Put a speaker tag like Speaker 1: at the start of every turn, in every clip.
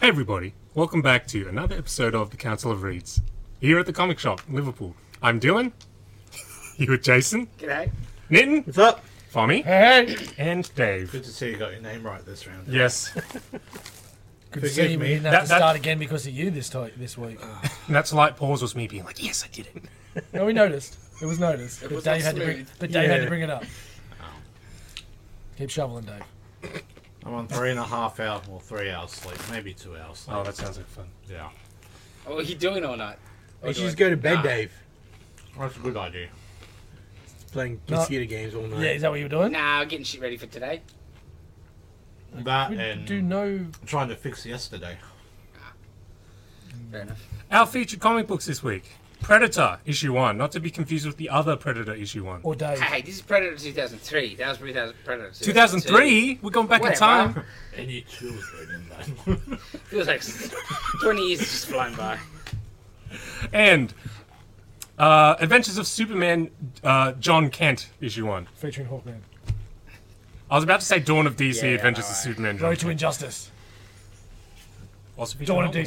Speaker 1: Hey everybody, welcome back to another episode of the Council of Reeds. Here at the comic shop in Liverpool. I'm Dylan. You with Jason,
Speaker 2: G'day.
Speaker 1: Nitin,
Speaker 3: What's up?
Speaker 1: Fommy,
Speaker 4: Hey,
Speaker 1: and Dave.
Speaker 3: Good to see you got your name right this round.
Speaker 1: Yes.
Speaker 4: good to
Speaker 3: Forgive
Speaker 4: see you.
Speaker 3: me.
Speaker 4: We didn't have
Speaker 1: That-
Speaker 4: to
Speaker 1: that-
Speaker 4: start again because of you this time this week.
Speaker 1: And that slight pause was me being like, Yes, I did it.
Speaker 4: no, we noticed. It was noticed. but
Speaker 2: was
Speaker 4: Dave had to bring.
Speaker 2: smooth.
Speaker 4: But Dave had to
Speaker 3: Yeah.
Speaker 4: bring it up. Keep shoveling, Dave.
Speaker 3: I'm on three and a half hours or three hours sleep, maybe two hours sleep.
Speaker 1: Oh, that sounds like fun.
Speaker 3: yeah.
Speaker 2: What are you Oh, doing all night?
Speaker 5: You should just go to bed,
Speaker 3: Nah.
Speaker 5: Dave.
Speaker 3: That's a good idea.
Speaker 5: Playing
Speaker 4: No.
Speaker 5: computer games all
Speaker 4: Yeah,
Speaker 5: night.
Speaker 4: is that what you were doing?
Speaker 2: Nah, I'm getting shit ready for today.
Speaker 3: That
Speaker 4: We
Speaker 3: and
Speaker 4: do no.
Speaker 3: trying to fix yesterday.
Speaker 2: Fair enough.
Speaker 1: Our featured comic books this week. Predator issue one, not to be confused with the other Predator issue one.
Speaker 4: Or Dave.
Speaker 2: Hey, this is Predator 2003. That was Predator 2002.
Speaker 1: 2003, we're going back in
Speaker 2: Whatever.
Speaker 1: time.
Speaker 3: And you two was reading that.
Speaker 2: Feels like 20 years just flown by.
Speaker 1: And uh, Adventures of Superman, uh, John Kent issue one.
Speaker 4: Featuring Hawkman.
Speaker 1: I was about to say Dawn of DC,
Speaker 2: Yeah, yeah,
Speaker 1: Adventures
Speaker 2: no,
Speaker 1: of
Speaker 2: I-
Speaker 1: Superman. John
Speaker 4: Road to
Speaker 1: Kent.
Speaker 4: Injustice.
Speaker 1: Also featuring
Speaker 4: Dawn of
Speaker 1: Hawkman.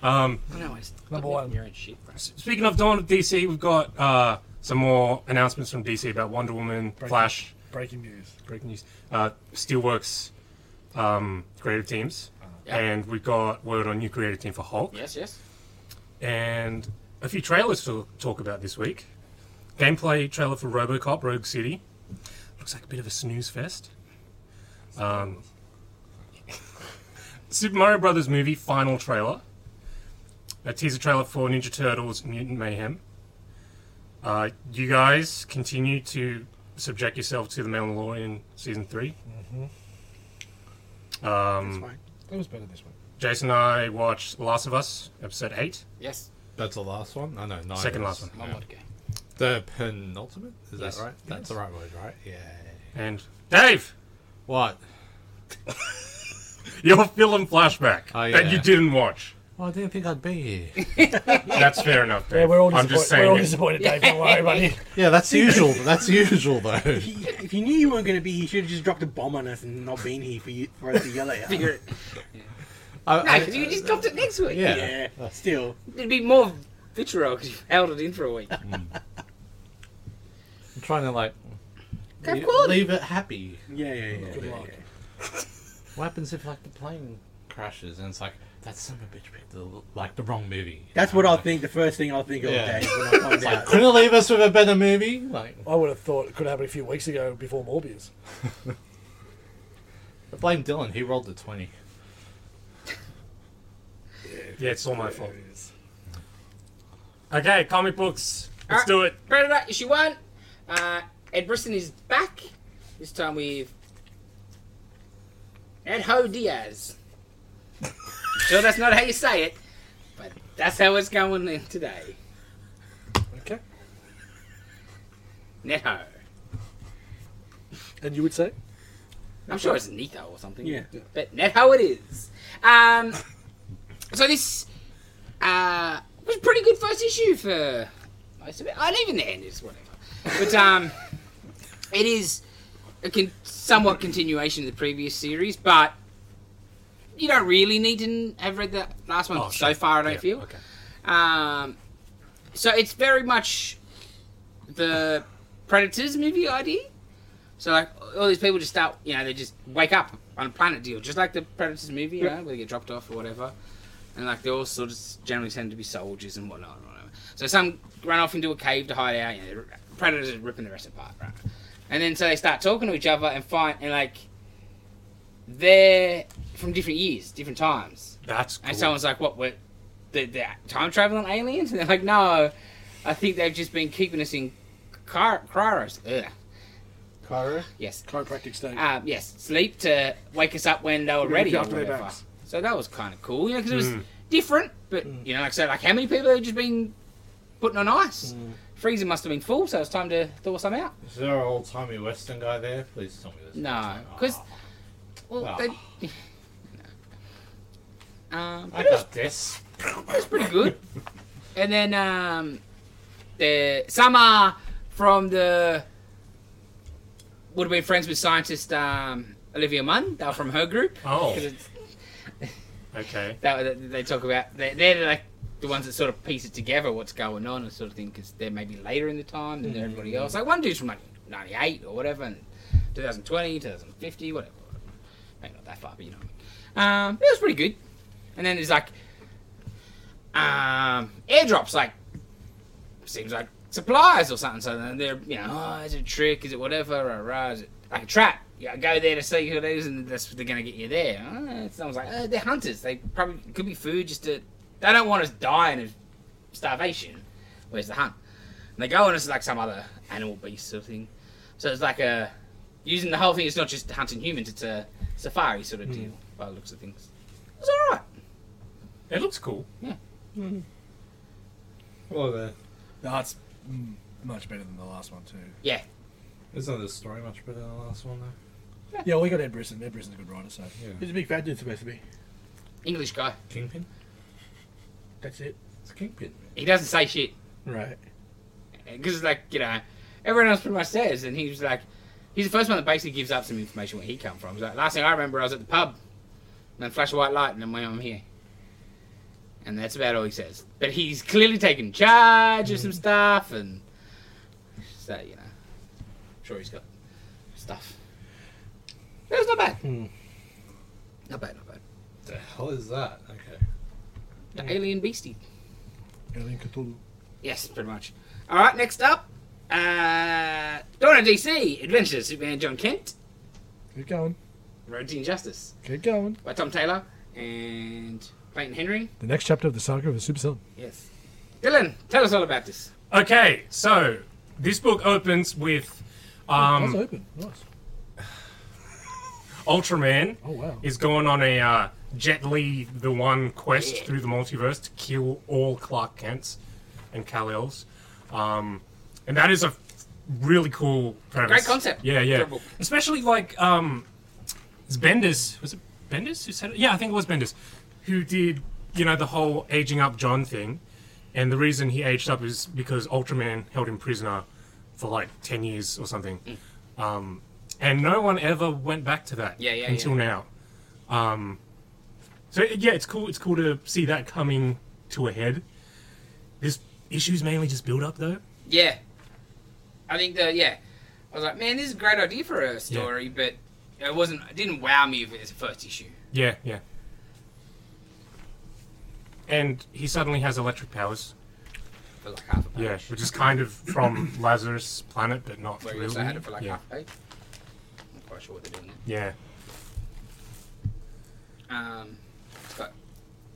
Speaker 4: DC.
Speaker 1: Um,
Speaker 2: I know, Oh, it's
Speaker 4: Number one.
Speaker 2: You're in shit, bro.
Speaker 1: speaking of Dawn of DC, we've got uh, some more announcements from DC about Wonder Woman, Flash,
Speaker 4: Breaking news.
Speaker 1: breaking news, uh, Steelworks, um, creative teams,
Speaker 2: Yeah.
Speaker 1: and we got word on new creative team for Hulk,
Speaker 2: Yes, yes.
Speaker 1: and a few trailers to talk about this week. Gameplay trailer for RoboCop: Rogue City looks like a bit of a snooze fest. Um, Super Mario Brothers movie final trailer. A teaser trailer for Ninja Turtles Mutant Mayhem. Uh, you guys continue to subject yourself to The Mandalorian Season 3.
Speaker 5: That's
Speaker 1: Um,
Speaker 5: fine.
Speaker 4: It was better this one.
Speaker 1: Jason and I watched Last of Us, Episode 8.
Speaker 2: Yes.
Speaker 3: That's the last one? I know, nine.
Speaker 1: Second
Speaker 3: is-
Speaker 1: last one.
Speaker 2: One
Speaker 3: yeah.
Speaker 2: more to go.
Speaker 3: The penultimate? Is
Speaker 1: Yes.
Speaker 3: that right? That's
Speaker 1: Yes.
Speaker 3: the right word, right? Yeah.
Speaker 1: And Dave,
Speaker 3: What?
Speaker 1: your film flashback
Speaker 3: Oh,
Speaker 1: that
Speaker 3: yeah.
Speaker 1: you didn't watch.
Speaker 3: Well, I didn't think I'd be here.
Speaker 1: That's fair enough, Dave.
Speaker 4: Yeah, we're all
Speaker 1: I'm
Speaker 4: disappointed.
Speaker 1: just
Speaker 4: we're all
Speaker 1: saying. it.
Speaker 4: disappointed, Dave. Don't worry, buddy.
Speaker 3: yeah, that's usual. That's usual, though.
Speaker 5: He- if you knew you weren't going to be here, you should have just dropped a bomb on us and not been here for you for us to yell at you.
Speaker 2: Figure it.
Speaker 3: I,
Speaker 2: No, because you just dropped it next week.
Speaker 3: Yeah.
Speaker 5: yeah, still.
Speaker 2: It'd be more vitriol because you held it in for a week.
Speaker 3: am trying to, like,
Speaker 2: Go
Speaker 3: leave-
Speaker 2: quality.
Speaker 3: leave it happy.
Speaker 5: Yeah, yeah, yeah.
Speaker 4: Good
Speaker 5: yeah,
Speaker 4: luck.
Speaker 5: yeah.
Speaker 3: What happens if like the plane crashes and it's like that son of a bitch picked the like the wrong movie?
Speaker 5: That's what I'll think. The first thing I'll think of,
Speaker 3: Yeah.
Speaker 5: Dave, when I find
Speaker 3: It's like,
Speaker 5: out.
Speaker 3: couldn't it leave us with a better movie? Like
Speaker 4: I would have thought it could have happened a few weeks ago before Morbius.
Speaker 3: I blame Dylan. He rolled the twenty.
Speaker 1: Yeah, it's all my fault. Okay, comic books. Let's
Speaker 3: Uh,
Speaker 2: Alright.
Speaker 1: do it.
Speaker 2: Predator issue one. Uh, Ed Brisson is back. This time with Ed Ho Diaz. sure, that's not how you say it, but that's how it's going in today.
Speaker 4: Okay.
Speaker 2: Neto.
Speaker 4: And you would say?
Speaker 2: I'm sure it's Neto or something.
Speaker 5: Yeah.
Speaker 2: But Neto it is. Um, so this uh, was a pretty good first issue for most of it. And even the end is whatever. But um, it is a con- somewhat continuation of the previous series, but you don't really need to n- have read the last one
Speaker 1: Oh,
Speaker 2: so
Speaker 1: sure.
Speaker 2: far, I don't
Speaker 1: Yeah,
Speaker 2: feel.
Speaker 1: Okay.
Speaker 2: Um, so it's very much the Predators movie idea. So like all these people just start, you know, they just wake up on a planet deal, just like the Predators movie, you know, where they get dropped off or whatever, and like they all sort of generally tend to be soldiers and whatnot. And whatever. So some run off into a cave to hide out. You know, the Predators are ripping the rest apart, right? And then so they start talking to each other and find and like they're from different years, different times.
Speaker 1: That's cool.
Speaker 2: And someone's like, "What? We're, they're, they're time traveling aliens?" And they're like, "No, I think they've just been keeping us in Ky- Kryros. Ugh.
Speaker 4: Cairo.
Speaker 2: Yes,
Speaker 4: Chiropractic state.
Speaker 2: um, yes, sleep to wake us up when they were
Speaker 4: We're gonna
Speaker 2: ready
Speaker 4: look
Speaker 2: or
Speaker 4: after their
Speaker 2: whatever."
Speaker 4: backs.
Speaker 2: So that was kind of cool, you know, because it was
Speaker 1: Mm.
Speaker 2: different. But you know, like I said, like how many people have just been putting on ice? Freezer must have been full, so it's time to thaw some out.
Speaker 3: Is there an old timey Western guy there? Please tell me this.
Speaker 2: No,
Speaker 6: Oh,
Speaker 2: because well,
Speaker 3: Ah.
Speaker 2: they. No. Um,
Speaker 3: I
Speaker 2: but it was
Speaker 3: got this.
Speaker 2: That's pretty good. and then um, the some are from the would have been friends with scientist um, Olivia Munn. They were from her group.
Speaker 1: Oh.
Speaker 2: 'Cause it's-
Speaker 1: Okay.
Speaker 2: That that- they talk about they're, they're like the ones that sort of piece it together what's going on and sort of thing because they're maybe later in the time than everybody else. Like one dude's from like '98 or whatever, and 2020, 2050, whatever. Maybe not that far, but you know. What I mean. Um, it was pretty good. And then there's like um, airdrops, like seems like supplies or something. So then they're you know, oh, is it a trick? Is it whatever? Rah, rah, is it like a trap? Yeah, go there to see who it is, and that's they're gonna get you there. Uh, someone's like, uh, they're hunters. They probably it could be food just to. They don't want us dying of starvation. Where's the hunt? And they go and it's like some other animal beast sort of thing. So it's like a using the whole thing. It's not just hunting humans. It's a safari sort of deal by the looks of things. It was all right.
Speaker 1: It looks cool.
Speaker 6: Well, the,
Speaker 4: The art's mm, much better than the last one too.
Speaker 2: Yeah,
Speaker 6: isn't the story much better than the last one, though?
Speaker 4: Yeah, well, we got Ed Brisson. Ed Brisson's a good writer, so
Speaker 6: Yeah.
Speaker 5: He's a big fat dude supposed to be.
Speaker 2: English guy.
Speaker 6: Kingpin?
Speaker 5: That's it.
Speaker 6: It's Kingpin, man.
Speaker 2: He doesn't say shit.
Speaker 5: Right.
Speaker 2: because like you know everyone else pretty much says and he was like he's the first one that basically gives up some information where he come from He's like last thing i remember i was at the pub and then flash a white light and then went i'm here and that's about all he says but he's clearly taken charge of
Speaker 5: Mm-hmm.
Speaker 2: some stuff and so you know sure he's got stuff that was not bad
Speaker 5: Hmm.
Speaker 2: not bad not bad
Speaker 6: The hell is that? Okay.
Speaker 5: Hmm.
Speaker 2: the alien beastie
Speaker 4: Alien Cthulhu.
Speaker 2: Yes, pretty much. All right, next up, uh, Donna DC, Adventures of Superman John Kent,
Speaker 4: Keep going.
Speaker 2: Road to Injustice
Speaker 4: Keep going.
Speaker 2: by Tom Taylor and Clayton Henry.
Speaker 4: The next chapter of the saga of the Super Son.
Speaker 2: Yes. Dylan, tell us all about this.
Speaker 1: Okay, so this book opens with
Speaker 4: That's
Speaker 1: um,
Speaker 4: open. Nice.
Speaker 1: Ultraman
Speaker 4: Oh wow.
Speaker 1: is going on a uh, Jet Li the One quest through the multiverse to kill all Clark Kents and Kal Els, um, and that is a really cool premise.
Speaker 2: Great concept.
Speaker 1: Yeah, yeah.
Speaker 2: Terrible.
Speaker 1: Especially like um, it's Bendis. Was it Bendis who said it? Yeah, I think it was Bendis who did you know the whole aging up John thing, and the reason he aged up is because Ultraman held him prisoner for like ten years or something. Um, and no one ever went back to that
Speaker 2: Mm. Yeah, yeah,
Speaker 1: until
Speaker 2: yeah.
Speaker 1: now. Um, So yeah, it's cool. It's cool to see that coming to a head. This issue's mainly just build up though.
Speaker 2: Yeah. I think the yeah. I was like, man, this is a great idea for a story, but it wasn't. It didn't wow me if it was the first issue.
Speaker 1: Yeah, yeah. And he suddenly has electric powers.
Speaker 2: For like half a page.
Speaker 1: Yeah, which is kind of from Lazarus Planet, but not
Speaker 2: Where he
Speaker 1: really.
Speaker 2: also had it for like
Speaker 1: yeah.
Speaker 2: half a page. Not quite sure what they're doing. there.
Speaker 1: yeah,
Speaker 2: Um, it's got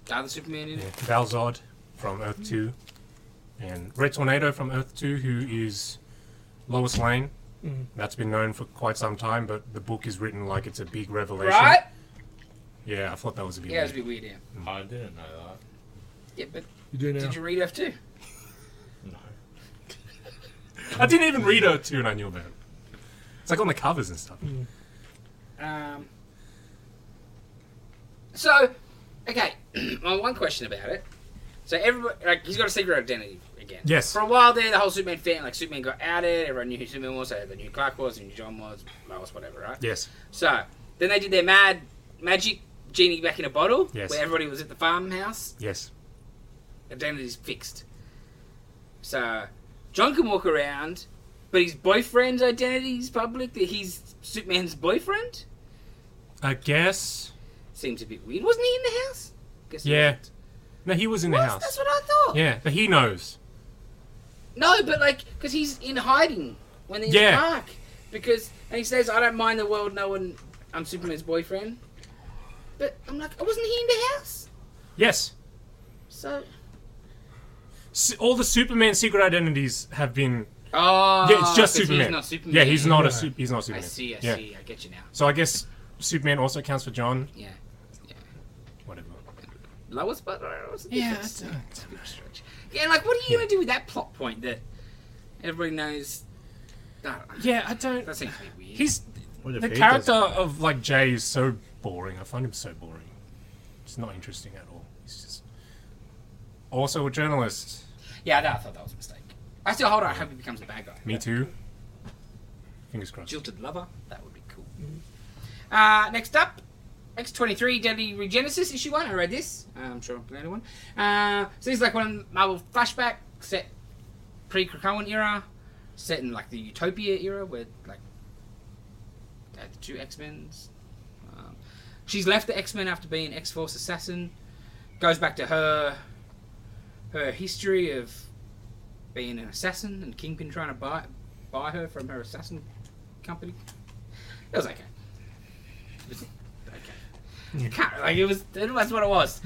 Speaker 2: the other Superman in
Speaker 1: yeah.
Speaker 2: it.
Speaker 1: Valzod from Earth Two, and Red Tornado from Earth Two, who is Lois Lane. That's been known for quite some time, but the book is written like it's a big revelation.
Speaker 2: Right?
Speaker 1: Yeah, I thought that was a bit.
Speaker 2: Yeah,
Speaker 1: weird.
Speaker 2: it's a bit weird. Yeah.
Speaker 3: I didn't know that.
Speaker 2: Yeah, but
Speaker 4: You do now.
Speaker 2: Did you read F2?
Speaker 3: No.
Speaker 1: I didn't even read her too, and I knew about it. It's like on the covers and stuff.
Speaker 2: Um, so, okay, well, one question about it. So everybody, like, he's got a secret identity again.
Speaker 1: Yes.
Speaker 2: For a while there, the whole Superman fan, like, Superman got outed. Everyone knew who Superman was. So they knew Clark was, and John was, Lois, whatever, right?
Speaker 1: Yes.
Speaker 2: So then they did their mad magic genie back in a bottle,
Speaker 1: Yes.
Speaker 2: where everybody was at the farmhouse.
Speaker 1: Yes.
Speaker 2: identity's fixed. So John can walk around, but his boyfriend's identity is public. That he's Superman's boyfriend
Speaker 1: I guess.
Speaker 2: seems a bit weird. Wasn't he in the house? Guess he
Speaker 1: Yeah.
Speaker 2: wasn't.
Speaker 1: No, he was in the
Speaker 2: Was?
Speaker 1: house.
Speaker 2: That's what I thought.
Speaker 1: Yeah, but he knows.
Speaker 2: No, but like, because he's in hiding when they're in
Speaker 1: Yeah.
Speaker 2: the park. Because and he says, "I don't mind the world knowing I'm Superman's boyfriend." But I'm like, "Oh, wasn't he in the house?
Speaker 1: Yes.
Speaker 2: So.
Speaker 1: S- all the Superman secret identities have been.
Speaker 2: Oh,
Speaker 1: Yeah, it's just
Speaker 2: 'cause
Speaker 1: Superman.
Speaker 2: He's not Superman.
Speaker 1: Yeah, he's not a su- he's not
Speaker 2: I
Speaker 1: Superman.
Speaker 2: see. I
Speaker 1: yeah.
Speaker 2: see. I get you now.
Speaker 1: So I guess Superman also counts for John.
Speaker 2: Yeah.
Speaker 1: Whatever.
Speaker 2: Lois uh, Butler. Was
Speaker 1: Yeah,
Speaker 2: that's a bit stretch. Yeah, like what are you gonna do with that plot point that everybody knows? That,
Speaker 1: Yeah, I don't.
Speaker 2: that seems a bit weird.
Speaker 1: He's
Speaker 3: What if
Speaker 1: the
Speaker 3: he
Speaker 1: character
Speaker 3: doesn't?
Speaker 1: of like Jay is so boring. I find him so boring. It's not interesting at all. He's just also a journalist.
Speaker 2: yeah, that, I thought that was a mistake. I still hold on. I hope he becomes a bad guy.
Speaker 1: Me too. Fingers crossed.
Speaker 2: Jilted lover. That would be cool. Uh, next up, X23 Deadly Regenesis issue one. I read this. Uh, I'm sure I'm the only one. Uh, seems like one Marvel flashback set pre Krakoan era, set in like the Utopia era where like they had the two X Men's. Um, she's left the X Men after being X Force assassin. Goes back to her her history of being an assassin and Kingpin trying to buy buy her from her assassin company. It was okay. It was okay. I can't, like it was. That's what it was.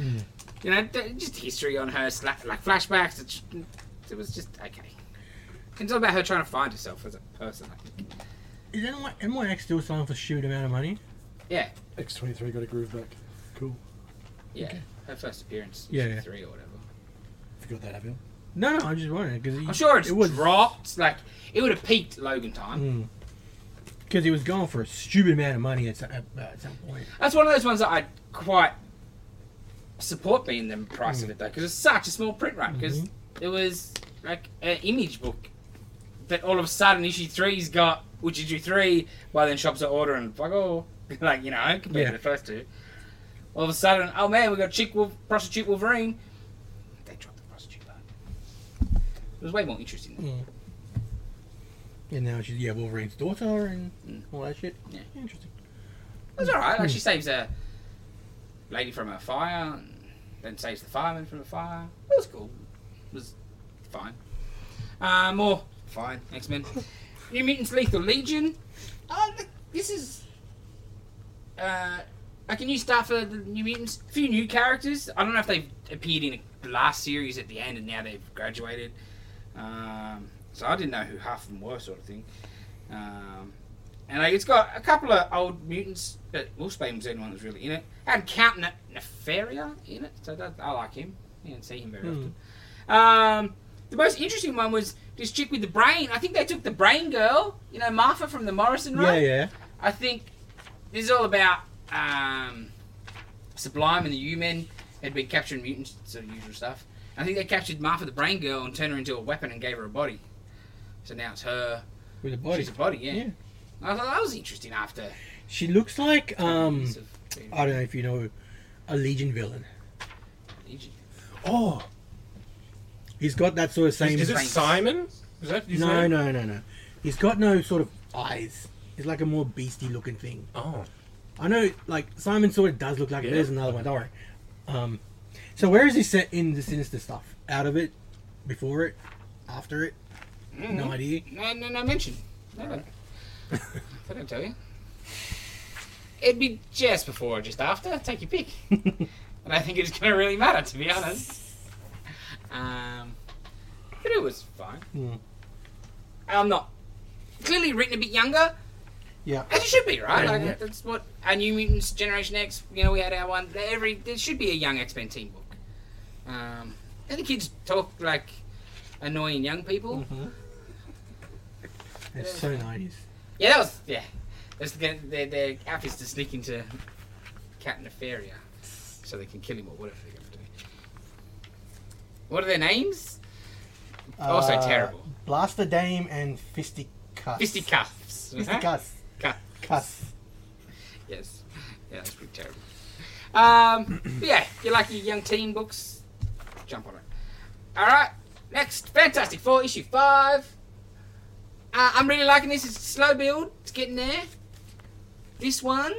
Speaker 2: You know, th- just history on her, sla- like flashbacks. It, it was just okay. It's all about her trying to find herself as a person. I think.
Speaker 5: Is NY- NYX still selling for a stupid amount of money?
Speaker 2: Yeah,
Speaker 4: X23 got a groove back. Cool.
Speaker 2: yeah. Her first appearance.
Speaker 5: Yeah,
Speaker 2: Yeah,
Speaker 5: yeah.
Speaker 2: three or whatever.
Speaker 4: Forgot that happened.
Speaker 5: No, no, I'm just wondering because
Speaker 2: I'm sure it's
Speaker 5: it was
Speaker 2: dropped. Like it would have peaked Logan time.
Speaker 5: because he was going for a stupid amount of money at some, at, at some point.
Speaker 2: That's one of those ones that I quite support being the price of it though, because it's such a small print run. Because it was like an image book that all of a sudden issue three's got, which issue three, by then shops are ordering fuck all, like you know, compared
Speaker 5: Yeah.
Speaker 2: to the first two. All of a sudden, oh man, we got chick wolf, prostitute Wolverine. They dropped the prostitute part. It was way more interesting. Than
Speaker 5: And now she's yeah Wolverine's daughter and all that shit.
Speaker 2: Yeah.
Speaker 5: Interesting.
Speaker 2: It was alright. Like she saves a lady from a fire, and then saves the fireman from a fire. It was cool. It was fine. Uh, more fine X Men. New Mutants Lethal Legion. Oh, look, this is uh, like a new start for the New Mutants. A few new characters. I don't know if they've appeared in the last series at the end, and now they've graduated. Um, so I didn't know who half of them were, sort of thing. Um, and like, it's got a couple of old mutants, but Wolfsbane was the only one who's really in it. Had Count Ne- Nefaria in it, so that, I like him. You don't see him very often. Um, the most interesting one was this chick with the brain. I think they took the brain girl, you know, Martha from the Morrison run.
Speaker 5: Yeah, yeah.
Speaker 2: I think this is all about um, Sublime and the U-Men had been capturing mutants, sort of usual stuff. I think they captured Martha the Brain Girl and turned her into a weapon and gave her a body. So now it's her.
Speaker 5: With a body.
Speaker 2: She's a body, yeah.
Speaker 5: Yeah.
Speaker 2: I thought that was interesting after.
Speaker 5: She looks like um
Speaker 2: sort of being
Speaker 5: I don't know if you know a Legion villain.
Speaker 2: Legion.
Speaker 1: Oh,
Speaker 5: He's got that sort of same.
Speaker 1: is, is it
Speaker 2: Thanks.
Speaker 1: Simon? Is that his
Speaker 5: no,
Speaker 1: name?
Speaker 5: no, no, no. He's got no sort of eyes. He's like a more beastie looking thing.
Speaker 1: Oh,
Speaker 5: I know, like Simon sort of does look like. it.
Speaker 1: Yeah.
Speaker 5: There's another one. Don't worry. Um, so where is he set in the sinister stuff? Out of it, before it, after it?
Speaker 1: Mm-hmm.
Speaker 5: No idea.
Speaker 2: No, no, no mention. No, no. I don't tell you. It'd be just before or just after. Take your pick. and I think it's going to really matter, to be honest. Um, but it was fine.
Speaker 5: Mm.
Speaker 2: I'm not clearly written a bit younger,
Speaker 5: Yeah.
Speaker 2: as it should be, right?
Speaker 5: Yeah,
Speaker 2: like,
Speaker 5: yeah.
Speaker 2: That's what our New Mutants, Generation X. You know, we had our one. Every there should be a young X Men team book. Um, and the kids talk like annoying young people.
Speaker 5: Hmm. It's so nineties.
Speaker 2: Yeah, that was yeah. That's the their their outfits to sneak into Cat Nefaria, so they can kill him or whatever they're going to do. What are their names?
Speaker 1: Oh,
Speaker 2: Also terrible.
Speaker 5: Uh, Blaster Dame and Fisticuffs.
Speaker 2: Fisticuffs.
Speaker 5: Fisticuffs.
Speaker 2: Cuff.
Speaker 5: Cuss.
Speaker 2: Uh-huh. Yes. Yeah, that's pretty terrible. Um, but yeah, if you like your young teen books, jump on it. All right, next, Fantastic Four issue five. Uh, I'm really liking this. It's a slow build. It's getting there. This one,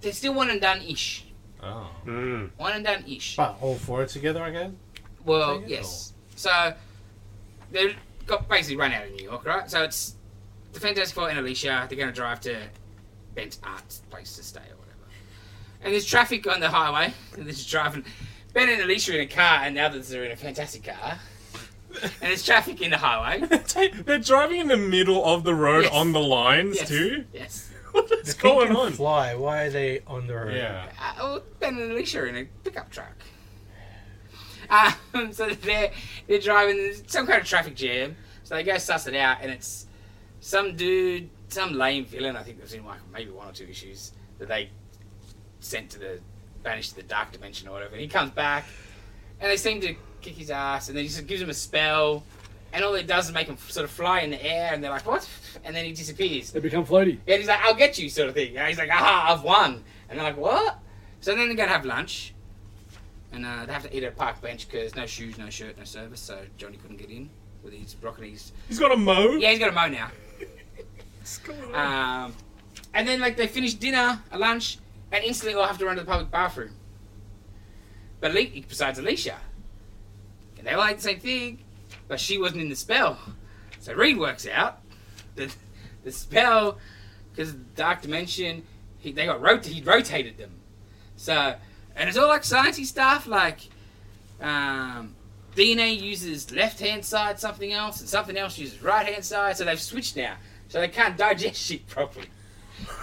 Speaker 2: they're still one and done ish.
Speaker 6: Oh.
Speaker 1: mm.
Speaker 2: One and done ish.
Speaker 3: But all four are together again?
Speaker 2: Well,
Speaker 3: Take it
Speaker 2: yes. So they got basically run out of New York, right? So it's the Fantastic Four and Alicia. They're going to drive to Bent Art's place to stay or whatever. And there's traffic on the highway, and they're just driving. Ben and Alicia are in a car, and the others are in a fantastic car. And there's traffic in the highway.
Speaker 1: they're driving in the middle of the road
Speaker 2: Yes.
Speaker 1: on the lines
Speaker 2: Yes.
Speaker 1: too.
Speaker 2: Yes.
Speaker 1: What's going on?
Speaker 5: Fly. Why are they on the road?
Speaker 6: Yeah.
Speaker 2: Uh, oh, Ben and Alicia are in a pickup truck. Um, so they're, they're driving there's some kind of traffic jam. So they go suss it out, and it's some dude, some lame villain. I think they've seen like maybe one or two issues that they sent to the banished to the dark dimension or whatever. And he comes back, and they seem to kick his ass, and then he just gives him a spell. And all it does is make him sort of fly in the air, and they're like, "What?" And then he disappears.
Speaker 4: They become floaty.
Speaker 2: And he's like, I'll get you, sort of thing. And he's like, aha, I've won. And they're like, what? So then they go to have lunch. And uh, they have to eat at a park bench because no shoes, no shirt, no service. So Johnny couldn't get in with his rocking his.
Speaker 6: He's got a mo.
Speaker 2: Yeah, he's got a mo now. Um, and then like they finish dinner, a lunch, and instantly all have to run to the public bathroom. But Le- besides Alicia, and they all ate the same thing, but she wasn't in the spell. So Reed works out that the spell, because Dark Dimension, he, they got rot- he rotated them. So, and it's all like sciencey stuff, like um, DNA uses left hand side something else, and something else uses right hand side. So they've switched now, so they can't digest shit properly.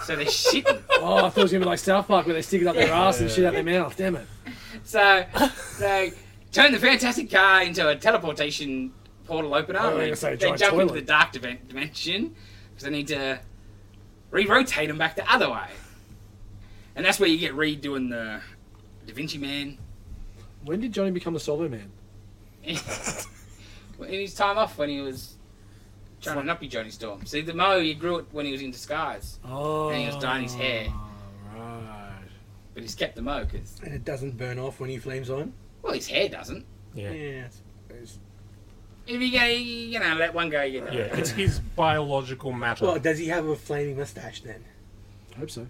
Speaker 2: So they're shitting.
Speaker 4: Oh, I thought it was gonna be like South Park where they stick it up their ass and shit out their mouth. Damn it.
Speaker 2: So they turn the fantastic car into a teleportation portal opener.
Speaker 4: Oh, I was gonna
Speaker 2: and
Speaker 4: say a
Speaker 2: they
Speaker 4: giant
Speaker 2: jump into
Speaker 4: toilet.
Speaker 2: the dark dimen- dimension because they need to re-rotate them back the other way. And that's where you get Reed doing the Da Vinci Man
Speaker 4: When did Johnny become a solo man?
Speaker 2: in his time off when he was trying to not be Johnny Storm. See, the Mo, he grew it when he was in disguise,
Speaker 4: Oh.
Speaker 2: And he was dyeing his hair.
Speaker 4: Right.
Speaker 2: but he's kept the Mo because,
Speaker 5: And it doesn't burn off when he flames on.
Speaker 2: well, his hair doesn't.
Speaker 1: Yeah. yeah.
Speaker 5: Yeah, I suppose.
Speaker 2: If you go, you know, let one go, you get the other.
Speaker 1: It's his biological matter.
Speaker 5: Well, does he have a flaming mustache then?
Speaker 4: I hope so.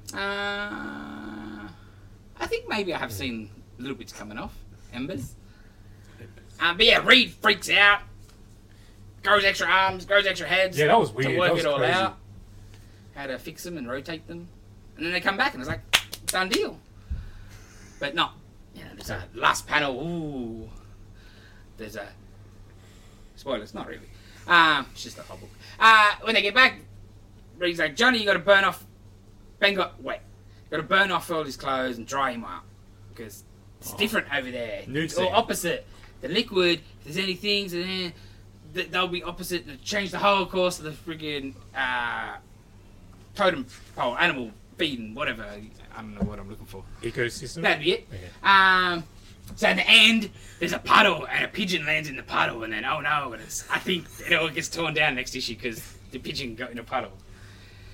Speaker 2: Uh, I think maybe I have seen little bits coming off embers. Um, but yeah, Reed freaks out, grows extra arms, grows extra heads.
Speaker 1: Yeah, that was
Speaker 2: To
Speaker 1: weird.
Speaker 2: work
Speaker 1: That was
Speaker 2: it all
Speaker 1: crazy.
Speaker 2: out, how to fix them and rotate them, and then they come back and it's like done deal. But not, you know, there's a last panel. Ooh, there's a spoilers, not really. Um, it's just the whole book. Uh, when they get back, Reed's like, Johnny, you got to burn off. Ben got wet. Got to burn off all his clothes and dry him up because it's different over there.
Speaker 6: Nude
Speaker 2: it's all
Speaker 6: scene.
Speaker 2: opposite. The liquid. If there's any things in there, th- they'll be opposite and change the whole course of the friggin' uh, totem pole, animal feed and whatever. I don't know what I'm looking for.
Speaker 1: Ecosystem.
Speaker 2: That'd be it.
Speaker 1: Okay.
Speaker 2: Um, so in the end, there's a puddle and a pigeon lands in the puddle, and then oh no, and it's, I think it all gets torn down next issue because the pigeon got in a puddle.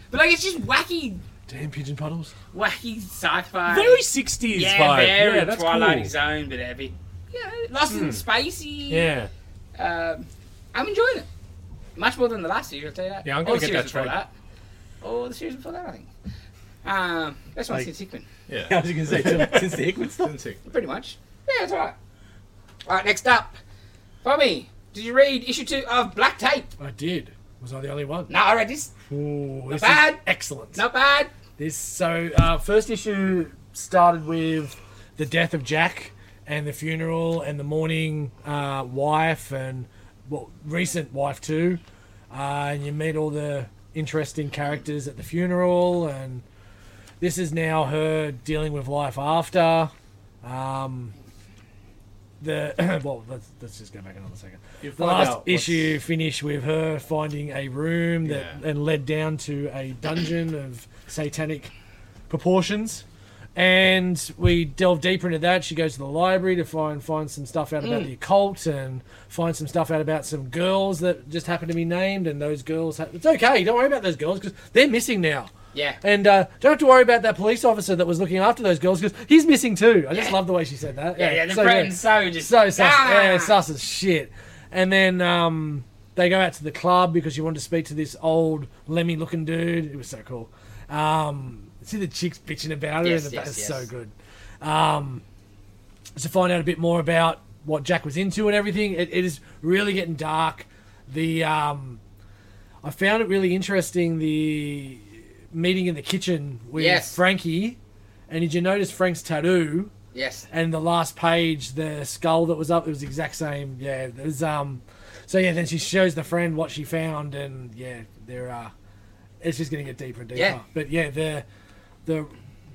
Speaker 2: But like it's just wacky,
Speaker 4: Damn pigeon puddles.
Speaker 2: wacky sci-fi.
Speaker 1: Very 60s
Speaker 2: yeah,
Speaker 1: vibe.
Speaker 2: very
Speaker 1: yeah, that's
Speaker 2: Twilight
Speaker 1: cool. Hmm.
Speaker 2: Zone, but a bit yeah, lost in spacey.
Speaker 1: Yeah.
Speaker 2: Um, I'm enjoying it much more than the last series. I'll tell you that.
Speaker 1: Yeah, I'm gonna
Speaker 2: Or
Speaker 1: get
Speaker 2: the series
Speaker 1: that
Speaker 2: before
Speaker 1: trade.
Speaker 2: that. Or the series before that, I think. Um, that's my
Speaker 5: Like-
Speaker 2: like, sequence.
Speaker 5: I
Speaker 6: Yeah.
Speaker 5: was going to say, till- since the Hickman stuff.
Speaker 6: Didn't see-
Speaker 2: Pretty much. Yeah, that's alright. Alright, next up. Bobby, did you read issue two of Black Tape?
Speaker 4: I did. Was I the only one?
Speaker 2: No, I read this.
Speaker 4: Ooh, this
Speaker 2: bad.
Speaker 4: is excellent.
Speaker 2: Not bad.
Speaker 4: This so uh, first issue started with the death of Jack and the funeral and the mourning uh, wife and well recent wife too, uh, and you meet all the interesting characters at the funeral and this is now her dealing with life after. Um, the well, let's, let's just go back another second.
Speaker 6: You
Speaker 4: The
Speaker 6: find
Speaker 4: last
Speaker 6: out what's-
Speaker 4: issue finished with her finding a room that
Speaker 6: Yeah.
Speaker 4: and led down to a dungeon of satanic proportions. And we delve deeper into that. She goes to the library to find find some stuff out about the occult and find some stuff out about some girls that just happen to be named. And those girls, ha- it's okay. Don't worry about those girls because they're missing now.
Speaker 2: Yeah.
Speaker 4: And uh, don't have to worry about that police officer that was looking after those girls because he's missing too. I just
Speaker 2: Yeah.
Speaker 4: love the way she said that.
Speaker 2: Yeah, yeah, the
Speaker 4: So,
Speaker 2: friends so just
Speaker 4: so sus.
Speaker 2: Ah!
Speaker 4: Yeah, sus as shit. And then um, they go out to the club because you want to speak to this old Lemmy looking dude. It was so cool. Um, see the chicks bitching about it.
Speaker 2: Yes,
Speaker 4: and
Speaker 2: yes,
Speaker 4: it's
Speaker 2: yes.
Speaker 4: so good. Um, to find out a bit more about what Jack was into and everything, it, it is really getting dark. The um, I found it really interesting the meeting in the kitchen with
Speaker 2: Yes.
Speaker 4: Frankie. And did you notice Frank's tattoo?
Speaker 2: Yes.
Speaker 4: and the last page, the skull that was up, it was the exact same. Yeah, it was. Um, so yeah, then she shows the friend what she found, and yeah, there are. It's just gonna get deeper and deeper.
Speaker 2: Yeah.
Speaker 4: But yeah, the the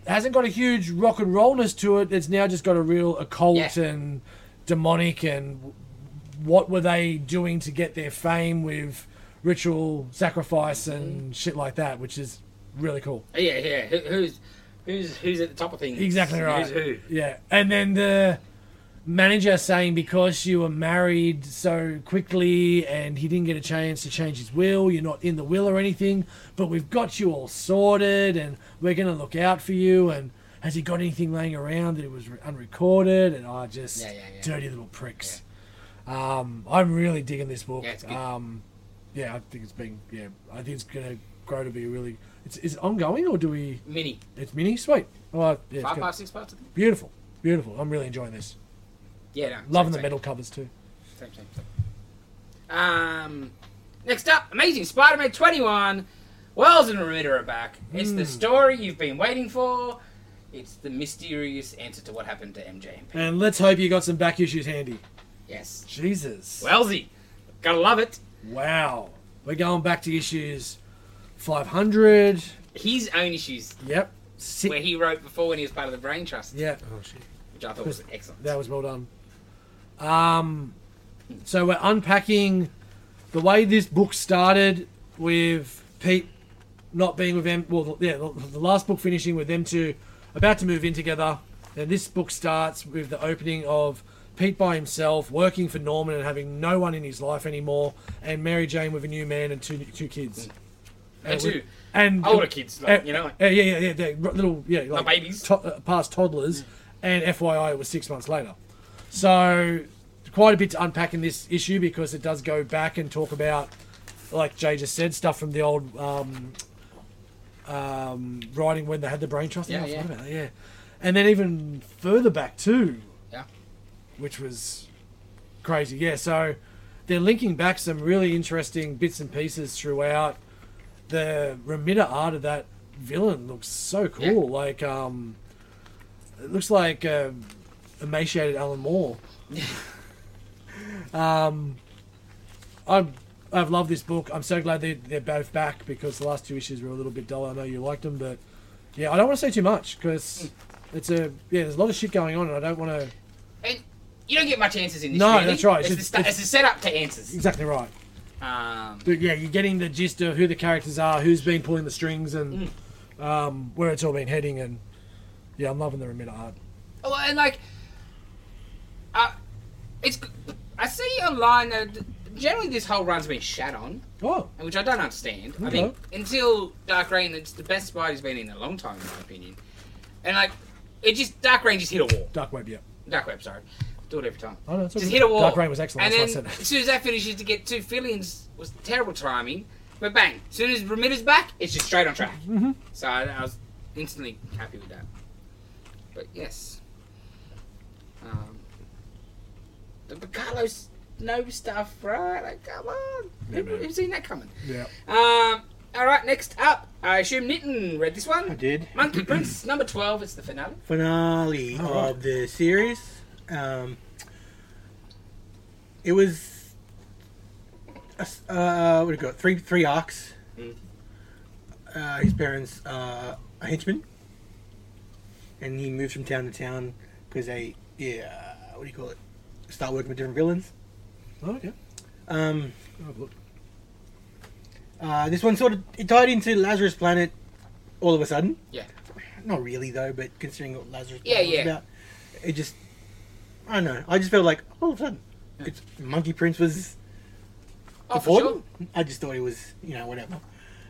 Speaker 4: hasn't got a huge rock and rollness to it. It's now just got a real occult
Speaker 2: Yeah.
Speaker 4: and demonic and what were they doing to get their fame with ritual sacrifice
Speaker 2: Mm-hmm.
Speaker 4: and shit like that, which is really cool.
Speaker 2: Yeah, yeah. Who, who's who's who's at the top of things?
Speaker 4: Exactly right.
Speaker 2: Who's who?
Speaker 4: Yeah, and then the manager saying because you were married so quickly and he didn't get a chance to change his will, you're not in the will or anything, but we've got you all sorted and we're going to look out for you and has he got anything laying around that it was re- unrecorded? And I just
Speaker 2: Yeah, yeah, yeah.
Speaker 4: dirty little pricks. Um, I'm really digging this book.
Speaker 2: Yeah, it's good.
Speaker 4: Um, yeah, I think it's been. Yeah, I think it's gonna grow to be a really. It's is it ongoing or do we?
Speaker 2: Mini.
Speaker 4: It's mini. Sweet. Oh, yeah, it's
Speaker 2: Five
Speaker 4: good.
Speaker 2: parts, six parts, I think.
Speaker 4: Beautiful, beautiful. I'm really enjoying this.
Speaker 2: Yeah, no, same,
Speaker 4: Loving the
Speaker 2: same.
Speaker 4: metal covers too.
Speaker 2: Same, same, same. Um, next up, Amazing Spider-Man 21. Wells and Romita are back. It's
Speaker 4: Hmm.
Speaker 2: the story you've been waiting for. It's the mysterious answer to what happened to MJ and Pam.
Speaker 4: And let's hope you got some back issues handy.
Speaker 2: Yes.
Speaker 4: Jesus.
Speaker 2: Wellsy. Gotta love it.
Speaker 4: Wow. We're going back to issues 500.
Speaker 2: His own issues,
Speaker 4: Yep. Six.
Speaker 2: where he wrote before when he was part of the Brain Trust,
Speaker 4: Yeah,
Speaker 5: Oh shit.
Speaker 2: which I thought was excellent.
Speaker 4: that was well done. Um, so we're unpacking the way this book started with Pete not being with them. Well, yeah, the the last book finishing with them two about to move in together. And this book starts with the opening of Pete by himself, working for Norman and having no one in his life anymore, and Mary Jane with a new man and two two kids.
Speaker 2: and
Speaker 4: we-
Speaker 2: two
Speaker 4: And
Speaker 2: older kids, like,
Speaker 4: Uh,
Speaker 2: you know, like,
Speaker 4: Yeah, yeah, yeah, yeah. they're r- Little, yeah, like
Speaker 2: babies. Mm.
Speaker 4: to- uh, past toddlers, and FYI, it was six months later. So, quite a bit to unpack in this issue because it does go back and talk about, like Jay just said, stuff from the old um, um, writing when they had the brain trust.
Speaker 2: Yeah,
Speaker 4: I forgot
Speaker 2: yeah.
Speaker 4: about that, yeah. And then even further back too.
Speaker 2: Yeah.
Speaker 4: Which was crazy. Yeah. So they're linking back some really interesting bits and pieces throughout. The remitter art of that villain looks so cool.
Speaker 2: Yeah.
Speaker 4: Like, um, it looks like um emaciated Alan Moore. um, I'm. I've loved this book. I'm so glad they, they're both back because the last two issues were a little bit dull. I know you liked them, but yeah, I don't want to say too much because it's a yeah. There's a lot of shit going on, and I don't want to.
Speaker 2: and you don't get much answers in this.
Speaker 4: No,
Speaker 2: really.
Speaker 4: that's right.
Speaker 2: It's,
Speaker 4: It's-
Speaker 2: the, sta-
Speaker 4: it's-
Speaker 2: it's the setup to answers.
Speaker 4: Exactly right.
Speaker 2: Um,
Speaker 4: But yeah, you're getting the gist of who the characters are, who's been pulling the strings, and um, where it's all been heading. And yeah, I'm loving the Remita art.
Speaker 2: Well, oh, and like, uh, it's. I see online that generally this whole run's been shat on,
Speaker 4: Oh,
Speaker 2: which I don't understand. I
Speaker 4: Okay.
Speaker 2: think until Dark Reign, it's the best Spider's been in a long time, in my opinion. And like, it just Dark Reign just hit a wall.
Speaker 4: Dark Web, yeah.
Speaker 2: Dark Web, sorry, do it every time.
Speaker 4: Oh, no, it's all
Speaker 2: Just
Speaker 4: good.
Speaker 2: hit a wall.
Speaker 4: Dark Reign was excellent.
Speaker 2: And
Speaker 4: That's
Speaker 2: then
Speaker 4: why I said
Speaker 2: as
Speaker 4: it.
Speaker 2: soon as that finishes to get two fillings was terrible timing. But bang, as soon as Remitta's back, it's just straight on track. Mm-hmm. So I, I was instantly happy with that. But yes. Um, the but Carlos no stuff, right? Like, come on.
Speaker 4: Yeah,
Speaker 2: Who-
Speaker 4: man.
Speaker 2: Who's seen that coming?
Speaker 4: Yeah.
Speaker 2: Um, all right, next up, I assume Nitten read this one.
Speaker 5: I did.
Speaker 2: Monkey Prince, number 12, it's the finale.
Speaker 5: finale
Speaker 4: Alright.
Speaker 5: of the series. Um, it was a s- uh, what do you call it? Three three arcs.
Speaker 2: Mm.
Speaker 5: Uh, his parents uh, a henchman, and he moves from town to town because they yeah what do you call it? Start working with different villains.
Speaker 4: Oh, okay.
Speaker 5: Um,
Speaker 4: Oh, look.
Speaker 5: uh, this one sort of it tied into Lazarus Planet all of a sudden.
Speaker 2: Yeah.
Speaker 5: Not really though, but considering what Lazarus
Speaker 2: Yeah,
Speaker 5: Planet
Speaker 2: yeah.
Speaker 5: was about, it just I don't know. I just felt like all of a sudden, it's Monkey Prince was
Speaker 2: Oh, for
Speaker 5: important.
Speaker 2: sure.
Speaker 5: I just thought it was you know whatever.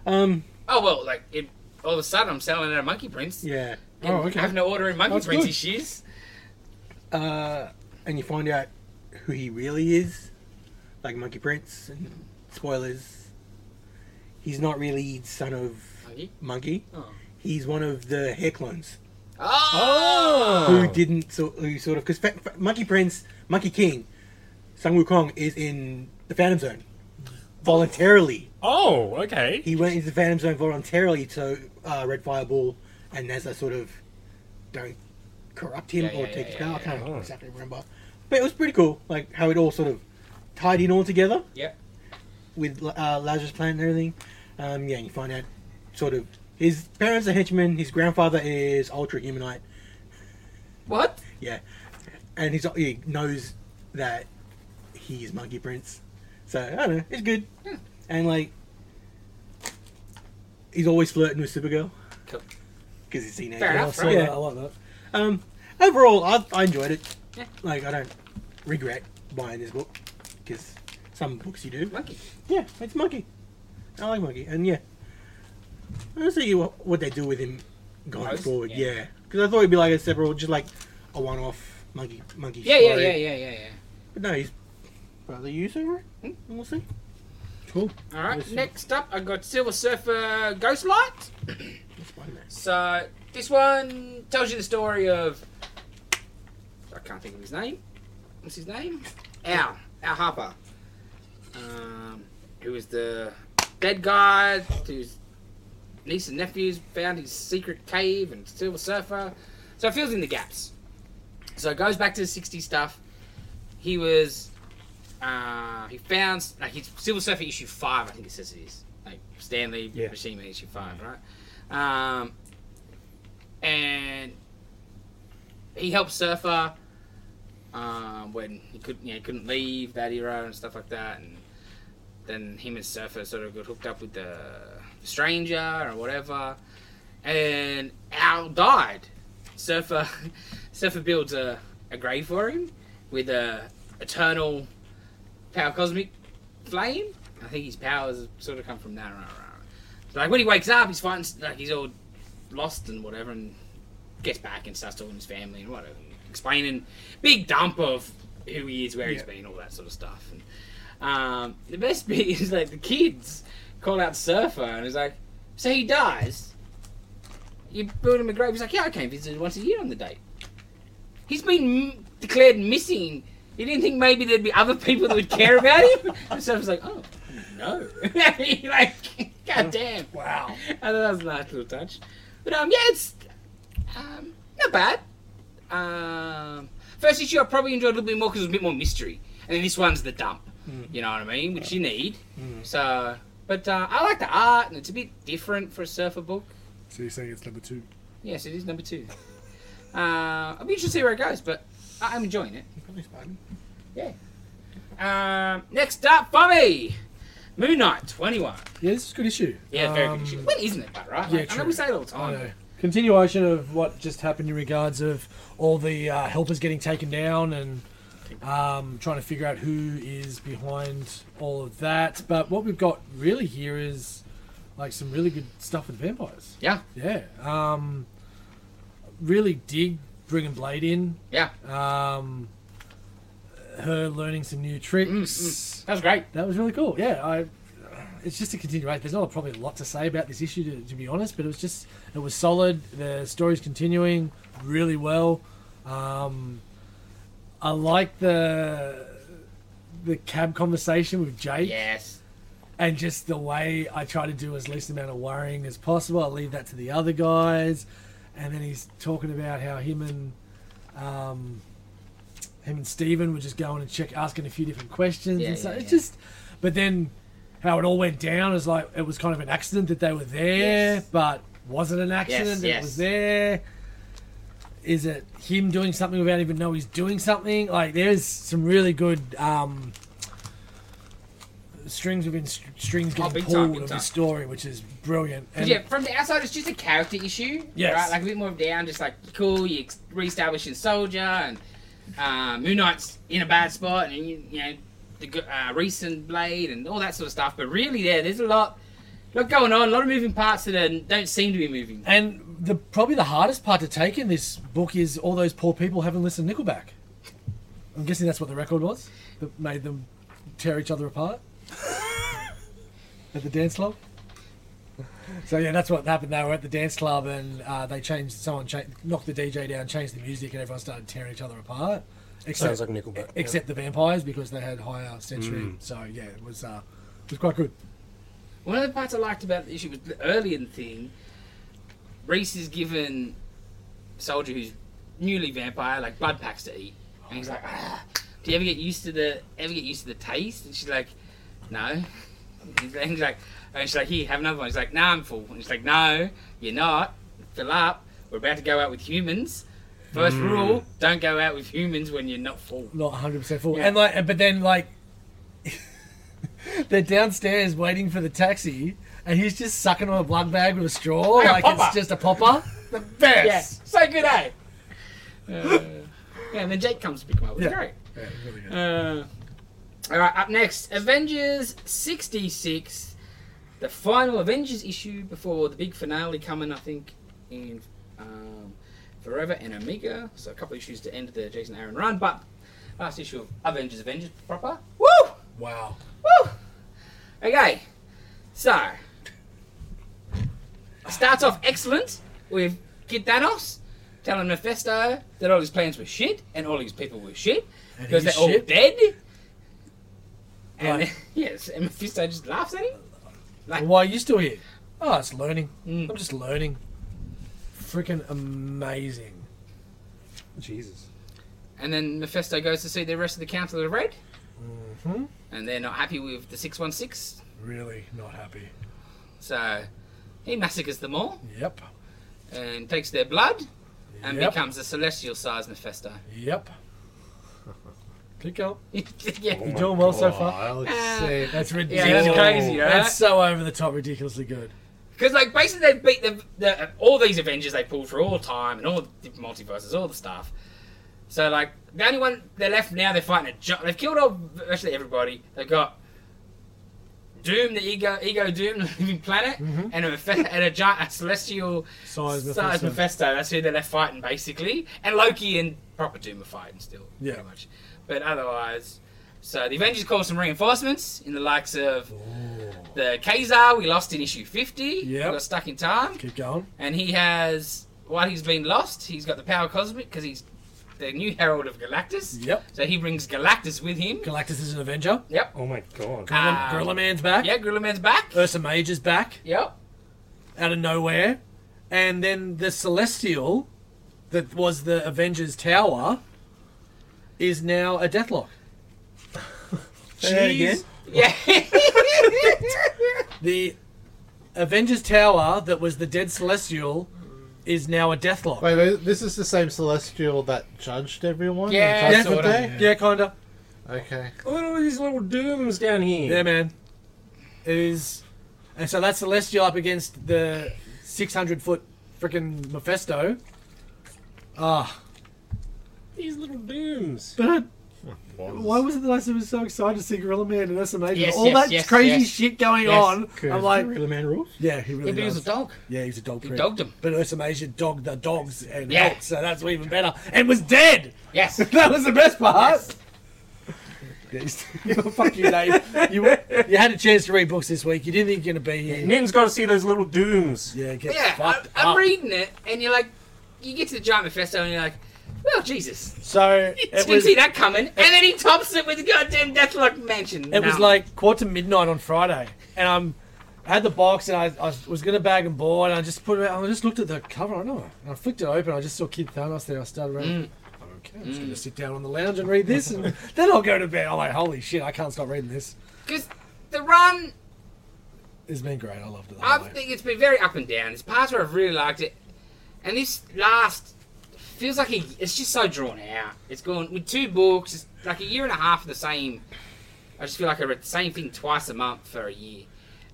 Speaker 5: Um,
Speaker 2: Oh, well, like, it, all of a sudden I'm selling out of Monkey Prince.
Speaker 5: yeah.
Speaker 2: Oh,
Speaker 4: okay.
Speaker 2: Having to order in Monkey
Speaker 4: That's
Speaker 2: Prince
Speaker 4: good.
Speaker 2: issues.
Speaker 5: Uh, and you find out who he really is, like Monkey Prince. And spoilers. He's not really son of
Speaker 2: Monkey?
Speaker 5: Monkey.
Speaker 2: Oh.
Speaker 5: He's one of the hair clones.
Speaker 2: Oh!
Speaker 5: who didn't so who sort of because Monkey Prince, Monkey King, Sung Wukong is in the Phantom Zone voluntarily.
Speaker 1: Oh, okay.
Speaker 5: He went into the Phantom Zone voluntarily so uh, Red Fireball and Nessa sort of don't corrupt him
Speaker 2: Yeah, yeah,
Speaker 5: or
Speaker 2: yeah,
Speaker 5: take his
Speaker 2: yeah,
Speaker 5: power.
Speaker 2: yeah.
Speaker 5: I can't
Speaker 1: Oh.
Speaker 5: exactly remember, but it was pretty cool. Like how it all sort of tied in all together
Speaker 2: Yep.
Speaker 5: with uh, Lazarus Planet and everything. Um, yeah, and you find out sort of his parents are henchmen. His grandfather is Ultra Humanite.
Speaker 2: What?
Speaker 5: Yeah, and he's he knows that he is Monkey Prince, so I don't know. It's good,
Speaker 2: Yeah.
Speaker 5: and like he's always flirting with Supergirl
Speaker 2: Cool.
Speaker 5: because he's seen
Speaker 2: Fair
Speaker 5: it.
Speaker 4: Yeah, I
Speaker 2: enough,
Speaker 4: saw
Speaker 2: right?
Speaker 4: that. I like that.
Speaker 5: Um, overall, I, I enjoyed it.
Speaker 2: Yeah.
Speaker 5: Like I don't regret buying this book because some books you do.
Speaker 2: Monkey.
Speaker 5: Yeah, it's Monkey. I like Monkey, and yeah, I don't see what, what they do with him going
Speaker 2: Ghost?
Speaker 5: forward.
Speaker 2: Yeah.
Speaker 5: Yeah, because I thought it'd be like a separate, just like a one-off monkey monkey.
Speaker 2: Yeah, yeah,
Speaker 5: story.
Speaker 2: yeah, yeah, yeah, yeah.
Speaker 5: But no, he's brother Yuzu. Hmm? We'll see. Cool.
Speaker 2: All right. Next up, I got Silver Surfer Ghostlight.
Speaker 5: That's fine, man.
Speaker 2: So this one tells you the story of I can't think of his name. What's his name? Al Al Harper, um, who was the dead guy whose niece and nephews found his secret cave and Silver Surfer. So it fills in the gaps. So it goes back to the '60s stuff. He was uh, he found like his Silver Surfer issue five, I think it says it is like Stanley
Speaker 4: Yeah.
Speaker 2: Machine Man issue five, right? Um, and he helped Surfer um, when he could, you know, couldn't leave that era and stuff like that. And then him and Surfer sort of got hooked up with the stranger or whatever. And Al died. Surfer, Surfer builds a, a grave for him with a eternal power cosmic flame. I think his powers sort of come from that. So like when he wakes up, he's fighting like he's all lost and whatever, and gets back and starts talking to his family and whatever, and explaining big dump of who he is, where he's
Speaker 5: Yeah.
Speaker 2: been, all that sort of stuff. And um, the best bit is like the kids call out Surfer and it's like, so he dies. You build him a grave. He's like, yeah, I came visit once a year on the date. He's been m- declared missing. You didn't think maybe there'd be other people that would care about him? And Surfer's like, oh, no. like, god damn.
Speaker 4: Wow.
Speaker 2: I thought that was a nice little touch. But um, yeah, it's um, not bad. Um, first issue I probably enjoyed a little bit more because it was a bit more mystery, and then this one's the dump.
Speaker 4: Hmm.
Speaker 2: You know what I mean? Which you need. So, but uh, I like the art, and it's a bit different for a surfer book.
Speaker 4: So you're saying it's number two?
Speaker 2: Yes, it is number two. Uh, I'll be interested to see where it goes, but I- I'm enjoying it.
Speaker 5: Probably Spider-Man.
Speaker 2: Um, next up, for me, Moon Knight 21.
Speaker 4: Yeah, this is a good issue.
Speaker 2: Yeah, very
Speaker 4: Um,
Speaker 2: good issue. When isn't it, but right?
Speaker 4: yeah,
Speaker 2: Like, I know
Speaker 4: true.
Speaker 2: we say it all the
Speaker 4: I
Speaker 2: time.
Speaker 4: know. Continuation of what just happened in regards of all the uh, helpers getting taken down and um, trying to figure out who is behind all of that. But what we've got really here is like some really good stuff with vampires.
Speaker 2: Yeah,
Speaker 4: Yeah. Um, really dig bringing Blade in.
Speaker 2: yeah.
Speaker 4: Um, her learning some new tricks.
Speaker 2: That was great.
Speaker 4: That was really cool. Yeah, I. It's just a continuation. There's not probably a lot to say about this issue, to, to be honest. But it was just it was solid. The story's continuing really well. Um, I like the the cab conversation with Jake,
Speaker 2: Yes.
Speaker 4: and just the way I try to do as least amount of worrying as possible. I leave that to the other guys, and then he's talking about how him and um, him and Steven were just going and check, asking a few different questions.
Speaker 2: Yeah,
Speaker 4: and so
Speaker 2: yeah,
Speaker 4: it's
Speaker 2: yeah.
Speaker 4: just, but then how it all went down is like it was kind of an accident that they were there,
Speaker 2: Yes.
Speaker 4: but was it an
Speaker 2: Yes,
Speaker 4: accident? that
Speaker 2: yes.
Speaker 4: It was there. Is it him doing something without even know he's doing something? Like there's some really good um, strings within str- strings
Speaker 2: Oh,
Speaker 4: getting
Speaker 2: big time,
Speaker 4: pulled
Speaker 2: big
Speaker 4: of
Speaker 2: time.
Speaker 4: the story, which is brilliant.
Speaker 2: But
Speaker 4: And
Speaker 2: yeah, from the outside, it's just a character issue.
Speaker 4: Yes.
Speaker 2: Right? Like a bit more down, just like, cool, you're ex- re-establishing Soldier, and uh, Moon Knight's in a bad spot, and, you, you know, the g- uh, recent Blade, and all that sort of stuff. But really, there, there's a lot, lot going on, a lot of moving parts that are, don't seem to be moving.
Speaker 4: And the probably the hardest part to take in this book is all those poor people haven't listened to Nickelback. I'm guessing that's what the record was that made them tear each other apart at the dance club. So yeah, that's what happened. They were at the dance club and uh, they changed. Someone cha- knocked the DJ down, changed the music, and everyone started tearing each other apart. Except,
Speaker 1: Sounds like Nickelback.
Speaker 4: except the vampires because they had higher sensory. So yeah, it was uh, it was quite good.
Speaker 2: One of the parts I liked about the issue was the earlier thing. Reese is given soldier who's newly vampire like blood packs to eat, and he's like, ah, "Do you ever get used to the ever get used to the taste?" And she's like, "No." And he's like, and she's like, "Here, have another one." He's like, "No, I'm full." And she's like, "No, you're not. Fill up. We're about to go out with humans. First rule: don't go out with humans when you're not full."
Speaker 4: not 100 percent full.
Speaker 2: Yeah.
Speaker 4: And like, but then like, they're downstairs waiting for the taxi, and he's just sucking on a blood bag with a straw,
Speaker 2: a
Speaker 4: like
Speaker 2: popper.
Speaker 4: it's just a popper. the best.
Speaker 2: Yes, so good, eh? Uh, yeah, and then Jake comes to pick him up. It's
Speaker 4: Yeah.
Speaker 2: great.
Speaker 4: Yeah, really good.
Speaker 2: Uh, all right, up next, Avengers 66, the final Avengers issue before the big finale coming, I think, in um, Forever and Omega. So a couple issues to end the Jason Aaron run, but last issue of Avengers Avengers proper. Woo!
Speaker 4: Wow.
Speaker 2: Woo! Okay, so starts off excellent with Kid Thanos telling Mephisto that all his plans were shit and all his people were shit
Speaker 4: And
Speaker 2: because they're
Speaker 4: he's
Speaker 2: all
Speaker 4: shit.
Speaker 2: dead. And
Speaker 4: Right.
Speaker 2: yes, and Mephisto just laughs at him.
Speaker 4: Why are you still here? Oh, it's learning.
Speaker 2: Mm.
Speaker 4: I'm just learning. Freaking amazing.
Speaker 6: Jesus.
Speaker 2: And then Mephisto goes to see the rest of the Council of the Red,
Speaker 4: hmm
Speaker 2: and they're not happy with the 616,
Speaker 4: Really not happy.
Speaker 2: so he massacres them all
Speaker 4: Yep.
Speaker 2: and takes their blood and
Speaker 4: yep.
Speaker 2: becomes a celestial sized Mephisto.
Speaker 4: Yep. Keep going.
Speaker 2: yeah.
Speaker 1: Oh my
Speaker 4: doing well so
Speaker 1: God,
Speaker 4: far?
Speaker 6: Alex
Speaker 2: Ah.
Speaker 6: said-
Speaker 4: That's ridiculous.
Speaker 2: Yeah, that's crazy, right?
Speaker 4: That's so over the top, ridiculously good.
Speaker 2: Because like basically they beat the, the all these Avengers they pulled for all time and all the different multiverses, all the stuff. So like the only one they're left now they're fighting a giant. They've killed all virtually everybody. They've got Doom, the ego, ego Doom, the living planet,
Speaker 1: Mm-hmm.
Speaker 4: Mhm.
Speaker 2: and a Mephe- and a giant a celestial
Speaker 4: Size
Speaker 2: size
Speaker 4: Mephisto.
Speaker 2: Mephisto. That's who they're left fighting basically, and Loki and proper Doom are fighting still.
Speaker 4: Yeah.
Speaker 2: pretty much. But otherwise, so the Avengers call some reinforcements in the likes of the Kazar we lost in issue 50. We
Speaker 4: Yep.
Speaker 2: got stuck in time.
Speaker 4: Keep going.
Speaker 2: And he has, while he's been lost, he's got the power cosmic because he's the new Herald of Galactus.
Speaker 4: Yep.
Speaker 2: So he brings Galactus with him.
Speaker 4: Galactus is an Avenger.
Speaker 2: Yep.
Speaker 1: Oh my god.
Speaker 4: Gorilla,
Speaker 2: Ah.
Speaker 4: Gorilla Man's back.
Speaker 2: Yeah, Gorilla Man's back.
Speaker 4: Ursa Major's back
Speaker 2: Yep.
Speaker 4: out of nowhere. And then the Celestial that was the Avengers Tower is now a Deathlock.
Speaker 5: Say that again.
Speaker 2: Yeah.
Speaker 4: The Avengers Tower that was the dead Celestial is now a Deathlock.
Speaker 7: Wait, wait, this is the same celestial that judged everyone?
Speaker 2: Yeah,
Speaker 7: Judged
Speaker 4: sort
Speaker 7: them there?
Speaker 4: of. Yeah, kinda.
Speaker 7: Okay.
Speaker 1: Look at all these little dooms down here.
Speaker 4: Yeah, man. It is. And so that's Celestial up against the 600 foot freaking Mephisto. Ah.
Speaker 1: These little dooms.
Speaker 4: But why was it that I was so excited to see Gorilla Man and SMH?
Speaker 2: Yes,
Speaker 4: All
Speaker 2: yes,
Speaker 4: that
Speaker 2: yes,
Speaker 4: crazy
Speaker 2: yes.
Speaker 4: shit going
Speaker 2: Yes.
Speaker 4: on. I'm like,
Speaker 5: Gorilla Man rules.
Speaker 4: yeah, he really
Speaker 2: he was
Speaker 4: does.
Speaker 2: a dog.
Speaker 4: yeah, he was a dog.
Speaker 2: He
Speaker 4: prick.
Speaker 2: dogged him.
Speaker 4: But Ursa Major dogged the dogs and
Speaker 2: Yeah.
Speaker 4: helped, so that's even better. And was dead.
Speaker 2: Yes.
Speaker 4: that was the best part. Yeah, he's- Fuck you, Dave. You, you had a chance to read books this week. You didn't think you're gonna be here.
Speaker 1: Nim's got to see those little dooms.
Speaker 4: Yeah, get
Speaker 2: Yeah. I,
Speaker 4: fucked
Speaker 2: I'm
Speaker 4: up.
Speaker 2: reading it, and you're like, you get to the giant Mephisto, and you're like, well, Jesus.
Speaker 4: so it
Speaker 2: Didn't see
Speaker 4: was,
Speaker 2: that coming, and then he tops it with the goddamn Deathlock Mansion.
Speaker 4: it was
Speaker 2: No.
Speaker 4: like quarter to midnight on Friday, and I'm I had the box and I, I was gonna bag and board, and I just put it. out- I just looked at the cover. I know, and I flicked it open. I just saw Kid Thanos there. I started reading.
Speaker 2: Mm.
Speaker 4: Okay, I'm just gonna sit down on the lounge and read this, and then I'll go to bed. I'm like, holy shit, I can't stop reading this.
Speaker 2: because the run,
Speaker 4: It's been great. I loved it. the
Speaker 2: I
Speaker 4: whole way.
Speaker 2: think it's been very up and down. There's parts where I've really liked it, and this last feels like a, it's just so drawn out. It's gone with two books, it's like a year and a half of the same. I just feel like I read the same thing twice a month for a year,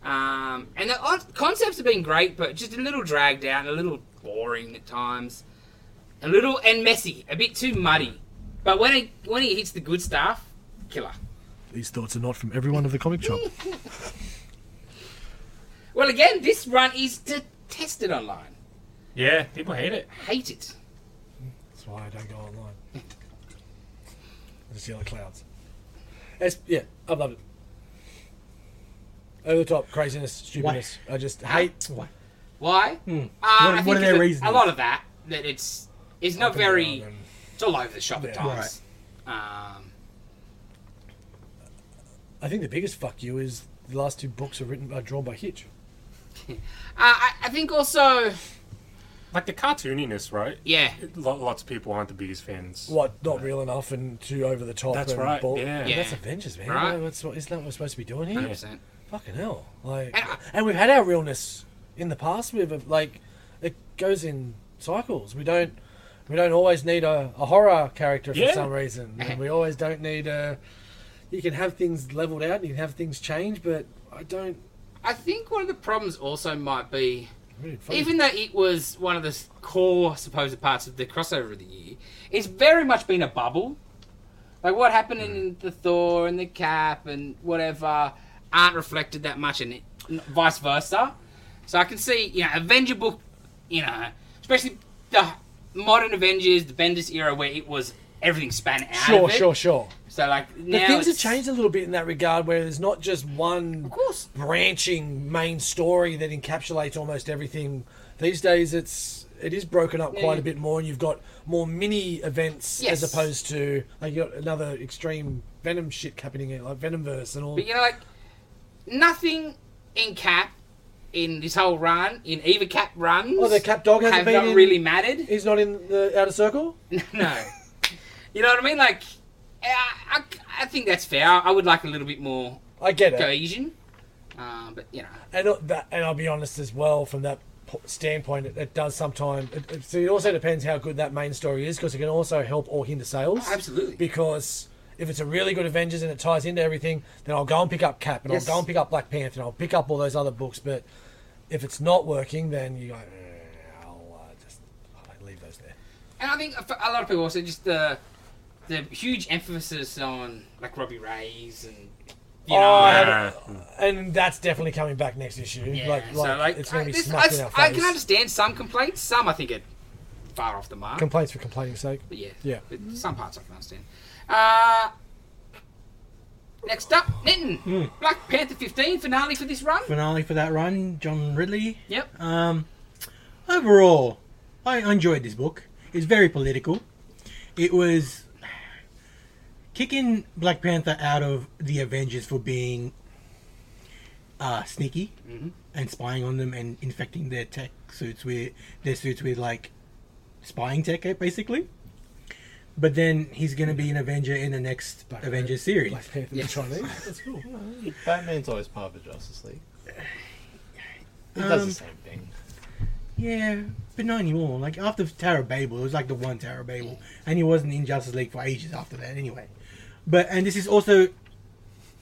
Speaker 2: um, and the on- concepts have been great, but just a little dragged out and a little boring at times, a little and messy, a bit too muddy. But when it when he hits the good stuff, killer.
Speaker 4: These thoughts are not from everyone of the comic shop.
Speaker 2: Well, again, this run is detested online.
Speaker 1: Yeah, people hate it.
Speaker 2: Hate it.
Speaker 4: That's why I don't go online. I just yell at clouds. It's, yeah, I love it. Over the top, craziness, stupidness. I just hate.
Speaker 2: Why? Hmm. Uh,
Speaker 5: Hmm. What-
Speaker 2: I
Speaker 5: what
Speaker 2: think
Speaker 5: are their
Speaker 2: it's a-
Speaker 5: reasons?
Speaker 2: A lot of that. That it's it's not
Speaker 4: up and down
Speaker 2: very.
Speaker 4: and-
Speaker 2: It's all over the shop at
Speaker 4: Yeah.
Speaker 2: times. Um,
Speaker 4: I think the biggest fuck you is the last two books are written are drawn by Hitch.
Speaker 2: uh, I, I think also,
Speaker 1: Like the cartooniness, right?
Speaker 2: yeah,
Speaker 1: Lo- Lots of people aren't the biggest fans.
Speaker 4: What? Not real enough and too over the top.
Speaker 1: That's
Speaker 4: and
Speaker 1: right,
Speaker 4: bald-
Speaker 1: yeah.
Speaker 4: And
Speaker 2: Yeah.
Speaker 4: That's Avengers, man.
Speaker 2: Right.
Speaker 4: That's what, isn't that what we're supposed to be doing here?
Speaker 2: 100%.
Speaker 4: Fucking hell! Like,
Speaker 2: And I-
Speaker 4: and we've had our realness in the past. We've like, it goes in cycles. We don't, we don't always need a, a horror character for
Speaker 1: Yeah.
Speaker 4: some reason. And we always don't need a. You can have things leveled out. and You can have things change, but I don't.
Speaker 2: I think one of the problems also might be,
Speaker 4: I really fucking-
Speaker 2: even though it was one of the s- core supposed parts of the crossover of the year, it's very much been a bubble. Like what happened
Speaker 4: Mm.
Speaker 2: in the Thor and the Cap and whatever aren't reflected that much in it, n- vice versa. So I can see, you know, Avenger book, you know, especially the modern Avengers, the Bendis era, where it was everything span out.
Speaker 4: Sure,
Speaker 2: of it.
Speaker 4: sure, sure.
Speaker 2: So like
Speaker 4: But
Speaker 2: now
Speaker 4: things have
Speaker 2: it's-
Speaker 4: changed a little bit in that regard, where there's not just one
Speaker 2: Of course.
Speaker 4: branching main story that encapsulates almost everything. These days, it's it is broken up quite
Speaker 2: Yeah.
Speaker 4: a bit more, and you've got more mini events
Speaker 2: Mm. Yes.
Speaker 4: as opposed to like you got another extreme Venom shit happening, like Venomverse and all.
Speaker 2: But you know, like nothing in Cap in this whole run in either Cap runs.
Speaker 4: Oh, the Cap dog hasn't
Speaker 2: have
Speaker 4: been
Speaker 2: not
Speaker 4: in-
Speaker 2: really mattered.
Speaker 4: He's not in the outer circle.
Speaker 2: no, you know what I mean. Like, I, I, I think that's fair. I would like a little bit more
Speaker 4: I get it.
Speaker 2: cohesion. Um, but you know,
Speaker 4: and uh, that, and I'll be honest as well from that po- standpoint it, it does sometimes it, it, so it also depends how good that main story is because it can also help or hinder sales
Speaker 2: absolutely.
Speaker 4: because if it's a really good Avengers and it ties into everything then I'll go and pick up Cap and
Speaker 2: Yes.
Speaker 4: I'll go and pick up Black Panther and I'll pick up all those other books but if it's not working then you go "Eh, I'll uh, just I'll leave those there
Speaker 2: and I think for a lot of people also just the the huge emphasis on like Robbie Ray's and you know.
Speaker 4: Oh, I had-
Speaker 1: Nah.
Speaker 4: and that's definitely coming back next issue
Speaker 2: Yeah,
Speaker 4: like,
Speaker 2: so,
Speaker 4: like, it's going
Speaker 2: I-
Speaker 4: to be
Speaker 2: this-
Speaker 4: smacked
Speaker 2: I,
Speaker 4: in our
Speaker 2: I
Speaker 4: face
Speaker 2: can understand some complaints. Some I think are far off the mark.
Speaker 4: complaints for complaining sake
Speaker 2: But yeah,
Speaker 4: Yeah.
Speaker 2: But some parts I can understand. Uh, next up, Netton.
Speaker 5: Hmm.
Speaker 2: Black Panther 15 finale for this run.
Speaker 5: Finale for that run, John Ridley.
Speaker 2: Yep.
Speaker 5: Um, overall, I enjoyed this book. It's very political. It was kicking Black Panther out of the Avengers for being uh, sneaky
Speaker 4: Mm-hmm.
Speaker 5: and spying on them and infecting their tech suits with their suits with like spying tech, eh, basically. But then he's gonna be an Avenger in the next
Speaker 4: Black
Speaker 5: Avengers
Speaker 4: Panther-
Speaker 5: series.
Speaker 4: Black Panther
Speaker 2: Yeah.
Speaker 4: the Chinese that's cool
Speaker 7: Batman's always part of the Justice League. He does
Speaker 5: Um,
Speaker 7: the same thing.
Speaker 5: Yeah, but not anymore. Like after Tara Babel, it was like the one Tara Babel, and he wasn't in Justice League for ages after that, anyway. But and this is also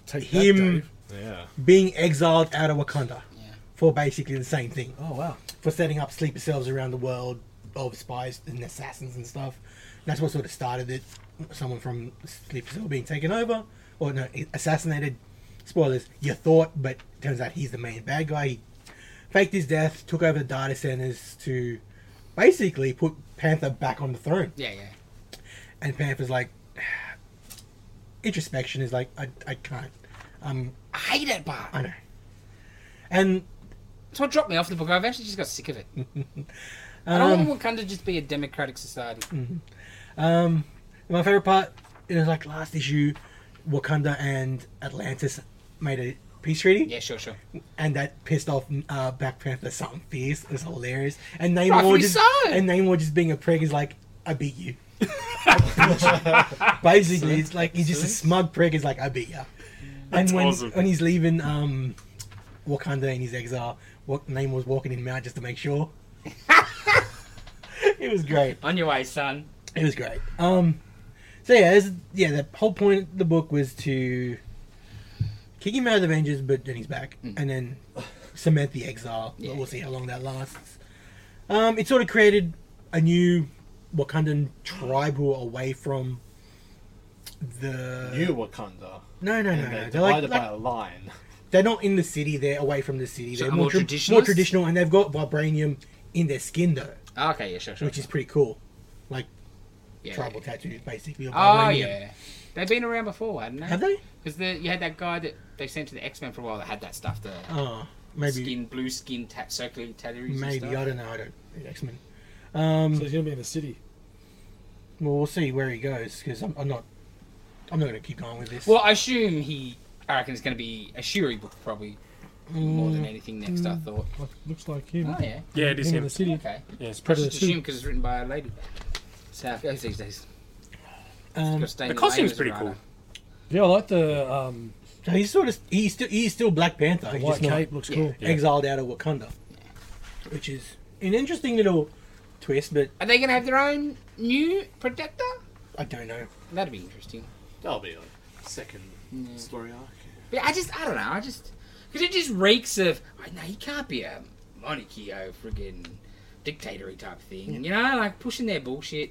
Speaker 4: take that,
Speaker 5: him
Speaker 4: Dave.
Speaker 7: Yeah.
Speaker 5: being exiled out of Wakanda
Speaker 2: Yeah.
Speaker 5: for basically the same thing,
Speaker 4: Oh wow!
Speaker 5: for setting up sleeper cells around the world of spies and assassins and stuff. That's what sort of started it. Someone from sleeper cell being taken over, or no, assassinated. Spoilers. You thought, but turns out he's the main bad guy. He faked his death, took over the data centers to basically put Panther back on the throne.
Speaker 2: Yeah, yeah.
Speaker 5: And Panther's like, introspection is like, I, I can't. Um,
Speaker 2: I hate that part.
Speaker 5: I know. And
Speaker 2: That's what dropped me off the book. I eventually just got sick of it. I don't want Wakanda to just be a democratic society.
Speaker 5: hmm. Um, my favorite part it was like last issue, Wakanda and Atlantis made a peace treaty,
Speaker 2: Yeah, sure, sure.
Speaker 5: and that pissed off uh, Black Panther something fierce. It was hilarious, and Namor
Speaker 2: Rightfully
Speaker 5: just
Speaker 2: so.
Speaker 5: and Namor just being a prig is like, I beat you. I beat you. Basically, it's like he's just a smug prig. Is like, I beat ya. And when
Speaker 1: awesome.
Speaker 5: when he's leaving um, Wakanda in his exile, what Namor's walking in Mount just to make sure. it was great.
Speaker 2: On your way, son.
Speaker 5: It was great. Um, so yeah, this, yeah. The whole point of the book was to kick him out of the Avengers, but then he's back, and then cement the exile. But
Speaker 2: Mm. Yeah.
Speaker 5: we'll see how long that lasts. Um, it sort of created a new Wakandan tribe who are away from the
Speaker 7: New Wakanda.
Speaker 5: No, no, no,
Speaker 7: And
Speaker 5: no.
Speaker 7: they're
Speaker 5: They're like,
Speaker 7: divided by
Speaker 5: like-
Speaker 7: a line.
Speaker 5: they're not in the city. They're away from the city.
Speaker 2: So
Speaker 5: They're
Speaker 2: more
Speaker 5: more, tra- more
Speaker 2: traditionalist?
Speaker 5: traditional, and they've got vibranium in their skin though,
Speaker 2: Oh, okay, yeah, sure, sure.
Speaker 5: which is pretty cool. Like
Speaker 2: yeah.
Speaker 5: tribal tattoos, basically. of
Speaker 2: Oh,
Speaker 5: vibranium.
Speaker 2: yeah. They've been around before, hadn't they?
Speaker 5: Have they?
Speaker 2: Because you had that guy that they sent to the X Men for a while that had that stuff, the
Speaker 5: Oh, maybe.
Speaker 2: skin, blue skin, ta- circling tattoos. and
Speaker 5: Maybe
Speaker 2: stuff.
Speaker 5: I don't know. I don't X Men. Um,
Speaker 4: So he's gonna be in the city.
Speaker 5: well, we'll see where he goes because I'm, I'm not. I'm not going to keep going with this.
Speaker 2: Well, I assume he. I reckon it's going to be a Shuri book probably more
Speaker 1: Mm.
Speaker 2: than anything next. I thought.
Speaker 4: Like, looks like him.
Speaker 2: Oh yeah.
Speaker 1: Yeah, it is
Speaker 4: Being in
Speaker 1: him.
Speaker 4: the city.
Speaker 2: Okay.
Speaker 1: Yeah, it's
Speaker 4: Predator
Speaker 2: Just assume
Speaker 4: too.
Speaker 2: because it's written by a lady. So how it goes these days.
Speaker 5: Um,
Speaker 2: Gotta stay in
Speaker 1: The
Speaker 2: lane
Speaker 1: costume's
Speaker 2: as a
Speaker 1: pretty
Speaker 2: writer.
Speaker 1: cool.
Speaker 4: Yeah, I like the um,
Speaker 5: so he's sort of he's still he's still Black Panther.
Speaker 4: the
Speaker 5: He's
Speaker 4: white
Speaker 5: just not
Speaker 4: cape. Looks
Speaker 2: yeah.
Speaker 4: cool.
Speaker 1: Yeah.
Speaker 5: exiled out of Wakanda, which is an interesting little twist. But
Speaker 2: Are they going to have their own new protector?
Speaker 5: I don't know.
Speaker 2: That'd be interesting.
Speaker 7: That'll be a second story arc.
Speaker 2: But I just I don't know. I just because it just reeks of. I know you can't be a Monarchio friggin' dictatory type thing. You know, like pushing their bullshit.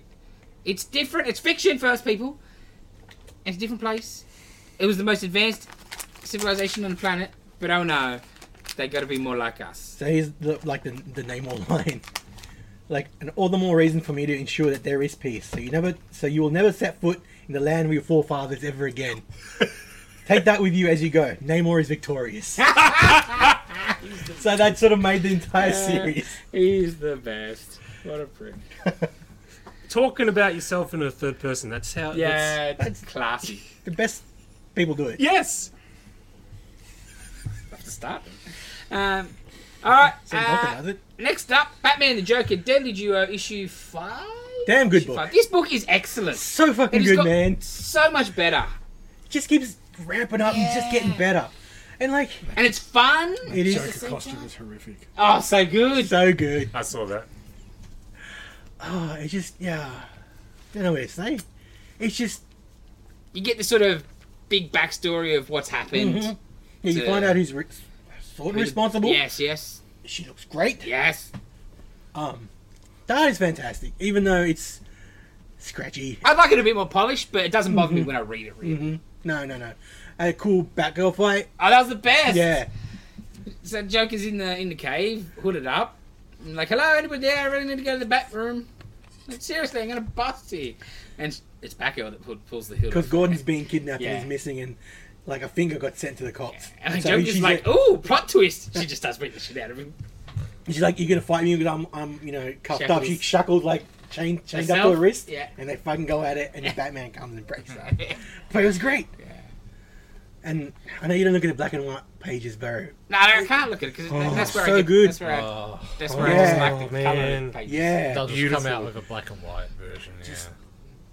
Speaker 2: It's different. It's fiction, first people. It's a different place. It was the most advanced civilization on the planet, but oh no, they got to be more like us.
Speaker 5: So he's the, like the the Namor line. Like, and all the more reason for me to ensure that there is peace. So you never, so you will never set foot in the land of your forefathers ever again. Take that with you as you go. Namor is victorious. so that sort of made the entire series.
Speaker 2: He's the best. What a prick.
Speaker 1: Talking about yourself in a third person, that's how. that's-
Speaker 2: Yeah, that's classy.
Speaker 5: The best people do it.
Speaker 1: yes!
Speaker 2: Have to start. them. Um, all right.
Speaker 5: Sam Walker
Speaker 2: uh,
Speaker 5: does it.
Speaker 2: next up, Batman the Joker, Deadly Duo, issue five.
Speaker 5: Damn good
Speaker 2: Issue
Speaker 5: book.
Speaker 2: five. This book is excellent.
Speaker 5: So fucking
Speaker 2: It has
Speaker 5: good,
Speaker 2: got
Speaker 5: man.
Speaker 2: So much better,
Speaker 5: Just keeps ramping up and just getting better. And like,
Speaker 2: and it's fun.
Speaker 5: it is
Speaker 6: Joker costume is horrific.
Speaker 2: Oh, so good.
Speaker 5: so good.
Speaker 1: I saw that.
Speaker 5: Oh, it just, yeah. Don't know what to say. It's just,
Speaker 2: You get this sort of big backstory of what's happened.
Speaker 5: Mhm. yeah, you
Speaker 2: It's,
Speaker 5: find
Speaker 2: uh,
Speaker 5: out who's re- sort of responsible.
Speaker 2: Yes, yes,
Speaker 5: She looks great.
Speaker 2: yes.
Speaker 5: Um, that is fantastic. Even though it's scratchy.
Speaker 2: I'd like it a bit more polished, but it doesn't bother
Speaker 5: Mm-hmm.
Speaker 2: me when I read it. Really.
Speaker 5: No, no, no. A cool Batgirl fight.
Speaker 2: Oh, that was the best.
Speaker 5: Yeah.
Speaker 2: So Joker's in the in the cave, hooded up. and like, hello, anybody there? I really need to go to the back room. Like, Seriously, I'm gonna bust you. And it's Batgirl that pull, pulls the hood.
Speaker 5: Because
Speaker 2: off.
Speaker 5: Gordon's being kidnapped
Speaker 2: Yeah.
Speaker 5: and he's missing, and like a finger got sent to the cops.
Speaker 2: And like,
Speaker 5: So
Speaker 2: Joker's
Speaker 5: she's
Speaker 2: like, "Ooh, plot twist!" She just does beat the shit out of him.
Speaker 5: she's like, "You're gonna fight me because I'm, I'm, you know, cuffed up."
Speaker 2: Shackled.
Speaker 5: She's shackled, like chained, chained up to
Speaker 2: Herself?
Speaker 5: her wrist.
Speaker 2: Yeah.
Speaker 5: And they fucking go at it, and Batman comes and breaks her. but it was great. And I know you don't look at the black and white pages, Barry.
Speaker 2: No, I can't look at it because that's where
Speaker 5: Oh, so
Speaker 2: I get,
Speaker 5: good.
Speaker 2: That's where I,
Speaker 3: Oh,
Speaker 2: that's where I just
Speaker 5: Yeah.
Speaker 2: like the colour of
Speaker 1: Man.
Speaker 2: the pages.
Speaker 5: Yeah.
Speaker 3: they'll just
Speaker 1: Beautiful.
Speaker 3: come out with a black and white version. Yeah.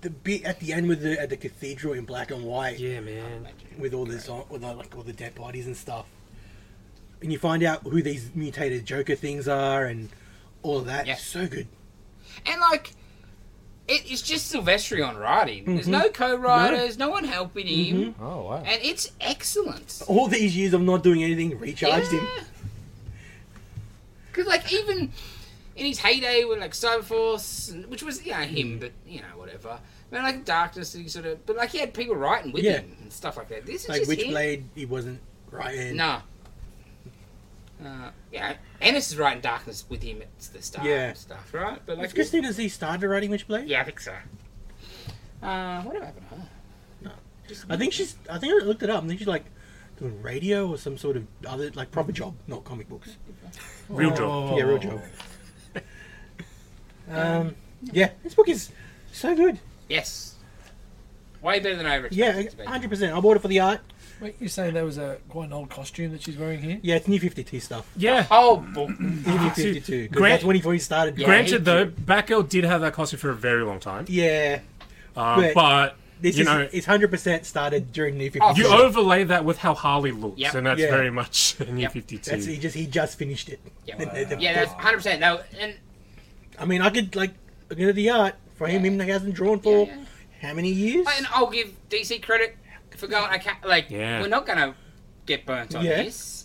Speaker 5: the bit at the end with the at the cathedral in black and white
Speaker 1: Yeah, man.
Speaker 5: with all the zo- with all, like all the dead bodies and stuff. And you find out who these mutated Joker things are and all of that.
Speaker 2: Yeah.
Speaker 5: So good.
Speaker 2: And like, it, it's just Silvestrian writing.
Speaker 5: Mm-hmm.
Speaker 2: There's no co-writers, no one helping him,
Speaker 3: Oh wow.
Speaker 2: and it's excellent.
Speaker 5: All these years of not doing anything recharged him.
Speaker 2: Because, like, even in his heyday when, like, Cyberforce, and, which was, you know,
Speaker 5: Mm.
Speaker 2: him, but, you know, whatever. Man, like, Darkness, and he sort of. But, like, he had people writing with
Speaker 5: Yeah.
Speaker 2: him and stuff like that. This is
Speaker 5: Like
Speaker 2: just him.
Speaker 5: Witchblade, he wasn't right in.
Speaker 2: Nah. Uh, yeah, Ennis is writing Darkness with him at the start
Speaker 5: Yeah.
Speaker 2: and stuff, right? But,
Speaker 5: It's
Speaker 2: like,
Speaker 5: Christine, does he started writing Witchblade?
Speaker 2: yeah, I think so. Uh, what happened to her?
Speaker 5: I think she's. I think I looked it up. I think she's like doing radio or some sort of other like proper job, not comic books.
Speaker 1: Real job.
Speaker 2: Oh.
Speaker 5: Yeah, real job. um, yeah, this book is so good.
Speaker 2: Yes. Way better than I ever
Speaker 5: Yeah,
Speaker 2: expected. it to be.
Speaker 5: hundred percent. I bought it for the art.
Speaker 4: Wait, you're saying that was a quite an old costume that she's wearing here?
Speaker 5: Yeah, it's new Fifty Two stuff.
Speaker 1: Yeah.
Speaker 2: Oh, boy.
Speaker 5: New Fifty Two.
Speaker 1: Grant-
Speaker 5: That's when he first started.
Speaker 2: Yeah.
Speaker 1: Granted,
Speaker 2: he-
Speaker 1: though, Batgirl did have that costume for a very long time.
Speaker 5: Yeah,
Speaker 1: Uh,
Speaker 5: But-
Speaker 1: but,
Speaker 5: this
Speaker 1: you
Speaker 5: is
Speaker 1: know,
Speaker 5: it's hundred percent started during New Fifty
Speaker 2: Oh,
Speaker 5: Two.
Speaker 1: you overlay that with how Harley looks,
Speaker 2: Yep.
Speaker 1: and that's
Speaker 5: Yeah.
Speaker 1: very much New
Speaker 2: Yep.
Speaker 1: 52.
Speaker 5: That's he just he just finished it.
Speaker 2: Yeah.
Speaker 5: The- the- the-
Speaker 2: yeah, that's 100%. That, was- and
Speaker 5: I mean, I could like look at the art for him. Him that hasn't drawn for
Speaker 2: Yeah, yeah.
Speaker 5: how many years?
Speaker 2: And oh, I'll give DC credit for going. I can't, like,
Speaker 1: Yeah.
Speaker 2: we're not gonna get burnt on
Speaker 5: Yeah.
Speaker 2: this.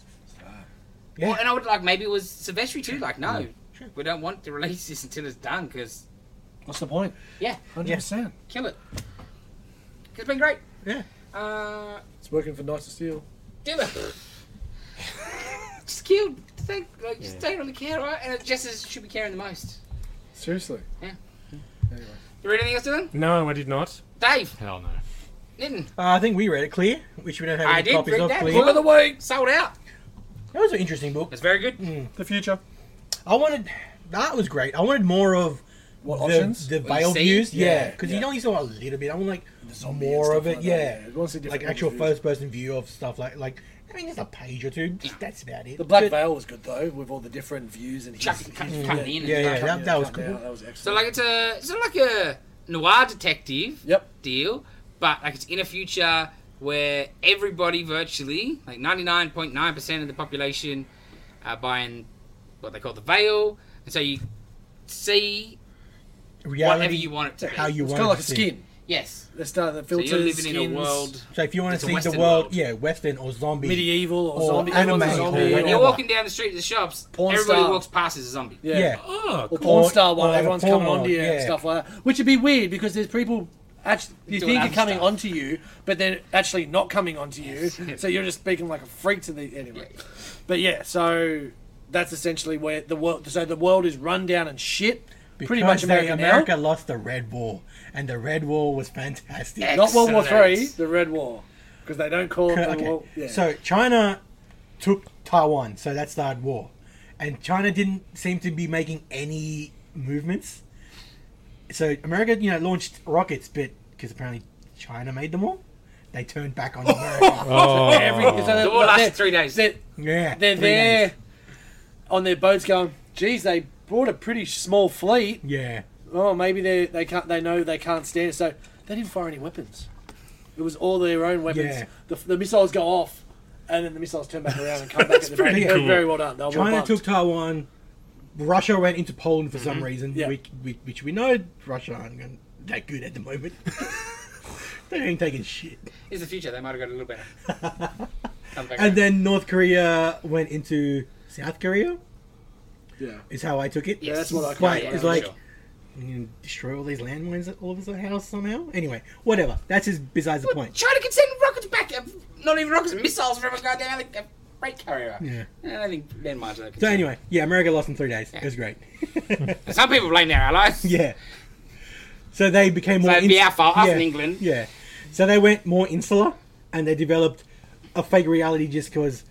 Speaker 5: Yeah.
Speaker 2: Well, and I would like maybe it was Silvestri too. Like, no,
Speaker 5: Sure.
Speaker 2: we don't want to release this until it's done because
Speaker 4: What's the point?
Speaker 2: Yeah.
Speaker 4: hundred percent.
Speaker 2: kill it. 'Cause It's been great.
Speaker 5: Yeah.
Speaker 2: Uh,
Speaker 4: It's working for Knights of Steel.
Speaker 2: do it. just killed. Thank, like, just don't really care, right? And it just is, should be caring the most.
Speaker 4: Seriously.
Speaker 2: You read anything else to them?
Speaker 1: No, I did not.
Speaker 2: Dave,
Speaker 3: Hell no.
Speaker 2: Nitten.
Speaker 5: Uh, I think we read it clear, which we don't have any
Speaker 2: I did
Speaker 5: copies
Speaker 2: read
Speaker 5: of.
Speaker 2: that.
Speaker 5: Clear.
Speaker 2: Book of the week, sold out.
Speaker 5: That was an interesting book.
Speaker 2: It's very good.
Speaker 5: Mm.
Speaker 6: The future.
Speaker 5: I wanted that was great. I wanted more of
Speaker 4: What
Speaker 5: the,
Speaker 4: options?
Speaker 5: the
Speaker 2: What you
Speaker 5: veiled
Speaker 2: see?
Speaker 5: views. Yeah,
Speaker 4: Yeah,
Speaker 5: because
Speaker 4: yeah.
Speaker 5: you only saw a little bit. I want like
Speaker 4: zombie and
Speaker 5: more
Speaker 4: stuff
Speaker 5: of it.
Speaker 4: like that,
Speaker 5: yeah,
Speaker 4: yeah. It wants a different
Speaker 5: like actual
Speaker 4: point of view.
Speaker 5: first person view of stuff. Like like I mean, just a page or two. Just, that's about it.
Speaker 4: The Black
Speaker 5: But-
Speaker 4: Veil was good though, with all the different views and
Speaker 2: Chuck- cut- cut in and
Speaker 5: yeah, yeah,
Speaker 2: stuff.
Speaker 5: that, that was
Speaker 4: cut
Speaker 5: cool.
Speaker 4: out, That was excellent.
Speaker 2: So like it's a it's sort of like a noir detective
Speaker 4: Yep.
Speaker 2: deal, but like it's in a future where everybody virtually, like ninety nine point nine percent of the population, are buying what they call the veil, and so you see
Speaker 5: Reality,
Speaker 2: whatever you want it to be.
Speaker 5: how you
Speaker 4: it's
Speaker 5: want
Speaker 4: kind of like
Speaker 5: it
Speaker 4: a
Speaker 5: to be.
Speaker 4: skin.
Speaker 2: yes,
Speaker 4: They start the
Speaker 2: so
Speaker 4: filters.
Speaker 2: you're living in
Speaker 4: skins,
Speaker 2: a world.
Speaker 5: So if you want
Speaker 2: It's a
Speaker 5: to see the
Speaker 2: Western
Speaker 5: world,
Speaker 2: world.
Speaker 5: yeah, Western or zombie,
Speaker 4: medieval or,
Speaker 5: Or
Speaker 4: zombie.
Speaker 5: anime
Speaker 4: everyone's a
Speaker 5: or
Speaker 4: zombie,
Speaker 5: whatever.
Speaker 2: When you're
Speaker 5: Yeah.
Speaker 2: walking down the street to the shops,
Speaker 4: Porn
Speaker 2: everybody
Speaker 4: star.
Speaker 2: walks past as a zombie.
Speaker 4: Yeah.
Speaker 5: Yeah.
Speaker 1: Oh,
Speaker 4: Or
Speaker 1: cool.
Speaker 4: porn
Speaker 5: Or-
Speaker 4: star one,
Speaker 5: or
Speaker 4: everyone's
Speaker 5: porn
Speaker 4: coming onto you and
Speaker 5: yeah.
Speaker 4: stuff like that. Which would be weird because there's people actually you
Speaker 2: Doing
Speaker 4: think are
Speaker 2: other
Speaker 4: coming
Speaker 2: stuff.
Speaker 4: onto you, but they're actually not coming onto you. So you're just speaking like a freak to the anyway.
Speaker 2: Yeah.
Speaker 4: But yeah, so that's essentially where the world. So the world is run down and shit.
Speaker 5: Pretty much America, America lost the Red War, and the Red War was fantastic.
Speaker 4: Not World War
Speaker 2: Excellent.
Speaker 4: Three, the Red War, because they don't call it the
Speaker 5: Okay.
Speaker 4: War. Yeah.
Speaker 5: So China took Taiwan, so that started war, and China didn't seem to be making any movements. So America, you know, launched rockets, but because apparently China made them all, they turned back on America.
Speaker 7: Oh,
Speaker 4: Every, so they're,
Speaker 2: The war
Speaker 4: they're-
Speaker 2: lasted three days.
Speaker 4: they're,
Speaker 5: yeah,
Speaker 4: they're
Speaker 5: three
Speaker 4: there
Speaker 5: days.
Speaker 4: on their boats, going, "Geez, they brought a pretty small fleet.
Speaker 5: Yeah,
Speaker 4: Oh, maybe they they can't. They know they can't stand. it, So they didn't fire any weapons. It was all their own weapons.
Speaker 5: Yeah.
Speaker 4: The, the missiles go off, and then the missiles turn back around and come back. at the
Speaker 1: pretty
Speaker 4: back. They're
Speaker 1: cool.
Speaker 4: Very well done. They were
Speaker 5: China
Speaker 4: bumped.
Speaker 5: took Taiwan. Russia went into Poland for some reason,
Speaker 4: Mm-hmm. Yeah.
Speaker 5: which, which, which we know Russia aren't gonna- that good at the moment. they ain't taking shit.
Speaker 2: Is the future. They might have got a little better. Come back
Speaker 5: And then North Korea went into South Korea.
Speaker 4: Yeah.
Speaker 5: Is how I took it.
Speaker 4: Yeah, that's what I
Speaker 5: But
Speaker 4: kinda
Speaker 5: it's
Speaker 4: thought.
Speaker 5: like you destroy all these landmines at all of the house somehow. Anyway, whatever. That's his besides the point.
Speaker 2: China can send rockets back. uh, Not even rockets, missiles from a goddamn like, a freight carrier.
Speaker 5: Yeah.
Speaker 2: I don't think landmines are. a
Speaker 5: So
Speaker 2: concern.
Speaker 5: anyway, yeah, America lost in three days. It was great.
Speaker 2: some people blame their allies.
Speaker 5: yeah. So they became more.
Speaker 2: it'd be our fault, us
Speaker 5: yeah,
Speaker 2: in England.
Speaker 5: Yeah. So they went more insular, and they developed a fake reality just because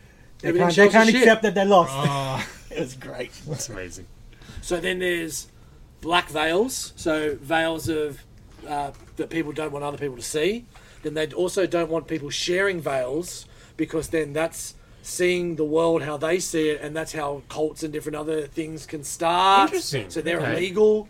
Speaker 5: they
Speaker 4: Everything
Speaker 5: can't, they
Speaker 4: shows
Speaker 5: can't
Speaker 4: the shit.
Speaker 5: accept that they lost.
Speaker 4: Ah.
Speaker 5: it was great.
Speaker 1: That's amazing.
Speaker 4: So then there's black veils, so veils of uh, that people don't want other people to see. Then they also don't want people sharing veils because then that's seeing the world how they see it, and that's how cults and different other things can start.
Speaker 1: Interesting.
Speaker 4: So they're
Speaker 1: Okay.
Speaker 4: illegal,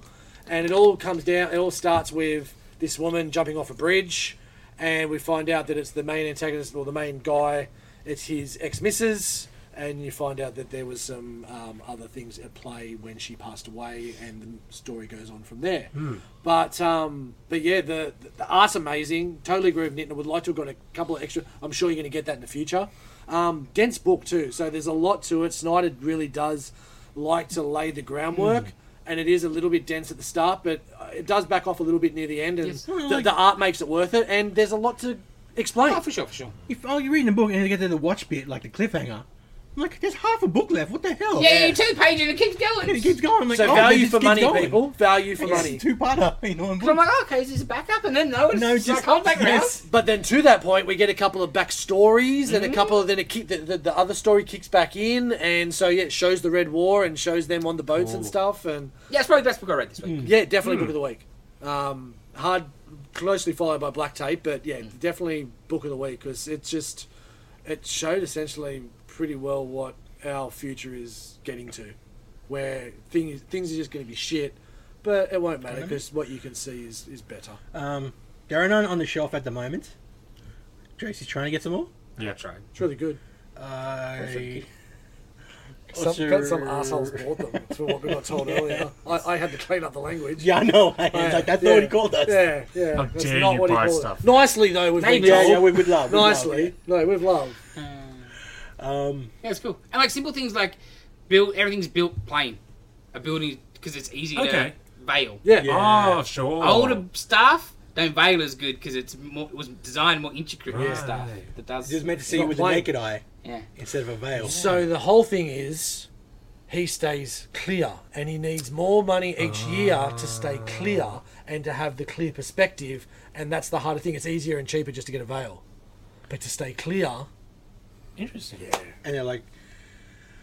Speaker 4: and it all comes down. It all starts with this woman jumping off a bridge, and we find out that it's the main antagonist or the main guy. It's his ex missus and you find out that there was some um, other things at play when she passed away, and the story goes on from there. But um, but yeah, the, the art's amazing. Totally agree with Nitin. I would like to have got a couple of extra. I'm sure you're going to get that in the future. Um, dense book too, so there's a lot to it. Snyder really does like to lay the groundwork. And it is a little bit dense at the start, but uh, it does back off a little bit near the end, and
Speaker 2: Yes.
Speaker 4: the, the art makes it worth it. And there's a lot to explain.
Speaker 2: Oh, for sure, for sure.
Speaker 5: If oh, you're reading a book and you get to the watch bit, like the cliffhanger, I'm like, there's half a book left. What the hell?
Speaker 2: Yeah, you two page and it keeps going.
Speaker 5: And it keeps going. I'm like,
Speaker 4: so
Speaker 5: oh,
Speaker 4: value
Speaker 5: it just
Speaker 4: for
Speaker 5: keeps
Speaker 4: money,
Speaker 5: going.
Speaker 4: people. Value for money.
Speaker 5: Two parter. You know,
Speaker 2: So I'm like, oh, okay, is this a backup? And then no, it's
Speaker 5: No,
Speaker 2: no,
Speaker 5: just-
Speaker 2: just contact now.
Speaker 5: yes.
Speaker 4: But then to that point, we get a couple of backstories and
Speaker 5: Mm-hmm.
Speaker 4: a couple of then it keep the, the, the other story kicks back in, and so yeah, it shows the Red War and shows them on the boats and stuff, and
Speaker 2: Yeah, it's probably the best book I read this week.
Speaker 5: Mm.
Speaker 4: yeah, definitely
Speaker 5: Hmm.
Speaker 4: book of the week. Um, hard, closely followed by Black Tape, but
Speaker 5: Hmm.
Speaker 4: yeah, definitely book of the week because it just it showed essentially pretty well what our future is getting to, where things things are just going to be shit, but it won't matter because what you can see is is better.
Speaker 5: Um, there are none on the shelf at the moment. Tracy's trying to get some more.
Speaker 1: Yeah, tried.
Speaker 4: It's really good.
Speaker 5: I
Speaker 4: Some,
Speaker 5: Also-
Speaker 4: but some assholes bought them. That's what we got told earlier. I, I had to clean up the language.
Speaker 5: yeah, I know. It's like that's not what he
Speaker 4: Yeah.
Speaker 5: called us.
Speaker 4: yeah, yeah.
Speaker 1: How
Speaker 4: That's
Speaker 1: dare
Speaker 4: not
Speaker 1: you
Speaker 4: what he
Speaker 1: buy
Speaker 4: called it.
Speaker 1: stuff.
Speaker 4: Nicely though, we've
Speaker 2: Maybe.
Speaker 4: been
Speaker 5: Yeah,
Speaker 4: told.
Speaker 5: yeah, we would love. we'd love,
Speaker 4: Nicely, no, with love.
Speaker 5: yeah. Um,
Speaker 2: Uh, Yeah, it's cool. And like simple things like build everything's built plain. A building because it's easy
Speaker 1: Okay.
Speaker 2: to veil.
Speaker 4: Yeah,
Speaker 5: Yeah.
Speaker 1: Oh, sure.
Speaker 2: Older stuff don't veil as good because it's more it was designed more intricate
Speaker 1: Right.
Speaker 2: stuff that does.
Speaker 5: just meant to see
Speaker 4: Not
Speaker 5: you with
Speaker 4: plain.
Speaker 5: the naked eye
Speaker 2: yeah.
Speaker 5: instead of a veil.
Speaker 4: Oh. So the whole thing is, he stays clear, and he needs more money each year to stay clear and to have the clear perspective. And that's the harder thing. It's easier and cheaper just to get a veil, but to stay clear,
Speaker 1: Interesting.
Speaker 5: And they're like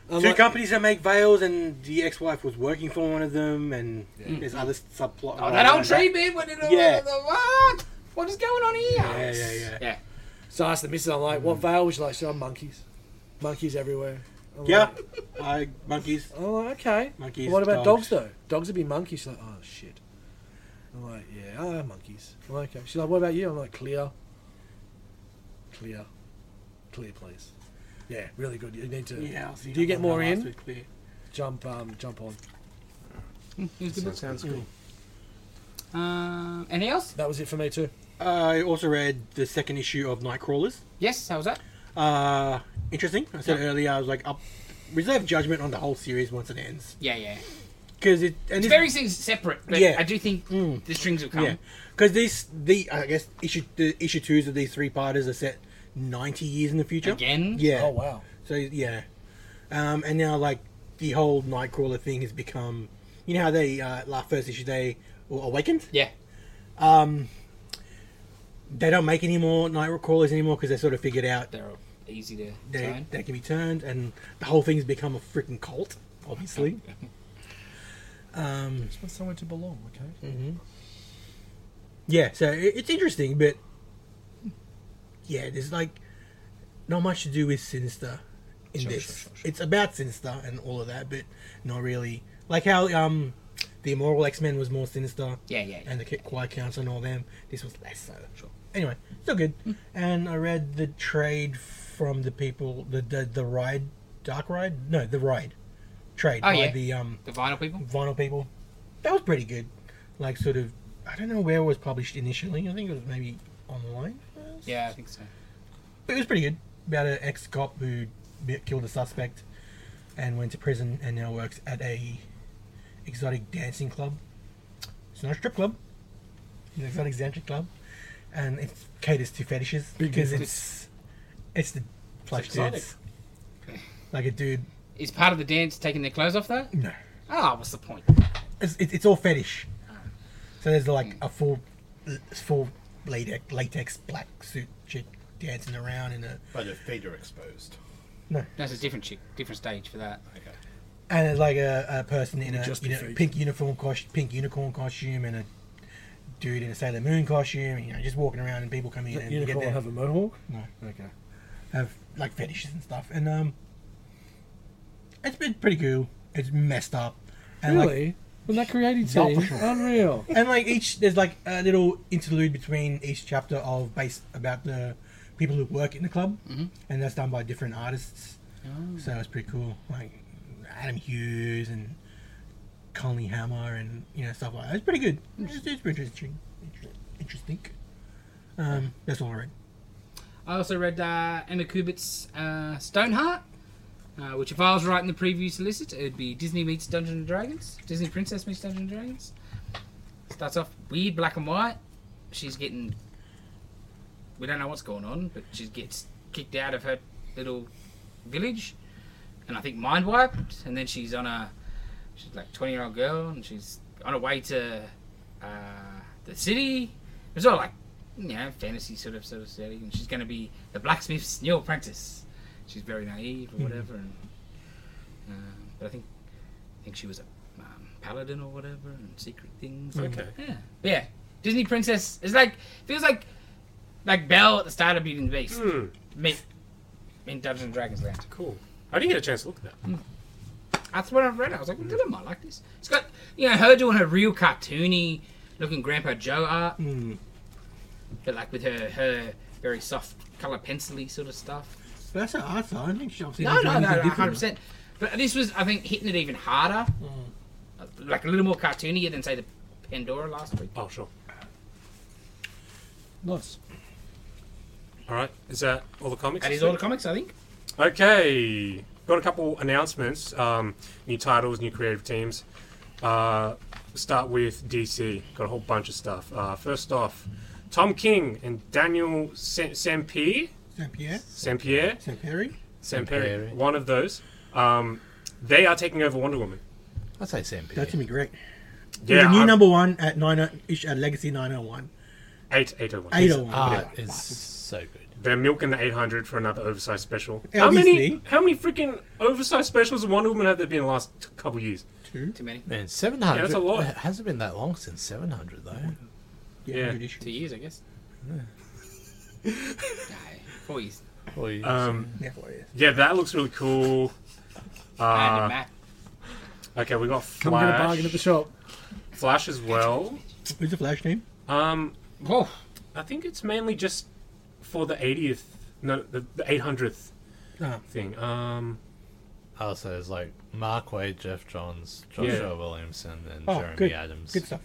Speaker 5: two
Speaker 4: unlike-
Speaker 5: companies that make veils, and the ex-wife was working for one of them, and
Speaker 4: Hmm.
Speaker 5: there's other subplot.
Speaker 2: Oh, that old tree man, what did
Speaker 5: Yeah.
Speaker 2: yeah. what? What is going on here?
Speaker 5: Yeah, yeah, yeah.
Speaker 2: Yeah.
Speaker 4: So I asked the missus, I'm like, what veil would you like? She said, "Oh, monkeys. Monkeys everywhere. I'm
Speaker 5: Yeah,
Speaker 4: Like,
Speaker 5: I monkeys.
Speaker 4: I'm like, Oh, okay.
Speaker 5: Monkeys,
Speaker 4: Well, what about dogs.
Speaker 5: dogs.
Speaker 4: though? Dogs would be monkeys. She's like, oh, shit. I'm like, yeah, I have monkeys. I'm like, okay. She's like, what about you? I'm like, clear. Clear. Clear, please. Yeah, really good. You need to
Speaker 5: Yeah. I'll see
Speaker 4: Do you
Speaker 5: that
Speaker 4: get
Speaker 5: one
Speaker 4: more
Speaker 5: last
Speaker 4: in?
Speaker 5: week, clear.
Speaker 4: jump um, jump on.
Speaker 1: sounds cool.
Speaker 2: Um, anything else?
Speaker 4: That was it for me, too.
Speaker 5: I also read the second issue of Nightcrawlers.
Speaker 2: Yes. How was that?
Speaker 5: Uh, interesting. I said earlier, I was like, I'll reserve judgment on the whole series once it ends
Speaker 2: Yeah, yeah.
Speaker 5: because it and
Speaker 2: It's
Speaker 5: this-
Speaker 2: very things separate, but
Speaker 5: Yeah.
Speaker 2: I do think the strings will come.
Speaker 5: yeah, because these the I guess issue the issue twos of these three parters are set ninety years in the future.
Speaker 2: Again.
Speaker 5: Yeah.
Speaker 4: Oh, wow.
Speaker 5: So yeah, um, and now like the whole Nightcrawler thing has become You know how they uh, last first issue they were awakened.
Speaker 2: Yeah.
Speaker 5: Um, they don't make any more Nightcrawlers anymore because they sort of figured out
Speaker 2: They're easy to
Speaker 5: they,
Speaker 2: turn.
Speaker 5: they can be turned, and the whole thing's become a freaking cult, obviously. um,
Speaker 4: Just want somewhere to belong, okay?
Speaker 5: yeah, so it, it's interesting, but yeah, there's like not much to do with Sinister in
Speaker 4: Sure,
Speaker 5: this.
Speaker 4: sure, sure, sure.
Speaker 5: It's about Sinister and all of that, but not really. Like how um, the Immoral X Men was more Sinister,
Speaker 2: Yeah, yeah. yeah.
Speaker 5: and the Ki- Quiet Council and all them. This was less so. Anyway, still good.
Speaker 2: Hmm.
Speaker 5: And I read the trade from the people, the the, the ride, Dark Ride, no, the ride trade
Speaker 2: Oh,
Speaker 5: by
Speaker 2: yeah.
Speaker 5: the um
Speaker 2: the vinyl people.
Speaker 5: vinyl people. That was pretty good. Like sort of, I don't know where it was published initially. I think it was maybe online. first?
Speaker 2: Yeah, I think so.
Speaker 5: But it was pretty good. About an ex cop who bi- killed a suspect and went to prison and now works at a exotic dancing club. It's not a strip club. It's an exotic dancing club, and it caters to fetishes because it's it's the plush
Speaker 4: exotic.
Speaker 5: dudes. Like a dude,
Speaker 2: Is part of the dance taking their clothes off though?
Speaker 5: no,
Speaker 2: Ah, what's the point?
Speaker 5: it's, it, it's all fetish. So there's like a full full latex latex black suit chick dancing around in a
Speaker 7: But her feet are exposed.
Speaker 2: That's a different chick, different stage for that.
Speaker 7: Okay.
Speaker 5: and it's like a, a person in a
Speaker 4: Just
Speaker 5: you know,
Speaker 4: defeat.
Speaker 5: pink uniform cost, pink unicorn costume and a dude in a Sailor Moon costume, you know, just walking around and people come in and get
Speaker 4: Unicorn
Speaker 5: their, have,
Speaker 4: have a mohawk?
Speaker 5: No.
Speaker 4: Okay.
Speaker 5: like fetishes and stuff. And um, it's been pretty cool. It's messed up. And Like,
Speaker 4: really? With that creative team? Unreal.
Speaker 5: and like each there's like a little interlude between each chapter of base about the people who work in the club,
Speaker 2: Mhm.
Speaker 5: and that's done by different artists.
Speaker 2: Oh.
Speaker 5: So it's pretty cool. Like Adam Hughes and Conley Hammer and you know stuff like that. It's pretty good. It's, it's pretty interesting. Inter- Interesting. Um, that's all I read.
Speaker 2: I also read uh, Emma Kubitz's uh, Stoneheart, uh, which, if I was right in the preview solicit, it'd be Disney meets Dungeons and Dragons, Disney Princess meets Dungeons and Dragons. Starts off weird, black and white. She's getting, we don't know what's going on, but she gets kicked out of her little village, and I think mind wiped. And then she's on a, she's like twenty year old girl, and she's on her way to uh, the city. It was all like you know, fantasy sort of sort of setting, and she's going to be the blacksmith's new apprentice. She's very naive or whatever, and uh, but I think I think she was a um, paladin or whatever, and secret things.
Speaker 1: Okay.
Speaker 2: Yeah, but yeah. Disney princess is like feels like like Belle at the start of Beauty and the Beast
Speaker 1: Hmm,
Speaker 2: meet in Dungeons and Dragons Land.
Speaker 1: cool. I didn't get a chance to look at that.
Speaker 2: That's what I read. I was like, well, damn, I like this. It's got you know her doing her real cartoony looking Grandpa Joe art.
Speaker 5: Mm.
Speaker 2: but like with her her very soft color pencily sort of stuff.
Speaker 5: But that's an art style. I don't think she's
Speaker 2: No, no, no, hundred percent. But this was, I think, hitting it even harder, like a little more cartoonier than say the Pandora last week.
Speaker 1: Oh, sure.
Speaker 4: Nice.
Speaker 1: All right. Is that all the comics?
Speaker 2: That is all the comics, I think.
Speaker 1: Okay, got a couple announcements. Um, new titles, new creative teams. Uh, start with DC. Got a whole bunch of stuff. Uh, first off, Tom King and Daniel Sam- Sampier,
Speaker 5: Saint Pierre,
Speaker 1: Sampier,
Speaker 5: Saint Perry.
Speaker 1: Sampier,
Speaker 7: Sampieri.
Speaker 1: one of those. Um, they are taking over Wonder Woman.
Speaker 7: I'd say Sam Pierre.
Speaker 5: That's gonna be great.
Speaker 1: Yeah,
Speaker 5: the new
Speaker 1: I'm-
Speaker 5: number one at nine oh, ish at Legacy nine oh one.
Speaker 1: Eight, eight oh one.
Speaker 5: Eight oh one.
Speaker 7: Art is so good.
Speaker 1: They're milking the eight hundred for another oversized special. How
Speaker 5: Obviously.
Speaker 1: many? How many freaking oversized specials of Wonder Woman have there been in the last t- couple years?
Speaker 2: Too many.
Speaker 7: Man, 700.
Speaker 1: Yeah, that's a lot.
Speaker 7: It hasn't been that long since 700, though.
Speaker 1: Yeah.
Speaker 5: good issue.
Speaker 2: Two years, I guess. No, four years.
Speaker 7: Boy,
Speaker 1: Um,
Speaker 5: Yeah, for you.
Speaker 1: yeah, that looks really cool.
Speaker 2: and
Speaker 1: Uh,
Speaker 2: a map.
Speaker 1: Okay, we got
Speaker 4: Come get a bargain
Speaker 1: Flash.
Speaker 4: at the shop.
Speaker 1: Flash as well.
Speaker 5: Who's the Flash name?
Speaker 1: Um,
Speaker 2: Whoa.
Speaker 1: I think it's mainly just for the 80th, no, the, the 800th
Speaker 5: Ah.
Speaker 1: thing. Um,
Speaker 7: also, there's like Mark Wade, Jeff Johns, Joshua
Speaker 1: Yeah.
Speaker 7: Williamson, and
Speaker 5: Oh,
Speaker 7: Jeremy
Speaker 5: good.
Speaker 7: Adams.
Speaker 5: Good stuff.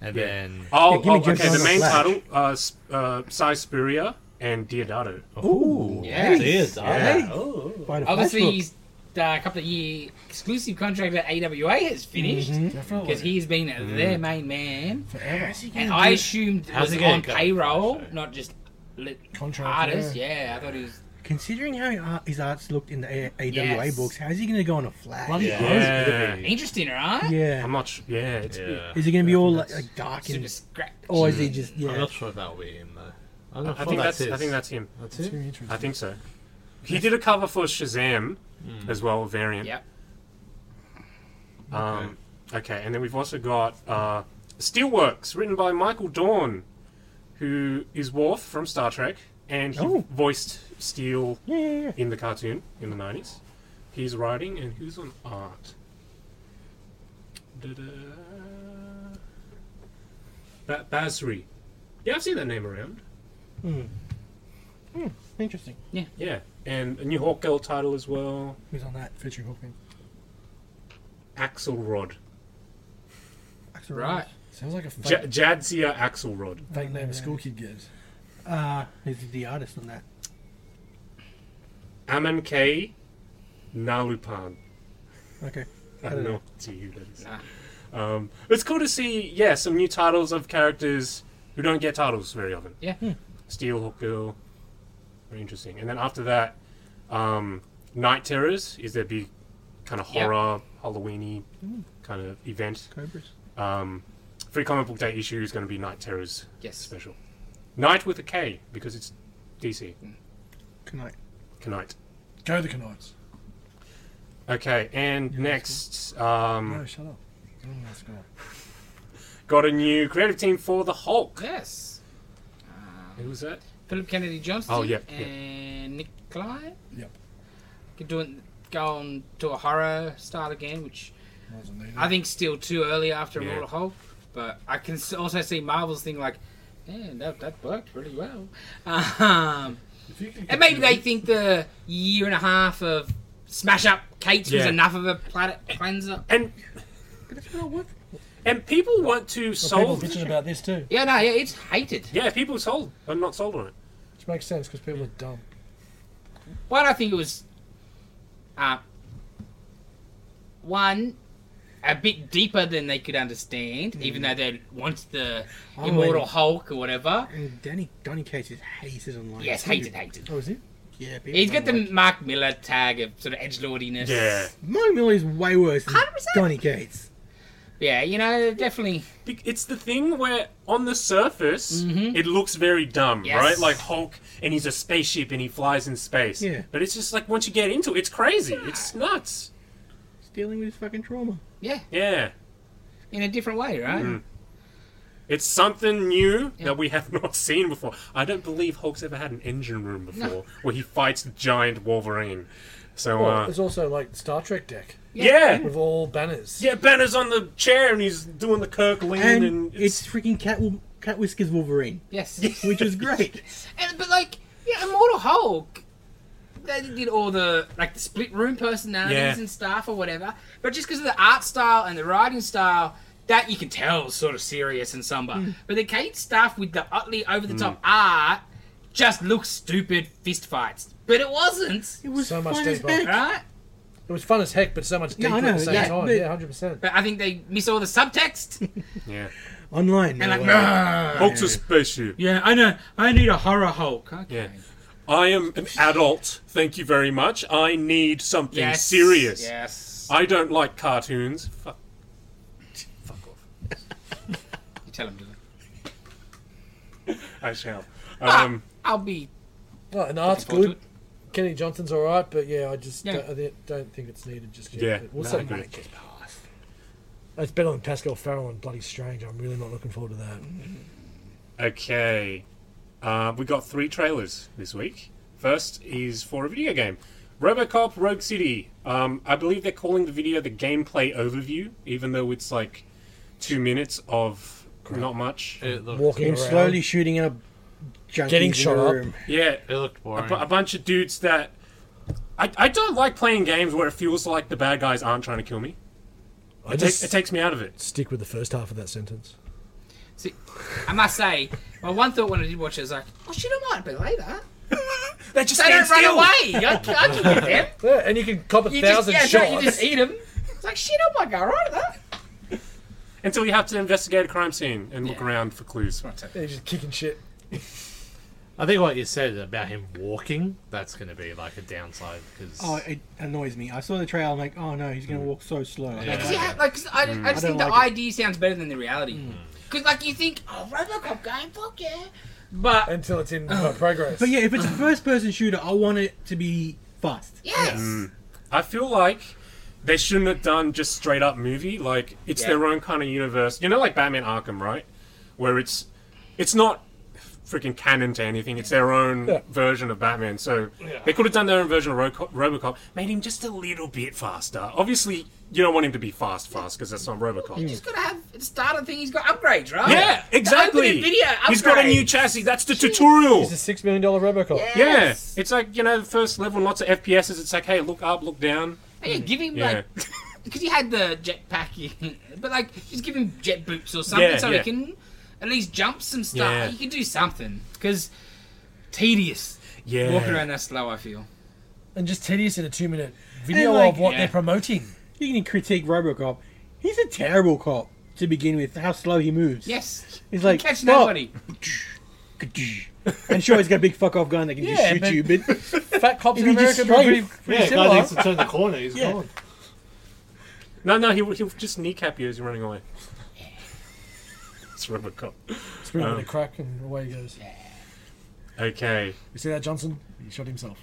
Speaker 7: And
Speaker 1: Yeah.
Speaker 7: then.
Speaker 1: oh,
Speaker 5: give me
Speaker 1: oh,
Speaker 5: James
Speaker 1: okay. The
Speaker 5: Bond
Speaker 1: main
Speaker 5: Flash.
Speaker 1: title: uh, S- uh, Cy Spurrier and Diodato.
Speaker 7: Ooh,
Speaker 2: Oh, yeah.
Speaker 7: There's
Speaker 1: Yeah.
Speaker 7: art.
Speaker 5: Oh.
Speaker 4: Oh.
Speaker 7: Ooh.
Speaker 5: Find a
Speaker 2: Obviously,
Speaker 5: Flashbook.
Speaker 2: he's uh, a couple of year exclusive contract at AWA has finished because
Speaker 4: Definitely.
Speaker 2: he's been their main man,
Speaker 4: Forever.
Speaker 2: and I assumed it
Speaker 7: How's
Speaker 2: was
Speaker 7: it
Speaker 2: on
Speaker 7: going?
Speaker 2: payroll,
Speaker 7: Contract.
Speaker 2: not just lit
Speaker 4: Contract.
Speaker 2: artist.
Speaker 4: yeah.
Speaker 2: Yeah, I thought he was
Speaker 5: Considering how uh, his arts looked in the A- AWA
Speaker 2: Yes.
Speaker 5: books, how is he going to go on a flag?
Speaker 4: Bloody
Speaker 7: Yeah.
Speaker 4: hell.
Speaker 2: Interesting, right?
Speaker 5: yeah.
Speaker 1: I'm not. Sh- yeah, it's
Speaker 7: Yeah.
Speaker 5: Is it going to be all like,
Speaker 7: That's-
Speaker 5: like dark
Speaker 2: Super
Speaker 5: and,
Speaker 2: scrap.
Speaker 5: or is he just yeah?
Speaker 7: I'm not sure if that'll be him though. I'm not
Speaker 1: I
Speaker 7: sure
Speaker 1: think
Speaker 7: that's,
Speaker 1: that's. I
Speaker 7: his.
Speaker 1: think that's him.
Speaker 7: That's
Speaker 6: It's
Speaker 7: him. Hmm.
Speaker 6: very interesting.
Speaker 1: I think so. He did a cover for Shazam as well, variant.
Speaker 2: Yep.
Speaker 1: Um, okay, and then we've also got uh, Steelworks, written by Michael Dawn, who is Worf from Star Trek, and he
Speaker 5: Oh.
Speaker 1: voiced Steel
Speaker 5: Yeah, yeah, yeah.
Speaker 1: in the cartoon in the 90s. He's writing, and who's on art? Da-da. Ba- Basri. Yeah, I've seen that name around.
Speaker 5: Interesting.
Speaker 1: Yeah, and a new Hawk Girl title as well.
Speaker 6: Who's on that featuring Hawkman?
Speaker 1: Axelrod.
Speaker 6: Axel
Speaker 2: Right.
Speaker 6: Sounds like a fake,
Speaker 1: J- Jadzia Axelrod.
Speaker 6: fake name a school kid gives.
Speaker 5: Uh, is the artist on that?
Speaker 1: Aman K. Nalupan.
Speaker 5: Okay.
Speaker 1: I don't know to you that is. Um, it's cool to see, yeah, some new titles of characters who don't get titles very often.
Speaker 2: Yeah. Hmm.
Speaker 1: Steel Hawk Girl, very interesting. And then after that, um, Night Terrors is their big kind of
Speaker 2: Yeah. Hmm.
Speaker 1: horror Halloweeny kind of event.
Speaker 5: Cobras.
Speaker 1: Um, free comic book day issue is going to be Night Terrors
Speaker 2: Yes.
Speaker 1: special. Night with a K because it's DC.
Speaker 5: Good night.
Speaker 1: Knight.
Speaker 6: Go the Knights.
Speaker 1: Okay, and next, um,
Speaker 6: No, shut up. Oh, that's good.
Speaker 1: got a new creative team for the Hulk.
Speaker 2: Yes. Uh,
Speaker 1: Who was that?
Speaker 2: Philip Kennedy Johnston
Speaker 1: Oh, yeah, yeah.
Speaker 2: and Nick Nikolai.
Speaker 6: Yep.
Speaker 2: Could do it, go on to a horror style again, which
Speaker 6: Wasn't needed.
Speaker 2: I think still too early after
Speaker 1: Yeah.
Speaker 2: Immortal Hulk. But I can s- also see Marvel's thing like, man, that, that worked really well. Um,
Speaker 6: If you could
Speaker 2: and maybe they
Speaker 6: continue-
Speaker 2: think the year and a half of Smash Up Kate's was
Speaker 1: Yeah.
Speaker 2: enough of a planet cleanser.
Speaker 1: And and people weren't too
Speaker 6: People
Speaker 1: sold.
Speaker 6: bitching about this too,
Speaker 2: Yeah, no, yeah, it's hated.
Speaker 1: Yeah, people sold, but not sold on it.
Speaker 6: which makes sense because people are dumb.
Speaker 2: One, I think it was, uh, one, a bit deeper than they could understand, even though they want the
Speaker 5: Oh,
Speaker 2: Immortal
Speaker 5: and-
Speaker 2: Hulk or whatever.
Speaker 5: And Danny Donny Case is hated online.
Speaker 2: Yes,
Speaker 5: too.
Speaker 2: hated, hated.
Speaker 6: Oh, is it?
Speaker 5: Yeah, people
Speaker 2: He's got
Speaker 5: don't
Speaker 2: the
Speaker 5: like-
Speaker 2: Mark Miller tag of sort of edge lordiness.
Speaker 1: Yeah,
Speaker 5: Mark Miller is way worse than
Speaker 2: 100%.
Speaker 5: Donny Cates.
Speaker 2: Yeah, you know, definitely.
Speaker 1: Be- it's the thing where on the surface it looks very dumb,
Speaker 2: Yes.
Speaker 1: right? Like Hulk, and he's a spaceship and he flies in space.
Speaker 5: Yeah.
Speaker 1: But it's just like once you get into it, it's crazy. It's nuts.
Speaker 5: He's dealing with his fucking trauma.
Speaker 2: Yeah,
Speaker 1: Yeah.
Speaker 2: in a different way, right?
Speaker 1: Mm. It's something new
Speaker 2: Yeah.
Speaker 1: that we have not seen before. I don't believe Hulk's ever had an engine room before where he fights the giant Wolverine. So,
Speaker 6: Well,
Speaker 1: uh,
Speaker 6: there's also like the Star Trek deck
Speaker 1: yeah. yeah.
Speaker 6: with all banners.
Speaker 1: Banner's on the chair and he's doing the Kirk lean
Speaker 5: And,
Speaker 1: and,
Speaker 5: it's, freaking Cat, Wil- Cat Whiskers Wolverine,
Speaker 2: Yes.
Speaker 5: which is great.
Speaker 2: And, but like, yeah, Immortal Hulk, they did all the like the split room personalities
Speaker 1: Yeah.
Speaker 2: and stuff or whatever. But just because of the art style and the writing style, that you can tell is sort of serious and somber. But the Kate stuff with the utterly over the
Speaker 1: Mm.
Speaker 2: top art just looks stupid fist fights. But it wasn't,
Speaker 5: It was
Speaker 6: So much
Speaker 5: fun as
Speaker 6: deeper.
Speaker 5: heck.
Speaker 2: right?
Speaker 6: It was fun as heck, but so much
Speaker 5: Yeah,
Speaker 6: deeper
Speaker 5: I
Speaker 6: at
Speaker 5: know,
Speaker 6: the same
Speaker 5: yeah,
Speaker 6: time.
Speaker 5: but-
Speaker 6: Yeah, hundred percent.
Speaker 2: But I think they miss all the subtext.
Speaker 1: yeah.
Speaker 5: Online.
Speaker 2: And
Speaker 5: no
Speaker 2: like,
Speaker 6: uh,
Speaker 5: way.
Speaker 2: "Nah."
Speaker 1: Hulk's a spaceship.
Speaker 2: yeah, I know. I need a horror Hulk.
Speaker 1: Yeah. I am an adult, thank you very much. I need something
Speaker 2: Yes.
Speaker 1: serious.
Speaker 2: Yes.
Speaker 1: I don't like cartoons. Fuck. Fuck off.
Speaker 2: You tell him to.
Speaker 1: I shall. Um,
Speaker 2: I'll be.
Speaker 6: No, and the art's
Speaker 2: forward to
Speaker 6: good. Kenny Johnson's all right, but yeah, I just
Speaker 2: Yeah.
Speaker 6: Don't, I thi- don't think it's needed just yet.
Speaker 1: Yeah,
Speaker 6: But we'll
Speaker 1: no,
Speaker 6: see.
Speaker 1: I agree.
Speaker 6: It's better than Pascal Farrell and Bloody Strange. I'm really not looking forward to that.
Speaker 1: Okay. Uh, we got three trailers this week. First is for a video game Robocop Rogue City. Um, I believe they're calling the video the gameplay overview, even though it's like two minutes of not much.
Speaker 7: It looked,
Speaker 6: Walking
Speaker 5: Him
Speaker 6: around,
Speaker 5: slowly shooting up junkies
Speaker 6: Getting
Speaker 5: in
Speaker 6: shot
Speaker 5: a
Speaker 6: up.
Speaker 5: room.
Speaker 1: Yeah,
Speaker 7: it looked
Speaker 1: a,
Speaker 7: boring.
Speaker 1: bu- a bunch of dudes that. I, I don't like playing games where it feels like the bad guys aren't trying to kill me.
Speaker 6: I
Speaker 1: It, ta-
Speaker 6: just
Speaker 1: it takes me out of it.
Speaker 6: stick with the first half of that sentence.
Speaker 2: See, I must say, my one thought when I did watch it was like, oh shit, I might belay that.
Speaker 1: They just
Speaker 2: They don't run away. I, I can get them.
Speaker 6: Yeah, and you can cop a
Speaker 2: You just,
Speaker 6: thousand
Speaker 2: yeah,
Speaker 6: shots.
Speaker 2: don't you just eat them. It's like shit, I might go all right with that.
Speaker 1: Until you have to investigate a crime scene and look
Speaker 2: Yeah.
Speaker 1: around for clues.
Speaker 6: Yeah, you're just kicking shit.
Speaker 8: I think what you said about him walking, that's going to be like a downside because
Speaker 5: Oh, it annoys me. I saw the trailer. I'm like, oh no, he's gonna walk so slow. I don't
Speaker 8: Yeah.
Speaker 5: like
Speaker 2: Cause yeah,
Speaker 5: it.
Speaker 2: like 'cause I, I just
Speaker 5: I
Speaker 2: think
Speaker 5: don't
Speaker 2: the
Speaker 5: like
Speaker 2: idea sounds better than the reality.
Speaker 1: Hmm.
Speaker 2: Because like you think, oh, RoboCop game, fuck yeah, but
Speaker 9: until it's in uh, progress.
Speaker 5: But yeah, if it's a first-person shooter, I want it to be fast.
Speaker 2: yes,
Speaker 1: I feel like they shouldn't have done just straight up movie. Like it's
Speaker 2: Yeah.
Speaker 1: their own kind of universe. You know, like Batman Arkham, right? Where it's it's not freaking canon to anything. It's their own version of Batman. So they could have done their own version of Roco- RoboCop, made him just a little bit faster. Obviously, you don't want him to be fast, fast because that's not RoboCop.
Speaker 2: he's got to have at the start of the thing. He's got upgrades, right?
Speaker 1: Yeah,
Speaker 2: The
Speaker 1: exactly.
Speaker 2: opening video
Speaker 1: He's got a new
Speaker 2: upgrades.
Speaker 1: chassis. That's the tutorial.
Speaker 4: It's a six million dollar Robocop.
Speaker 1: Yeah,
Speaker 2: Yes.
Speaker 1: it's like you know, the first level, lots of FPSs. It's like, hey, look up, look down.
Speaker 2: And
Speaker 5: Mm.
Speaker 2: yeah, give him
Speaker 1: Yeah.
Speaker 2: like because he had the jetpack, but like just give him jet boots or something
Speaker 1: Yeah,
Speaker 2: so
Speaker 1: yeah.
Speaker 2: he can at least jump some stuff.
Speaker 1: Yeah.
Speaker 2: He can do something because tedious
Speaker 1: Yeah,
Speaker 2: walking around that slow. I feel.
Speaker 4: And just tedious in a two minute video
Speaker 5: And, like,
Speaker 4: of what
Speaker 2: yeah.
Speaker 4: they're promoting.
Speaker 5: You can critique RoboCop. He's a terrible cop to begin with. How slow he moves.
Speaker 2: Yes,
Speaker 5: He's like,
Speaker 2: catch
Speaker 5: "Stop."
Speaker 2: nobody.
Speaker 5: And sure, he's got a big fuck-off gun that can just
Speaker 4: Yeah,
Speaker 5: shoot
Speaker 4: but-
Speaker 5: you, but
Speaker 4: Fat cops
Speaker 5: If
Speaker 4: in
Speaker 5: you just
Speaker 4: America are pretty,
Speaker 5: strafe-
Speaker 4: pretty
Speaker 7: Yeah, guy
Speaker 4: similar.
Speaker 7: needs to turn the corner. He's
Speaker 5: Yeah.
Speaker 7: gone.
Speaker 1: No, no, he'll, he'll just kneecap you as you're running away. it's Robocop.
Speaker 4: Screw him
Speaker 1: Um,
Speaker 4: with a crack and away he goes.
Speaker 1: Okay.
Speaker 4: You see that Johnson? He shot himself.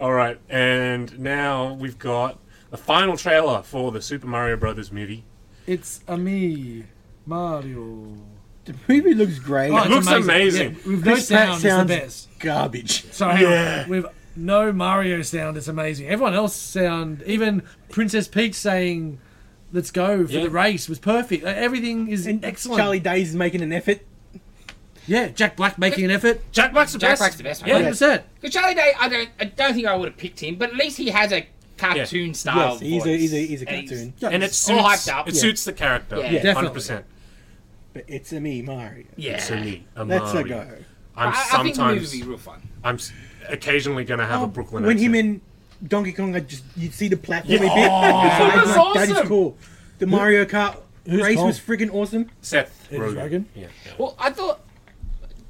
Speaker 1: All right. And now we've got the final trailer for the Super Mario Brothers movie.
Speaker 4: It's a me, Mario.
Speaker 5: the movie looks great.
Speaker 4: Oh,
Speaker 1: It looks amazing.
Speaker 4: Yeah, with no
Speaker 5: Chris Pratt
Speaker 4: sound,
Speaker 5: sounds-
Speaker 4: it's the best.
Speaker 5: Garbage.
Speaker 4: So hang on. with no Mario sound, it's amazing. Everyone else sound, even Princess Peach saying, "Let's go for
Speaker 1: Yeah.
Speaker 4: the race," was perfect. Like, everything is
Speaker 5: And
Speaker 4: excellent.
Speaker 5: Charlie Day's making an effort.
Speaker 4: Yeah, Jack Black making an effort.
Speaker 1: Jack Black's the
Speaker 2: Jack
Speaker 1: best.
Speaker 2: Black's the best,
Speaker 1: Yeah.
Speaker 2: man.
Speaker 4: Hundred percent.
Speaker 2: Because Charlie Day, I don't, I don't think I would have picked him, but at least he has a cartoon style.
Speaker 5: Yes, he's a,
Speaker 2: voice.
Speaker 5: he's a he's a
Speaker 2: And he's-
Speaker 5: cartoon.
Speaker 1: And it
Speaker 2: all
Speaker 1: suits,
Speaker 2: hyped up.
Speaker 1: it
Speaker 2: Yeah.
Speaker 1: suits the character.
Speaker 2: Yeah.
Speaker 4: Yeah.
Speaker 1: 100%.
Speaker 5: But it's a me, Mario.
Speaker 2: Yeah,
Speaker 1: So me, a
Speaker 5: Let's a
Speaker 1: Mario.
Speaker 5: go.
Speaker 2: I,
Speaker 1: I'm
Speaker 2: I think the movie
Speaker 1: sometimes,
Speaker 2: would be real fun.
Speaker 1: I'm s- occasionally going to have a Brooklyn
Speaker 5: Oh, when him
Speaker 1: accent.
Speaker 5: in Donkey Kong, I just you'd see the platform
Speaker 1: Yeah.
Speaker 5: a bit.
Speaker 1: Oh,
Speaker 5: I'd be
Speaker 2: that's
Speaker 5: like, That
Speaker 2: awesome.
Speaker 5: is cool. The Mario Kart race
Speaker 4: Kong?
Speaker 5: was freaking awesome.
Speaker 1: Seth Rogen.
Speaker 4: Rogen?
Speaker 1: Yeah. yeah.
Speaker 2: Well, I thought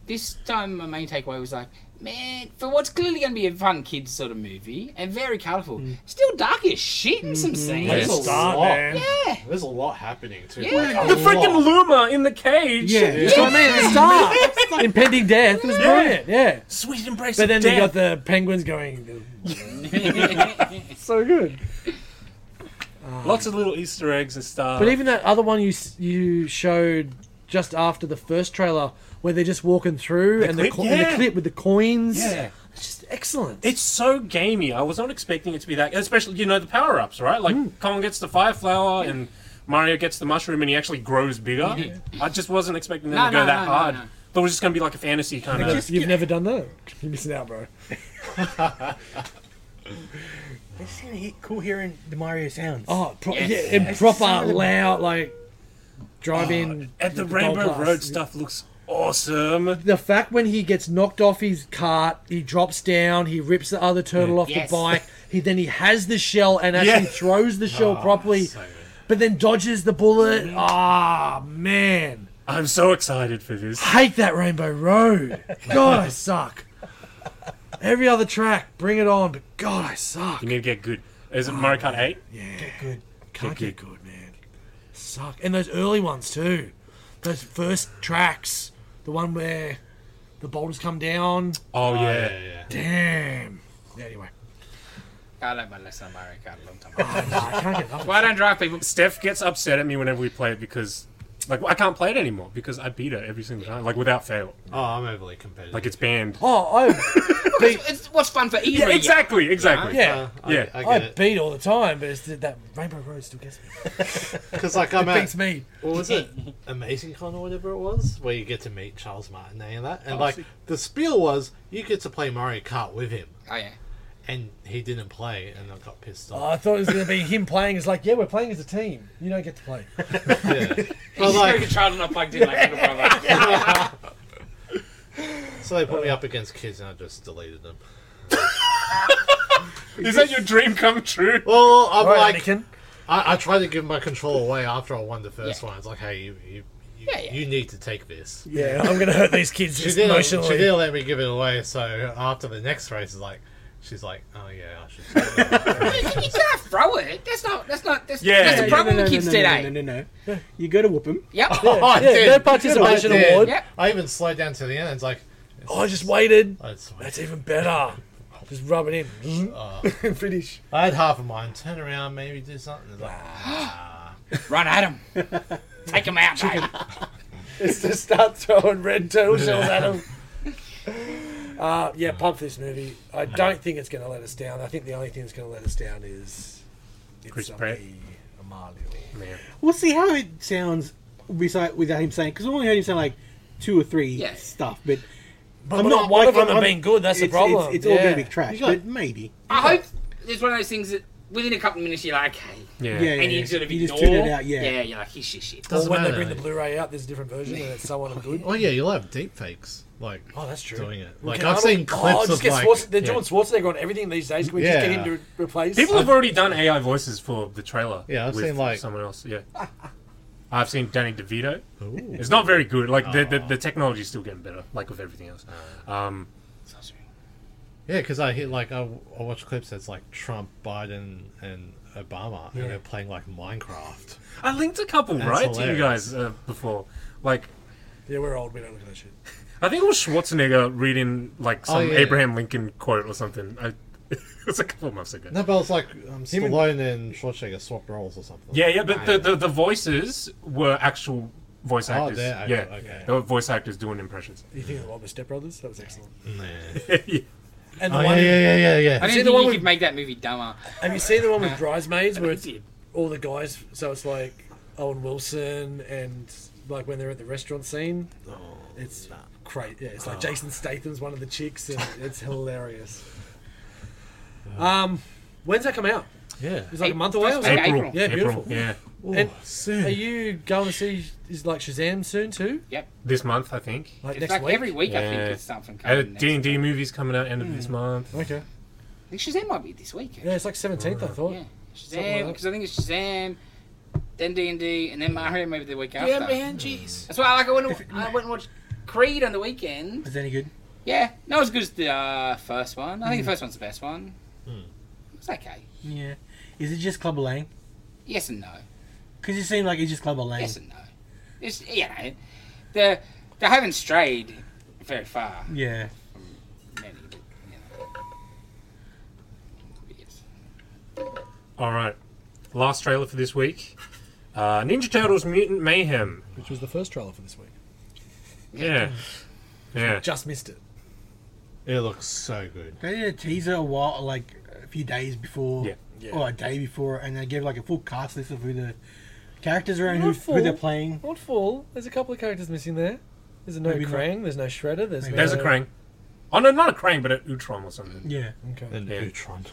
Speaker 2: this time my main takeaway was like, man, for what's clearly going to be a fun kids sort of movie and very colourful, still dark as shit in some scenes.
Speaker 1: Yes.
Speaker 7: There's a
Speaker 9: Start,
Speaker 7: lot.
Speaker 9: man.
Speaker 2: Yeah.
Speaker 7: There's a lot happening too.
Speaker 2: Yeah.
Speaker 7: Like,
Speaker 1: The
Speaker 7: a
Speaker 1: freaking
Speaker 7: lot.
Speaker 1: Luma in the cage.
Speaker 5: Yeah. Yeah.
Speaker 4: So I mean, the start, impending death was brilliant. Yeah,
Speaker 1: Sweet embrace
Speaker 4: but then
Speaker 1: of
Speaker 4: they got
Speaker 1: death.
Speaker 4: the penguins going.
Speaker 5: So good.
Speaker 1: Lots of little Easter eggs and stuff.
Speaker 4: But even that other one you s- you showed just after the first trailer, where they're just walking through and,
Speaker 1: clip?
Speaker 4: the co- and
Speaker 1: Yeah.
Speaker 4: the clip with the coins.
Speaker 1: Yeah.
Speaker 4: it's just excellent.
Speaker 1: It's so gamey. I was not expecting it to be that. Especially, you know, the power ups, right? Like Kong gets the fire flower and Mario gets the mushroom, and he actually grows bigger. I just wasn't expecting them
Speaker 2: No,
Speaker 1: to go
Speaker 2: no,
Speaker 1: that
Speaker 2: no, no,
Speaker 1: hard.
Speaker 2: no.
Speaker 1: But it was just going to be like a fantasy kind of.
Speaker 4: You've never done that. You're missing out, bro.
Speaker 5: It's kind of cool hearing the Mario sounds.
Speaker 4: Oh, pro-
Speaker 2: Yes.
Speaker 4: yeah, and proper loud, like driving.
Speaker 1: and Oh, the
Speaker 4: with
Speaker 1: Rainbow
Speaker 4: gold class.
Speaker 1: Road stuff looks awesome.
Speaker 4: The fact when he gets knocked off his cart, he drops down, he rips the other turtle off
Speaker 2: Yes.
Speaker 4: the bike. He then he has the shell and actually
Speaker 1: Yeah.
Speaker 4: throws the shell properly, but then dodges the bullet. Ah, man.
Speaker 1: I'm so excited for this.
Speaker 4: hate that Rainbow Road. God, I suck. Every other track, bring it on, but God, I suck.
Speaker 1: You need to get good. Is it Mario Kart 8?
Speaker 4: Can't get good, man. Suck. And those early ones, too. Those first tracks. The one where the boulders come down.
Speaker 1: Oh, yeah.
Speaker 7: Yeah, yeah.
Speaker 4: Damn. Anyway,
Speaker 2: I learned my lesson on Mario Kart a long time ago.
Speaker 4: I can't get up.
Speaker 2: Why don't drive people?
Speaker 1: Steph gets upset at me whenever we play it because, like, I can't play it anymore because I beat her every single time, like, without fail.
Speaker 7: Oh, I'm overly competitive.
Speaker 1: Like, it's banned.
Speaker 4: Oh,
Speaker 2: It's, it's what's fun for E.
Speaker 1: Yeah, exactly, exactly.
Speaker 4: I, yeah.
Speaker 7: Uh, I,
Speaker 1: Yeah.
Speaker 7: I
Speaker 4: I
Speaker 7: get it.
Speaker 4: beat all the time, but it's th- that Rainbow Road still gets me.
Speaker 7: Because like I'm
Speaker 4: Beats
Speaker 7: at
Speaker 4: me.
Speaker 7: what was it, Amazing Con or whatever it was, where you get to meet Charles Martinet and that,
Speaker 4: Oh,
Speaker 7: and like the spiel was you get to play Mario Kart with him,
Speaker 2: Oh, yeah.
Speaker 7: and he didn't play, and I got pissed
Speaker 4: Oh,
Speaker 7: off.
Speaker 4: I thought it was going to be him playing. It's like, yeah, we're playing as a team. You don't get to play.
Speaker 2: He's
Speaker 7: Yeah. but
Speaker 2: just like
Speaker 7: like,
Speaker 2: a child and not plugged in like little brother.
Speaker 7: so they put me up against kids, and I just deleted them.
Speaker 1: Is that your dream come true?
Speaker 7: Well, I'm
Speaker 4: All right,
Speaker 7: like,
Speaker 4: Anakin.
Speaker 7: I, I tried to give my control away after I won the first
Speaker 2: Yeah.
Speaker 7: one. It's like, hey, you, you, you,
Speaker 2: Yeah, yeah.
Speaker 7: you need to take this.
Speaker 4: Yeah, I'm gonna hurt these kids
Speaker 7: She
Speaker 4: just
Speaker 7: didn't, she
Speaker 4: emotionally.
Speaker 7: didn't let me give it away, so after the next race is like, she's like, oh yeah, I should. take that."
Speaker 2: you can't throw it. That's not. That's not. That's,
Speaker 1: Yeah. No,
Speaker 2: that's the
Speaker 1: no,
Speaker 2: problem eh? with kids
Speaker 5: no,
Speaker 2: today.
Speaker 5: No, no, no, no. You go to whoop him.
Speaker 2: Yep.
Speaker 7: Oh, I
Speaker 4: yeah,
Speaker 7: did.
Speaker 4: no participation
Speaker 7: I did.
Speaker 4: award.
Speaker 2: Yep.
Speaker 7: I even slowed down to the end. It's like,
Speaker 4: Oh, I just waited.
Speaker 7: oh, it's fine.
Speaker 4: That's even better. Just rub it in. Finish.
Speaker 7: I had half a mind. Turn around, maybe do something. It's like,
Speaker 2: Run at him. Take him out. mate.
Speaker 4: It's to start throwing red turtle shells at them. Uh, yeah, pump this movie. I don't think it's going to let us down. I think the only thing that's going to let us down is it's
Speaker 1: Chris Pratt.
Speaker 4: Amadio.
Speaker 5: We'll see how it sounds without, without him saying, because I only heard him sound like two or three
Speaker 2: Yeah.
Speaker 5: stuff, but
Speaker 4: But
Speaker 5: I'm
Speaker 4: I'm
Speaker 5: not-
Speaker 4: not
Speaker 5: what
Speaker 4: one
Speaker 5: if
Speaker 4: of them
Speaker 5: I'm-
Speaker 4: have been good. That's the
Speaker 5: it's,
Speaker 4: problem.
Speaker 5: it's, it's all going
Speaker 4: Yeah.
Speaker 5: to be trash.
Speaker 7: got-
Speaker 5: But maybe.
Speaker 2: I hope it's one of those things that within a couple of minutes you're like, okay,
Speaker 1: Yeah.
Speaker 5: Yeah.
Speaker 2: and you sort of
Speaker 5: You just
Speaker 2: ignore.
Speaker 5: tune it out, yeah.
Speaker 2: Yeah. You're like, he's shit, shit.
Speaker 4: Or
Speaker 7: Doesn't
Speaker 4: when
Speaker 7: matter,
Speaker 4: they bring the
Speaker 7: though.
Speaker 4: Blu-ray out, there's a different version and it's someone good.
Speaker 7: oh yeah, you'll have deep fakes. Like,
Speaker 4: Oh, that's true.
Speaker 7: doing it.
Speaker 4: We
Speaker 7: Like
Speaker 4: can-
Speaker 7: I've
Speaker 4: I don't-
Speaker 7: seen
Speaker 4: oh,
Speaker 7: clips
Speaker 4: just
Speaker 7: of
Speaker 4: get
Speaker 7: like,
Speaker 4: Schwarzen- they're
Speaker 1: yeah.
Speaker 4: doing Schwarzenegger on everything these days. Can we just
Speaker 7: Yeah.
Speaker 4: get him to re- replace?
Speaker 1: People have already done AI voices for the trailer.
Speaker 7: Yeah, I've
Speaker 1: with
Speaker 7: seen, like-
Speaker 1: someone else. Yeah, I've seen Danny DeVito.
Speaker 7: Ooh.
Speaker 1: It's not very good. Like the, the the technology's still getting better, like with everything else. Um,
Speaker 7: yeah, because I hear like I, I watch clips that's like Trump, Biden, and Obama, and they're playing like Minecraft.
Speaker 1: I linked a couple
Speaker 7: That's
Speaker 1: right to you
Speaker 7: hilarious.
Speaker 1: guys uh, before. Like
Speaker 4: yeah, we're old. We don't look at that shit.
Speaker 1: I think it was Schwarzenegger reading like some
Speaker 7: Oh, yeah.
Speaker 1: Abraham Lincoln quote or something. I, it was a couple months ago.
Speaker 7: No, but it's like um,
Speaker 1: and-
Speaker 7: Stallone and Schwarzenegger swap roles or something.
Speaker 1: Yeah, yeah, but the, the, the voices were actual voice actors.
Speaker 7: Oh, they're act-
Speaker 1: yeah,
Speaker 7: okay.
Speaker 1: they were voice actors doing impressions.
Speaker 4: You think of what was Step Brothers? That was excellent.
Speaker 1: yeah.
Speaker 4: And the
Speaker 7: Oh,
Speaker 4: one
Speaker 7: yeah, yeah, yeah,
Speaker 2: I
Speaker 7: yeah,
Speaker 2: didn't
Speaker 4: See
Speaker 2: think
Speaker 4: the one
Speaker 2: you
Speaker 4: with-
Speaker 2: could make that movie dumber.
Speaker 4: Have you seen the one with Bridesmaids where it's
Speaker 2: did.
Speaker 4: all the guys? So it's like Owen Wilson and like when they're at the restaurant scene. Oh, it's great. Yeah,
Speaker 1: Oh.
Speaker 4: it's like Jason Statham's one of the chicks, and it's hilarious. Um, when's that come out?
Speaker 7: yeah.
Speaker 4: It's like a month away. Or
Speaker 2: April.
Speaker 4: something?
Speaker 1: April.
Speaker 4: Yeah, beautiful.
Speaker 1: Yeah,
Speaker 4: And
Speaker 7: Oh,
Speaker 4: are
Speaker 7: soon.
Speaker 4: you going to see is like Shazam soon too?
Speaker 1: this month I think.
Speaker 4: Like
Speaker 2: It's
Speaker 4: next
Speaker 2: like
Speaker 4: week.
Speaker 2: every week I think
Speaker 1: Yeah.
Speaker 2: it's something
Speaker 1: Uh,
Speaker 2: coming.
Speaker 1: D and
Speaker 2: next.
Speaker 1: D movies coming out end of this month.
Speaker 4: Okay.
Speaker 2: I think Shazam might be this week.
Speaker 4: Yeah, it's like seventeenth. I thought.
Speaker 2: Yeah,
Speaker 4: Something like
Speaker 2: Shazam
Speaker 4: that.
Speaker 2: because I think it's Shazam, then D and D, and then Mario maybe the week after.
Speaker 7: jeez.
Speaker 2: That's why like I went and, I went and watched Creed on the weekend.
Speaker 5: Is that any good?
Speaker 2: Yeah, not as good as the uh, first one. I think
Speaker 4: Mm.
Speaker 2: the first one's the best one.
Speaker 1: Hmm.
Speaker 2: It's okay.
Speaker 5: Yeah. Is it just Clubber Lang?
Speaker 2: Yes and no.
Speaker 5: Because it seemed like it's just Clubber Lang.
Speaker 2: Yes and no. It's you know, the they haven't strayed very far.
Speaker 5: Yeah.
Speaker 2: Many, but, you know. But yes.
Speaker 1: All right, last trailer for this week: uh, Ninja Turtles Mutant Mayhem.
Speaker 4: Which was the first trailer for this week.
Speaker 1: Yeah, yeah.
Speaker 4: Just missed it.
Speaker 7: It looks so good.
Speaker 5: They did a teaser a while, like a few days before,
Speaker 1: Yeah.
Speaker 5: or a day before, and they gave like a full cast list of who the characters are and who,
Speaker 4: Not full.
Speaker 5: who they're playing.
Speaker 4: Not full. There's a couple of characters missing there. There's a no
Speaker 5: Maybe not.
Speaker 4: Krang. There's no Shredder. There's
Speaker 5: Maybe.
Speaker 1: There's a
Speaker 4: no...
Speaker 1: Krang. Oh no, not a Krang, but an Utron or something.
Speaker 5: Yeah.
Speaker 4: Okay.
Speaker 7: And
Speaker 1: Yeah.
Speaker 7: Utron.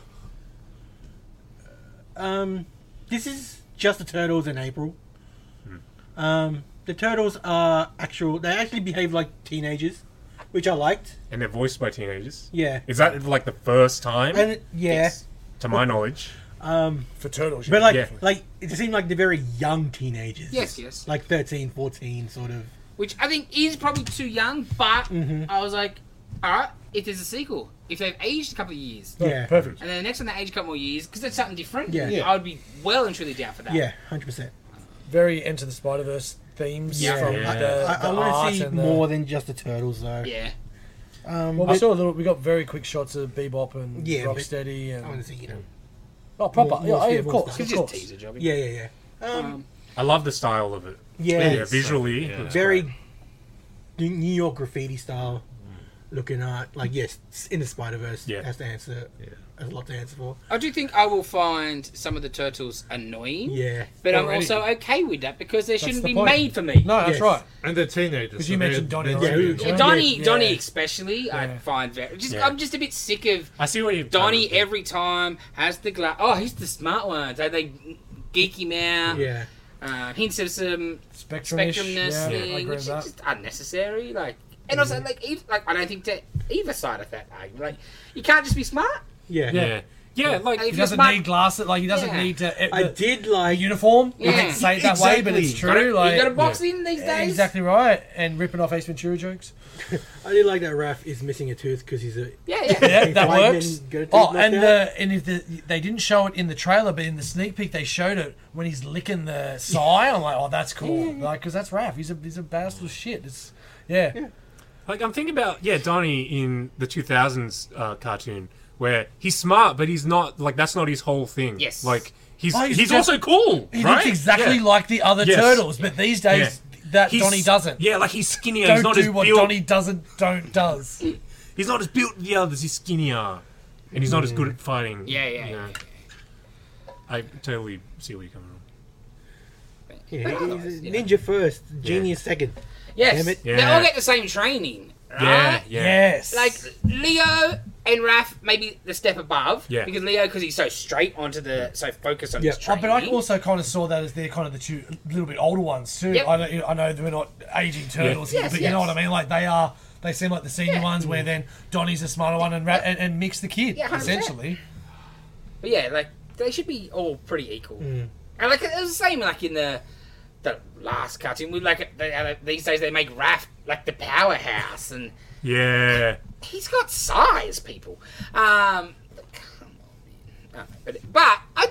Speaker 5: Um, this is just the turtles in April.
Speaker 4: Hmm.
Speaker 5: Um, the turtles are actual. They actually behave like teenagers, which I liked.
Speaker 1: And they're voiced by teenagers.
Speaker 5: Yeah.
Speaker 1: Is that like the first time,
Speaker 5: And it- yeah.
Speaker 1: to my knowledge?
Speaker 5: Um,
Speaker 4: For turtles.
Speaker 5: but like,
Speaker 1: Yeah.
Speaker 5: like it seemed like they're very young teenagers.
Speaker 2: Yes, yes.
Speaker 5: Like 13, 14, sort of.
Speaker 2: Which I think is probably too young, but I was like, all right, if there's a sequel, if they've aged a couple of years,
Speaker 5: Yeah.
Speaker 4: Perfect.
Speaker 2: and then the next one they age a couple more years, because that's something different,
Speaker 5: Yeah. Yeah.
Speaker 2: I would be well and truly down for that.
Speaker 5: Yeah, hundred percent.
Speaker 4: Very Enter the Spider Verse themes
Speaker 2: Yeah.
Speaker 4: from
Speaker 1: Yeah.
Speaker 4: the, the
Speaker 5: I, I
Speaker 4: art
Speaker 5: want to see
Speaker 4: and the-
Speaker 5: more than just the turtles, though.
Speaker 2: Yeah.
Speaker 5: Um,
Speaker 4: Well, we saw a little. We got very quick shots of Bebop and
Speaker 5: Yeah, but-
Speaker 4: Rocksteady
Speaker 5: I want
Speaker 4: and
Speaker 5: to see you know.
Speaker 4: oh, proper.
Speaker 5: more-
Speaker 4: Yeah,
Speaker 5: more
Speaker 4: yeah,
Speaker 5: Steve
Speaker 4: of
Speaker 5: Austin.
Speaker 4: course,
Speaker 2: Could
Speaker 4: of
Speaker 2: just
Speaker 4: course.
Speaker 2: tease a job.
Speaker 5: Yeah, yeah, yeah. Um,
Speaker 2: Um,
Speaker 1: I love the style of it.
Speaker 5: yeah,
Speaker 1: Yeah, visually,
Speaker 7: yeah.
Speaker 1: it looks
Speaker 5: very
Speaker 1: great.
Speaker 5: New New York graffiti style looking art. Like yes, it's in the Spider Verse
Speaker 1: Yeah.
Speaker 5: has to answer. Has a lot to answer for.
Speaker 2: I do think I will find some of the turtles annoying,
Speaker 5: Yeah,
Speaker 2: but I'm
Speaker 4: Already.
Speaker 2: also okay with that because they shouldn't
Speaker 4: the
Speaker 2: be
Speaker 4: point.
Speaker 2: made for me.
Speaker 4: No, that's
Speaker 5: Yes.
Speaker 4: right.
Speaker 7: And the teenagers. Because
Speaker 4: you mentioned Donnie
Speaker 5: Yeah,
Speaker 4: Osmond.
Speaker 5: who-
Speaker 2: Yeah,
Speaker 5: Yeah.
Speaker 2: Donnie,
Speaker 4: Yeah.
Speaker 2: Donnie especially, I
Speaker 4: Yeah.
Speaker 2: find very. Just,
Speaker 1: Yeah.
Speaker 2: I'm just a bit sick of
Speaker 1: I see what you've done
Speaker 2: Donnie
Speaker 1: with it.
Speaker 2: every time has the glass. Oh, he's the smart one. So they geek him out.
Speaker 5: yeah.
Speaker 2: Uh, hints of some
Speaker 4: Spectrum-ish.
Speaker 2: spectrumness
Speaker 4: yeah, Mm-hmm. I
Speaker 2: thing,
Speaker 4: agree
Speaker 2: which
Speaker 4: with
Speaker 2: is
Speaker 4: that.
Speaker 2: just unnecessary. Like, and also like, ev like I don't think to either side of that argument, like you can't just be smart.
Speaker 5: Yeah,
Speaker 1: Yeah. Yeah, like
Speaker 2: And if
Speaker 4: He
Speaker 2: you're
Speaker 4: doesn't
Speaker 2: smart-
Speaker 4: need glasses. Like he doesn't
Speaker 2: Yeah.
Speaker 4: need to.
Speaker 5: I
Speaker 4: the-
Speaker 5: did
Speaker 4: the
Speaker 5: like
Speaker 4: uniform. You
Speaker 2: Yeah.
Speaker 4: can say it that way, but it's
Speaker 7: Exactly.
Speaker 4: true. like
Speaker 2: you got to box in these days.
Speaker 4: exactly right. And ripping off Ace Ventura jokes.
Speaker 5: I did like that. Raph is missing a tooth because he's a
Speaker 2: Yeah, yeah.
Speaker 4: Yeah, that
Speaker 5: White
Speaker 4: works.
Speaker 5: men get a tooth
Speaker 4: Oh,
Speaker 5: knocked
Speaker 4: and
Speaker 5: out.
Speaker 4: the, and if the, they didn't show it in the trailer, but in the sneak peek they showed it when he's licking the sigh. I'm like, oh, that's cool. Like, because that's Raph. He's a he's a bastard of shit. It's yeah.
Speaker 1: Like I'm thinking about yeah, Donnie in the 2000s uh, cartoon where he's smart, but he's not like that's not his whole thing.
Speaker 2: Yes.
Speaker 1: like he's
Speaker 4: Oh,
Speaker 1: he's,
Speaker 4: he's def-
Speaker 1: also cool.
Speaker 4: He
Speaker 1: right?
Speaker 4: looks exactly
Speaker 1: Yeah.
Speaker 4: like the other
Speaker 1: Yes.
Speaker 4: turtles, but these days that
Speaker 1: He's-
Speaker 4: Donnie doesn't.
Speaker 1: Yeah, like he's skinnier. he's
Speaker 4: Don't
Speaker 1: not
Speaker 4: do
Speaker 1: as
Speaker 4: what
Speaker 1: built.
Speaker 4: Donnie doesn't don't does.
Speaker 1: He's not as built as the others. He's skinnier, and he's not as good at fighting.
Speaker 2: Yeah, yeah,
Speaker 1: you know.
Speaker 2: yeah.
Speaker 1: I totally see where you're coming from.
Speaker 5: yeah, he's a ninja first, genius second.
Speaker 2: Yes.
Speaker 5: Damn it.
Speaker 2: They all
Speaker 1: Yeah.
Speaker 2: get the same training, right?
Speaker 1: Yeah, yeah,
Speaker 4: Yes.
Speaker 2: Like Leo and Raph, maybe the step above.
Speaker 1: Yeah.
Speaker 2: Because Leo, because he's so straight onto the, so focused on
Speaker 5: Yeah.
Speaker 2: his
Speaker 4: Oh,
Speaker 2: training.
Speaker 4: but I also kind of saw that as they're kind of the two little bit older ones too.
Speaker 2: Yep.
Speaker 4: I, know, you- I know they're not aging turtles,
Speaker 2: Yes,
Speaker 4: but you know
Speaker 2: yes.
Speaker 4: what I mean. Like they are, they seem like the senior
Speaker 2: Yeah.
Speaker 4: ones, where then Donnie's the smarter one and, Ra- and and Mick's the kid,
Speaker 2: Yeah, 100%.
Speaker 4: essentially.
Speaker 2: But yeah, like they should be all pretty equal. And like it was the same like in the the last cartoon. We like they, uh, these days they make Raph like the powerhouse, and
Speaker 1: yeah.
Speaker 2: he's got size, people. Um, come on, man. Uh, But, but I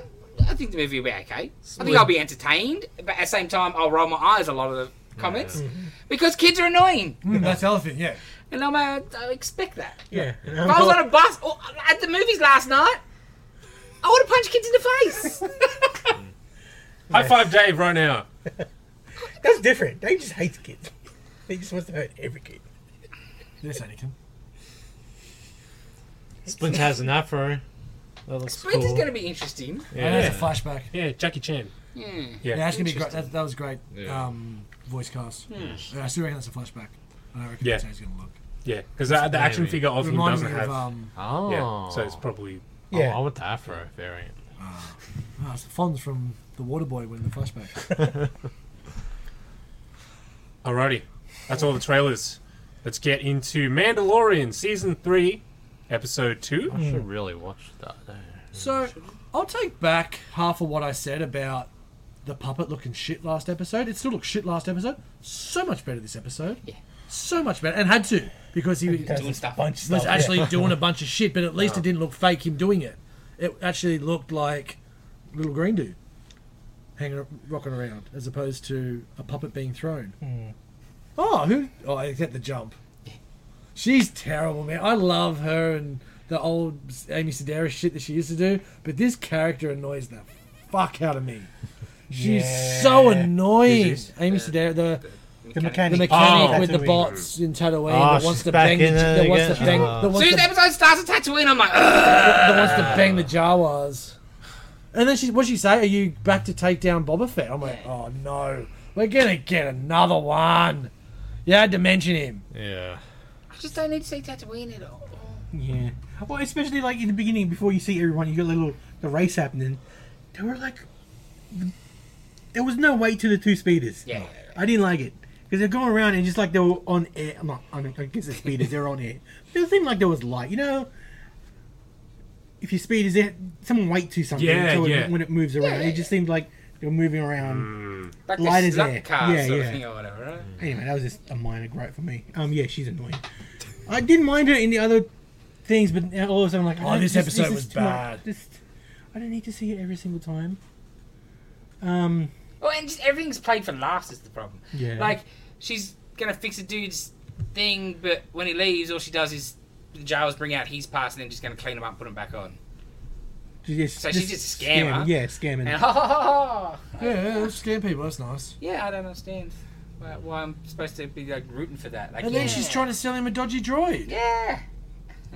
Speaker 2: I think the movie will be okay. I think I'll be entertained, but at the same time I'll roll my eyes a lot of the comments because kids are annoying,
Speaker 4: Mm, that's elephant, yeah.
Speaker 2: and I'm uh, I expect that.
Speaker 5: Yeah, and
Speaker 2: If I was
Speaker 5: I'm
Speaker 2: on a bus or at the movies last night, I would have punched kids in the face.
Speaker 1: High five, Dave, right now.
Speaker 5: that's different. They just hate kids. They just wants to hurt every kid.
Speaker 4: Yes, Anakin.
Speaker 7: Splint has an afro. That looks
Speaker 2: Splinter's
Speaker 7: cool.
Speaker 2: going to be interesting.
Speaker 4: Yeah. And that's a flashback.
Speaker 1: Yeah, Jackie Chan.
Speaker 2: Yeah.
Speaker 1: Yeah,
Speaker 4: Yeah, that's gonna be great. That, that was great.
Speaker 10: Yeah.
Speaker 4: Um, voice cast.
Speaker 2: Hmm.
Speaker 4: Yeah, I still reckon that's a flashback. I reckon
Speaker 1: Yeah.
Speaker 4: that's how he's gonna look.
Speaker 1: yeah, because the, the action
Speaker 7: maybe.
Speaker 1: figure of him
Speaker 4: Reminds
Speaker 1: doesn't
Speaker 4: me
Speaker 1: have.
Speaker 4: of um,
Speaker 7: Oh.
Speaker 1: yeah, so it's probably
Speaker 7: Yeah.
Speaker 5: Yeah.
Speaker 7: Oh, I want the afro variant.
Speaker 4: oh, it's the Fonz from The Waterboy when the flashback.
Speaker 1: Alrighty, that's all the trailers. Let's get into Mandalorian season three, episode two.
Speaker 7: I should really watch that. Though.
Speaker 4: So I'll take back half of what I said about the puppet looking shit last episode. It still looked shit last episode. So much better this episode.
Speaker 2: Yeah.
Speaker 4: So much better. And had to, because he was
Speaker 2: Doing stuff.
Speaker 5: Bunch of stuff. yeah.
Speaker 4: actually doing a bunch of shit, but at least it didn't look fake him doing it. It actually looked like little green dude hanging rocking around as opposed to a puppet being thrown. Hmm. Oh, who oh except the jump. She's terrible, man. I love her and the old Amy Sedaris shit that she used to do, but this character annoys the fuck out of me. She's so annoying. Amy Sedaris, the,
Speaker 5: The
Speaker 4: the
Speaker 5: mechanic.
Speaker 4: mechanic
Speaker 1: Oh.
Speaker 4: with the
Speaker 5: Tatooine.
Speaker 4: bots in
Speaker 7: Oh,
Speaker 4: Tatooine that wants
Speaker 7: she's
Speaker 4: to
Speaker 7: back
Speaker 4: bang, the,
Speaker 7: in it
Speaker 4: that wants to
Speaker 7: again.
Speaker 4: bang,
Speaker 7: Oh.
Speaker 4: that
Speaker 2: As
Speaker 4: wants
Speaker 2: soon as
Speaker 4: to
Speaker 2: the episode starts with Tatooine, I'm like, Ugh!
Speaker 4: that wants to bang the Jawas. And then she, what she say? Are you back to take down Boba Fett? I'm like, oh no, we're gonna get another one. You had to mention him.
Speaker 7: Yeah.
Speaker 2: I just don't need to see Tatooine at all.
Speaker 5: Yeah. Well, especially like in the beginning, before you see everyone, you got a little the race happening. There were like, there was no weight to the two speeders.
Speaker 2: Yeah.
Speaker 5: I didn't like it because they're going around and just like they were on air. I'm not. I mean, I guess the speeders they're on air. It doesn't seem like there was light. You know, if your speed is it, someone weight to something.
Speaker 1: Yeah,
Speaker 5: until it-
Speaker 1: yeah.
Speaker 5: when it moves around,
Speaker 2: yeah,
Speaker 5: it just seemed like they were moving around.
Speaker 2: Like
Speaker 5: Light
Speaker 2: this
Speaker 5: is
Speaker 2: Zuck
Speaker 5: there.
Speaker 2: car
Speaker 5: Yeah,
Speaker 2: sort of
Speaker 5: yeah.
Speaker 2: thing or whatever, right?
Speaker 5: Anyway, that was just a minor gripe for me. Um, yeah, she's annoying. I didn't mind her in the other things, but now all of a sudden, I'm like,
Speaker 4: Oh,
Speaker 5: don't-
Speaker 4: this episode
Speaker 5: is
Speaker 4: was
Speaker 5: too much.
Speaker 4: bad.
Speaker 5: This- I don't need to see it every single time. Um,
Speaker 2: Well, and just everything's played for laughs is the problem.
Speaker 5: Yeah.
Speaker 2: Like, she's going to fix a dude's thing, but when he leaves, all she does is the Jawas bring out his parts and then just going to clean them up and put them back on.
Speaker 5: just,
Speaker 2: So she's just a scammer.
Speaker 5: scamming. Yeah, scamming.
Speaker 2: And ha ha ha ha!
Speaker 4: Yeah, yeah, let's scam people. That's nice.
Speaker 2: Yeah, I don't understand why, why I'm supposed to be like rooting for that. Like,
Speaker 4: And
Speaker 2: yeah.
Speaker 4: then she's trying to sell him a dodgy droid.
Speaker 2: Yeah.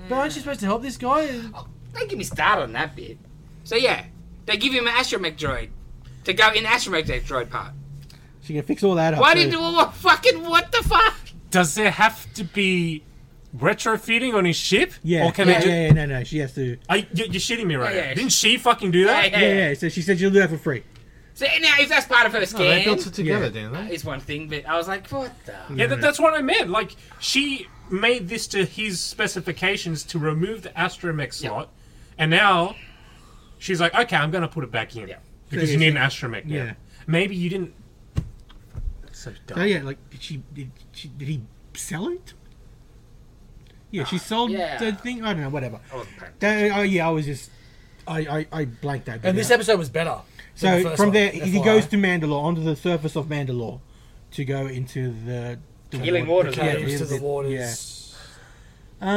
Speaker 4: But aren't you supposed to help this guy?
Speaker 2: Don't get me started on that bit. So yeah, they give him an astromech droid to go in the astromech droid part.
Speaker 5: She can fix all that up.
Speaker 2: Why
Speaker 5: so-
Speaker 2: didn't do what fucking what the fuck?
Speaker 1: Does there have to be retrofitting on his ship?
Speaker 5: Yeah,
Speaker 1: Or can
Speaker 5: yeah,
Speaker 1: they? Just,
Speaker 5: yeah, yeah, no, no. She has to.
Speaker 1: Are you, you're shitting me right
Speaker 2: Yeah,
Speaker 1: now.
Speaker 2: yeah.
Speaker 1: Didn't she fucking do that?
Speaker 5: Yeah, yeah. So she said she'll do that for free.
Speaker 2: So now if that's
Speaker 4: Oh,
Speaker 2: part of her
Speaker 7: No, Oh, they
Speaker 2: scam,
Speaker 7: built it together, eh?
Speaker 5: Yeah.
Speaker 7: didn't they?
Speaker 2: it's one thing. But I was like, what the?
Speaker 1: Yeah, that, that's what I meant. Like she made this to his specifications to remove the astromech slot, and now She's like, okay, I'm gonna put it back in
Speaker 2: Yeah.
Speaker 1: because you need an astromech now.
Speaker 5: Yeah.
Speaker 1: Maybe you didn't. That's so dumb.
Speaker 5: Oh yeah, like did she did she did he sell it? Yeah, she sold
Speaker 2: Uh, yeah.
Speaker 5: the thing. I don't know, whatever.
Speaker 2: I wasn't paying.
Speaker 5: That, uh, yeah, I was just I I, I blanked that. bit
Speaker 4: And this
Speaker 5: out.
Speaker 4: episode was better. than the
Speaker 5: so
Speaker 4: first
Speaker 5: from
Speaker 4: one,
Speaker 5: there he
Speaker 4: FYI.
Speaker 5: goes to Mandalore onto the surface of Mandalore to go into the, the
Speaker 2: Healing
Speaker 5: water-
Speaker 2: waters,
Speaker 5: yeah,
Speaker 2: right?
Speaker 4: Caves
Speaker 5: yeah,
Speaker 4: to the
Speaker 5: the-
Speaker 4: waters.
Speaker 5: Yeah.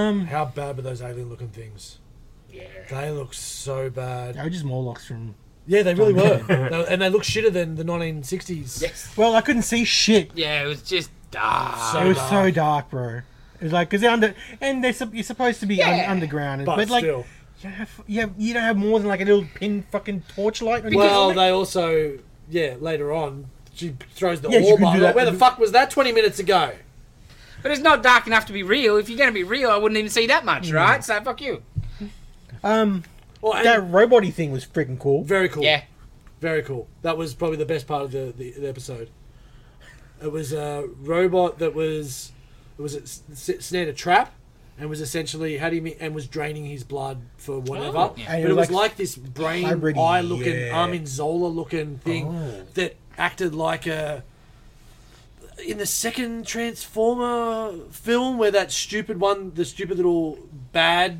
Speaker 5: Um,
Speaker 4: How bad were those alien-looking things?
Speaker 2: Yeah.
Speaker 4: They look so bad.
Speaker 5: they were just Morlocks from.
Speaker 4: Yeah, they really were, They were- and they look shitter than the 1960s.
Speaker 2: Yes.
Speaker 5: Well, I couldn't see shit.
Speaker 2: Yeah, it was just ah.
Speaker 4: So
Speaker 5: it was
Speaker 4: dark.
Speaker 5: so dark, bro. It was like because they're under and they're sup- you're supposed to be un-
Speaker 2: Yeah.
Speaker 5: underground,
Speaker 4: but,
Speaker 5: like
Speaker 4: still.
Speaker 5: you have you have you don't have more than like a little pin fucking torchlight. on your
Speaker 4: Well,
Speaker 5: helmet.
Speaker 4: they also, yeah, later on, she throws the
Speaker 5: Yeah, you
Speaker 4: orb.
Speaker 5: can
Speaker 4: up.
Speaker 5: do
Speaker 4: Like,
Speaker 5: that.
Speaker 4: Where the fuck was that 20 minutes ago?
Speaker 2: But it's not dark enough to be real. If you're going to be real, I wouldn't even see that
Speaker 4: Mm.
Speaker 2: much, right? So fuck you.
Speaker 5: um,
Speaker 4: Oh, and
Speaker 5: that roboty thing was freaking cool.
Speaker 4: very cool.
Speaker 2: Yeah.
Speaker 4: Very cool. That was probably the best part of the, the, the episode. It was a robot that was was it s- s- snared a trap and was essentially how do you mean and was draining his blood for whatever.
Speaker 2: Oh, yeah.
Speaker 5: And
Speaker 4: But it was
Speaker 5: like-
Speaker 4: like, this brain
Speaker 5: Hybrid,
Speaker 4: eye looking
Speaker 5: yeah.
Speaker 4: Armin Zola looking thing that acted like a in the second Transformer film where that stupid one, the stupid little bad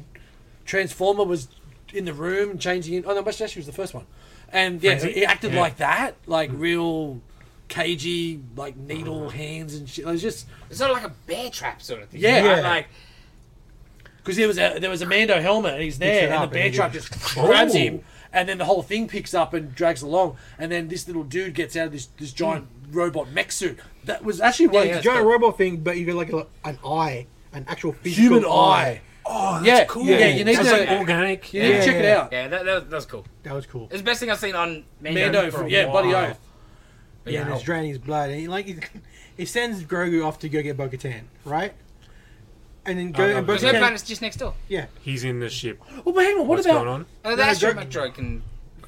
Speaker 4: Transformer was in the room and changing in. Oh no, Mustache was the first one, and yeah,
Speaker 1: Frenzy?
Speaker 4: he acted
Speaker 1: Yeah.
Speaker 4: like that, like real cagey, like needle hands and shit. It was just
Speaker 2: It's sort of like a bear trap sort of thing.
Speaker 4: Yeah.
Speaker 2: right?
Speaker 5: Yeah.
Speaker 2: Like
Speaker 4: because there was a there was a Mando helmet and he's there,
Speaker 5: it
Speaker 4: and the
Speaker 5: up
Speaker 4: bear
Speaker 5: and he
Speaker 4: trap
Speaker 5: just-
Speaker 4: just grabs
Speaker 1: Oh.
Speaker 4: him, and then the whole thing picks up and drags along, and then this little dude gets out of this this giant robot mech suit. That was actually one
Speaker 2: Yeah, yeah,
Speaker 4: of the
Speaker 5: Giant robot thing, but you got like a, an eye, an actual physical
Speaker 4: human eye.
Speaker 1: Oh, that's
Speaker 4: Yeah,
Speaker 1: cool.
Speaker 4: yeah, you need
Speaker 1: That's
Speaker 4: to-
Speaker 1: like organic.
Speaker 4: You need
Speaker 5: Yeah,
Speaker 4: to check it
Speaker 5: yeah.
Speaker 4: out.
Speaker 2: yeah, that, that, was, that was cool.
Speaker 5: That was cool.
Speaker 2: It's the best thing I've seen on Mando.
Speaker 4: Mando,
Speaker 2: for
Speaker 4: from,
Speaker 2: a
Speaker 4: yeah,
Speaker 2: while.
Speaker 4: Buddy Oath.
Speaker 5: Yeah, and it's draining his blood. And he, like he, he sends Grogu off to go get Bo-Katan, right? And then go
Speaker 1: Oh, no,
Speaker 5: and
Speaker 1: because
Speaker 2: Because her
Speaker 5: Bo-Katan,
Speaker 2: planet's just next door.
Speaker 5: yeah,
Speaker 1: He's in the ship.
Speaker 4: Well, but hang on, what
Speaker 1: What's
Speaker 4: about
Speaker 1: going on?
Speaker 2: Uh,
Speaker 5: Yeah,
Speaker 2: that's
Speaker 5: Dra-
Speaker 2: your Metroid and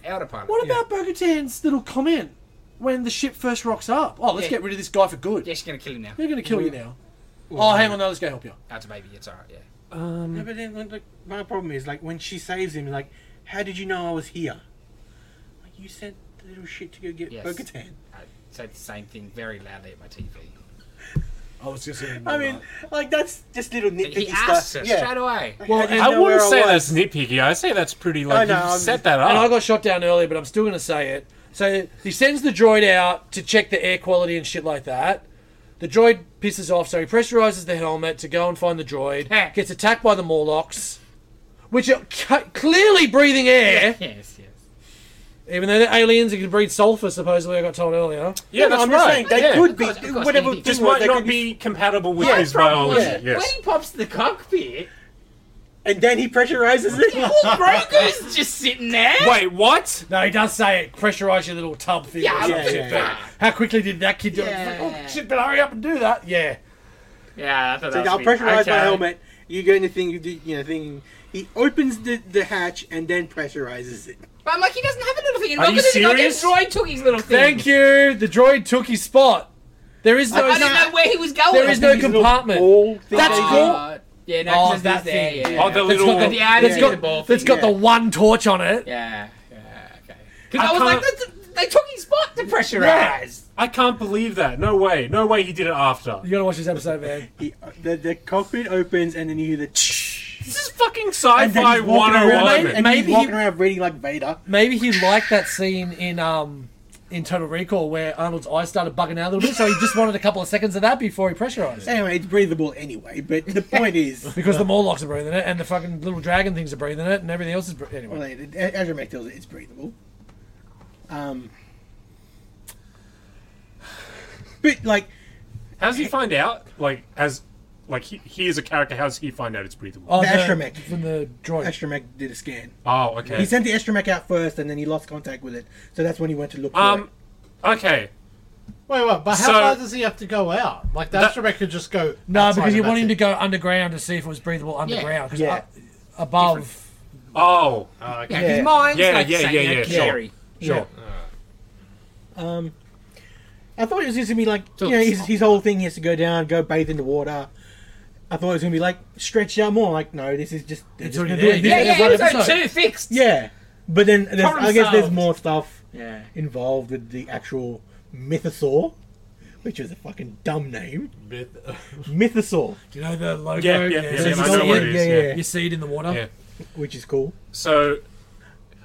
Speaker 2: outer planet.
Speaker 4: what about Bogotan's little comment when the ship first rocks up? Oh, let's
Speaker 2: Yeah.
Speaker 4: get rid of this guy for good.
Speaker 2: Yeah, she's gonna kill him now.
Speaker 4: They're gonna kill you now. Oh, hang on, no, let's go help you.
Speaker 2: That's a baby. It's alright. Yeah.
Speaker 5: Yeah,
Speaker 1: Um,
Speaker 5: but then like, my problem is like when she saves him, like, how did you know I was here? Like you sent the little shit to go get
Speaker 2: Yes.
Speaker 5: Bo-Katan.
Speaker 2: I Uh, said the same thing very loudly at my TV.
Speaker 4: I was just.
Speaker 1: Oh,
Speaker 5: I mean, like that's just little nitpicky
Speaker 2: He
Speaker 5: stuff.
Speaker 2: asked us
Speaker 5: yeah.
Speaker 2: straight away.
Speaker 5: Like,
Speaker 4: Well,
Speaker 5: how do you
Speaker 1: I
Speaker 5: know
Speaker 1: wouldn't
Speaker 5: where
Speaker 1: say
Speaker 5: was?
Speaker 1: that's nitpicky. I say that's pretty
Speaker 5: I
Speaker 1: like
Speaker 5: know,
Speaker 1: you
Speaker 5: I'm
Speaker 1: have set
Speaker 5: just-
Speaker 1: that up.
Speaker 4: And I got shot down earlier, but I'm still going to say it. So he sends the droid out to check the air quality and shit like that. The droid pisses off, so he pressurizes the helmet to go and find the droid.
Speaker 2: Heh.
Speaker 4: gets attacked by the Morlocks, which are cu- clearly breathing air,
Speaker 2: Yes, yes.
Speaker 4: even though they're aliens and can breathe sulfur, supposedly, I got told earlier.
Speaker 1: yeah,
Speaker 5: No,
Speaker 1: that's
Speaker 5: I'm
Speaker 1: right.
Speaker 5: just saying they
Speaker 1: yeah.
Speaker 5: could be
Speaker 2: Of course, of course,
Speaker 5: whatever.
Speaker 2: maybe.
Speaker 5: thing
Speaker 1: Just
Speaker 5: was,
Speaker 1: might
Speaker 5: they
Speaker 1: not
Speaker 5: could
Speaker 1: be compatible with his
Speaker 2: problem
Speaker 1: biology.
Speaker 2: is, When
Speaker 1: Yes.
Speaker 2: he pops the cockpit,
Speaker 5: And then he pressurizes it.
Speaker 2: well, Grogu's just sitting there.
Speaker 1: Wait, what?
Speaker 4: No, he does say it, pressurize your little tub thing.
Speaker 2: Yeah,
Speaker 4: or some
Speaker 5: yeah,
Speaker 4: shit,
Speaker 5: yeah,
Speaker 4: but
Speaker 2: yeah.
Speaker 4: How quickly did that kid do it? It's like,
Speaker 2: Yeah.
Speaker 4: oh, shit, but hurry up and do that. Yeah.
Speaker 2: Yeah, I thought that
Speaker 5: Like,
Speaker 2: was
Speaker 5: I'll
Speaker 2: weird.
Speaker 5: pressurize
Speaker 2: Okay.
Speaker 5: my helmet. You go in the thing. You do you know thing. He opens the, the hatch and then pressurizes it.
Speaker 2: But I'm like, he doesn't have a little thing.
Speaker 1: Are
Speaker 2: Look
Speaker 1: you
Speaker 2: at the goddamn
Speaker 1: serious?
Speaker 2: droid took his little thing.
Speaker 4: Thank you. The droid took his spot. There is no.
Speaker 2: I didn't know where he was going.
Speaker 4: There is no
Speaker 5: These little
Speaker 4: compartment.
Speaker 5: ball thing
Speaker 4: That's
Speaker 5: they
Speaker 2: Oh,
Speaker 5: do.
Speaker 4: cool.
Speaker 2: Yeah, no,
Speaker 4: Oh,
Speaker 2: 'cause it's
Speaker 4: that
Speaker 2: there,
Speaker 4: thing.
Speaker 2: Yeah.
Speaker 1: Oh, the little.
Speaker 4: got the-
Speaker 2: yeah, I didn't
Speaker 4: That's
Speaker 2: see
Speaker 4: got,
Speaker 2: the ball
Speaker 4: that's
Speaker 2: thing.
Speaker 4: got the
Speaker 2: yeah.
Speaker 4: one torch on it.
Speaker 2: Yeah, yeah, okay. Because
Speaker 1: I
Speaker 2: I, was like,
Speaker 1: can't-
Speaker 2: that's- they took his spot to pressurize.
Speaker 1: I can't believe that. No way. No way he did it after.
Speaker 4: You gotta watch this episode, man.
Speaker 5: He, the, the cockpit opens and then you hear the. tsh.
Speaker 1: This is fucking
Speaker 5: And then
Speaker 1: sci-fi
Speaker 5: he's walking around,
Speaker 1: 101.
Speaker 5: and
Speaker 4: Maybe
Speaker 5: he's
Speaker 4: he-
Speaker 5: walking around reading like Vader.
Speaker 4: Maybe he liked that scene in um in Total Recall where Arnold's eyes started bugging out a little bit, so he just wanted a couple of seconds of that before he pressurized it.
Speaker 5: Anyway, it's breathable anyway. But the point is,
Speaker 4: Because the Morlocks are breathing it, and the fucking little dragon things are breathing it, and everything else is breathing
Speaker 5: well,
Speaker 4: anyway.
Speaker 5: they- Ezra Mack tells it it's breathable. Um, but like,
Speaker 1: How does he find out? Like, as like he, he is a character. How does he find out it's breathable?
Speaker 4: Oh,
Speaker 5: The
Speaker 4: the-
Speaker 5: astromech.
Speaker 4: from the droid.
Speaker 5: Ezra Mack did a scan.
Speaker 1: Oh, okay.
Speaker 5: He sent the astromech out first, and then he lost contact with it. So that's when he went to look for
Speaker 1: um,
Speaker 5: it.
Speaker 1: okay.
Speaker 7: Wait, wait, but how
Speaker 1: So-
Speaker 7: far does he have to go out? Like, the
Speaker 1: That-
Speaker 7: Astromech could just go.
Speaker 4: no,
Speaker 7: outside
Speaker 4: because you
Speaker 7: and
Speaker 4: want him to
Speaker 7: that's
Speaker 4: go underground to see if it was breathable underground. Because
Speaker 5: Yeah.
Speaker 4: above,
Speaker 1: Oh,
Speaker 7: it. Oh,
Speaker 2: Yeah,
Speaker 7: okay.
Speaker 2: because
Speaker 5: Yeah.
Speaker 2: mine's
Speaker 1: Yeah,
Speaker 2: like
Speaker 1: yeah,
Speaker 2: saying
Speaker 1: yeah, yeah,
Speaker 2: that
Speaker 1: sure.
Speaker 2: carry.
Speaker 1: sure.
Speaker 5: Um, I thought it was just gonna be like,
Speaker 2: So-
Speaker 5: you know, his, his whole thing. He has to go down, go bathe in the water. I thought it was gonna be like stretched out more. Like, no, this is just. they're
Speaker 4: It's
Speaker 5: just
Speaker 4: already
Speaker 5: gonna do
Speaker 4: there.
Speaker 5: it.
Speaker 2: Yeah,
Speaker 4: Yeah,
Speaker 2: yeah,
Speaker 4: one
Speaker 2: episode
Speaker 4: episode.
Speaker 2: two fixed.
Speaker 5: Yeah. But then there's,
Speaker 2: Problem
Speaker 5: I guess there's
Speaker 2: solved.
Speaker 5: more stuff
Speaker 4: Yeah.
Speaker 5: involved with the actual Mythosaur, which is a fucking dumb name. Mythosaur.
Speaker 4: Do you know the logo?
Speaker 1: Yeah, yeah, yeah,
Speaker 4: so
Speaker 1: yeah,
Speaker 4: you
Speaker 1: I
Speaker 4: see
Speaker 1: know what
Speaker 4: it,
Speaker 1: it is.
Speaker 5: yeah,
Speaker 1: yeah.
Speaker 5: yeah.
Speaker 4: You see it in the water.
Speaker 1: Yeah.
Speaker 5: Which is cool.
Speaker 1: So,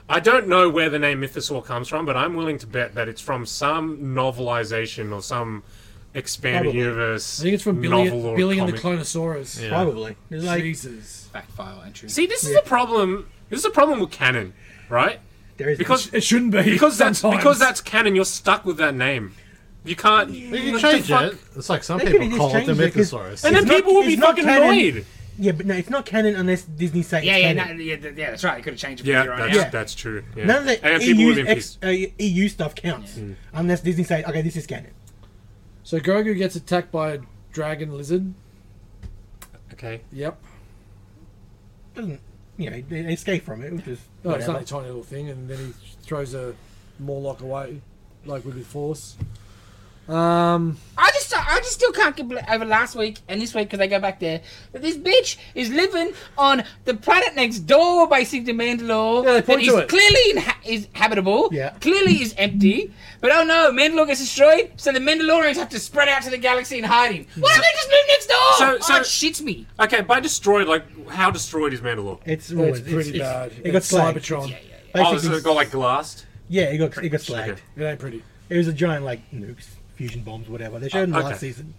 Speaker 1: I don't know where the name Mythosaur comes from, but I'm willing to bet that it's from some novelization or some expanded
Speaker 5: Probably.
Speaker 1: universe.
Speaker 4: I think it's from Billy,
Speaker 1: novel or
Speaker 4: Billy and the
Speaker 1: comic.
Speaker 4: Clonosaurus.
Speaker 7: Yeah.
Speaker 5: Probably. It's like
Speaker 4: Jesus.
Speaker 2: Back file entry.
Speaker 1: See, this is a problem. This is a problem with canon, right?
Speaker 5: there is
Speaker 1: Because
Speaker 4: It shouldn't be.
Speaker 1: because that's
Speaker 4: sometimes.
Speaker 1: because that's canon. You're stuck with that name. You can't.
Speaker 7: You
Speaker 1: what
Speaker 7: can
Speaker 1: the
Speaker 7: change
Speaker 1: fuck?
Speaker 7: it. It's like some
Speaker 5: They
Speaker 7: people
Speaker 5: could've just
Speaker 7: call it the
Speaker 5: changed it 'cause-
Speaker 7: Mythosaurus.
Speaker 1: And then
Speaker 5: It's not-
Speaker 1: people will be
Speaker 5: it's not
Speaker 1: fucking
Speaker 5: canon.
Speaker 1: annoyed.
Speaker 5: Yeah, but no, it's not canon unless Disney say
Speaker 2: yeah,
Speaker 5: it's
Speaker 2: yeah,
Speaker 5: canon.
Speaker 2: no, yeah, th- yeah, that's right. You could have changed it from
Speaker 1: Yeah,
Speaker 2: here on
Speaker 1: that's,
Speaker 2: out.
Speaker 5: Yeah.
Speaker 1: that's true. Yeah.
Speaker 5: None of the
Speaker 1: and people
Speaker 5: EU,
Speaker 1: live in peace.
Speaker 5: ex, uh, EU stuff counts unless Disney say, okay, this is canon.
Speaker 4: So Grogu gets attacked by a dragon lizard.
Speaker 1: Okay.
Speaker 4: Yep. Oh,
Speaker 5: Doesn't you know? They they escape from it, which is
Speaker 4: Oh, it's
Speaker 5: whatever.
Speaker 4: only a tiny little thing, and then he throws a Morlock away, like with his force. Um,
Speaker 2: I just, I just still can't get bl- over last week and this week because I go back there. But this bitch is living on the planet next door, basically to Mandalore.
Speaker 4: Yeah, they point
Speaker 2: that
Speaker 4: to
Speaker 2: is
Speaker 4: it.
Speaker 2: clearly inha- is habitable.
Speaker 5: Yeah.
Speaker 2: Clearly is empty. But oh no, Mandalore gets destroyed, so the Mandalorians have to spread out to the galaxy and hide him. Why don't they just move next door?
Speaker 1: So- so-
Speaker 2: oh, it shits me.
Speaker 1: Okay. By destroyed, like how destroyed is Mandalore?
Speaker 4: it's
Speaker 5: It's, ruined. It's-
Speaker 4: pretty
Speaker 5: it's-
Speaker 4: bad.
Speaker 5: It got
Speaker 4: It's
Speaker 5: slagged.
Speaker 4: Cybertron.
Speaker 2: Yeah, yeah, yeah.
Speaker 1: Oh,
Speaker 5: Basically,
Speaker 1: so it got like glassed.
Speaker 5: yeah, it got it got slagged.
Speaker 1: Okay.
Speaker 4: It ain't pretty.
Speaker 5: It was a giant like nukes, fusion bombs, whatever. They showed in
Speaker 1: Uh, okay.
Speaker 5: last season.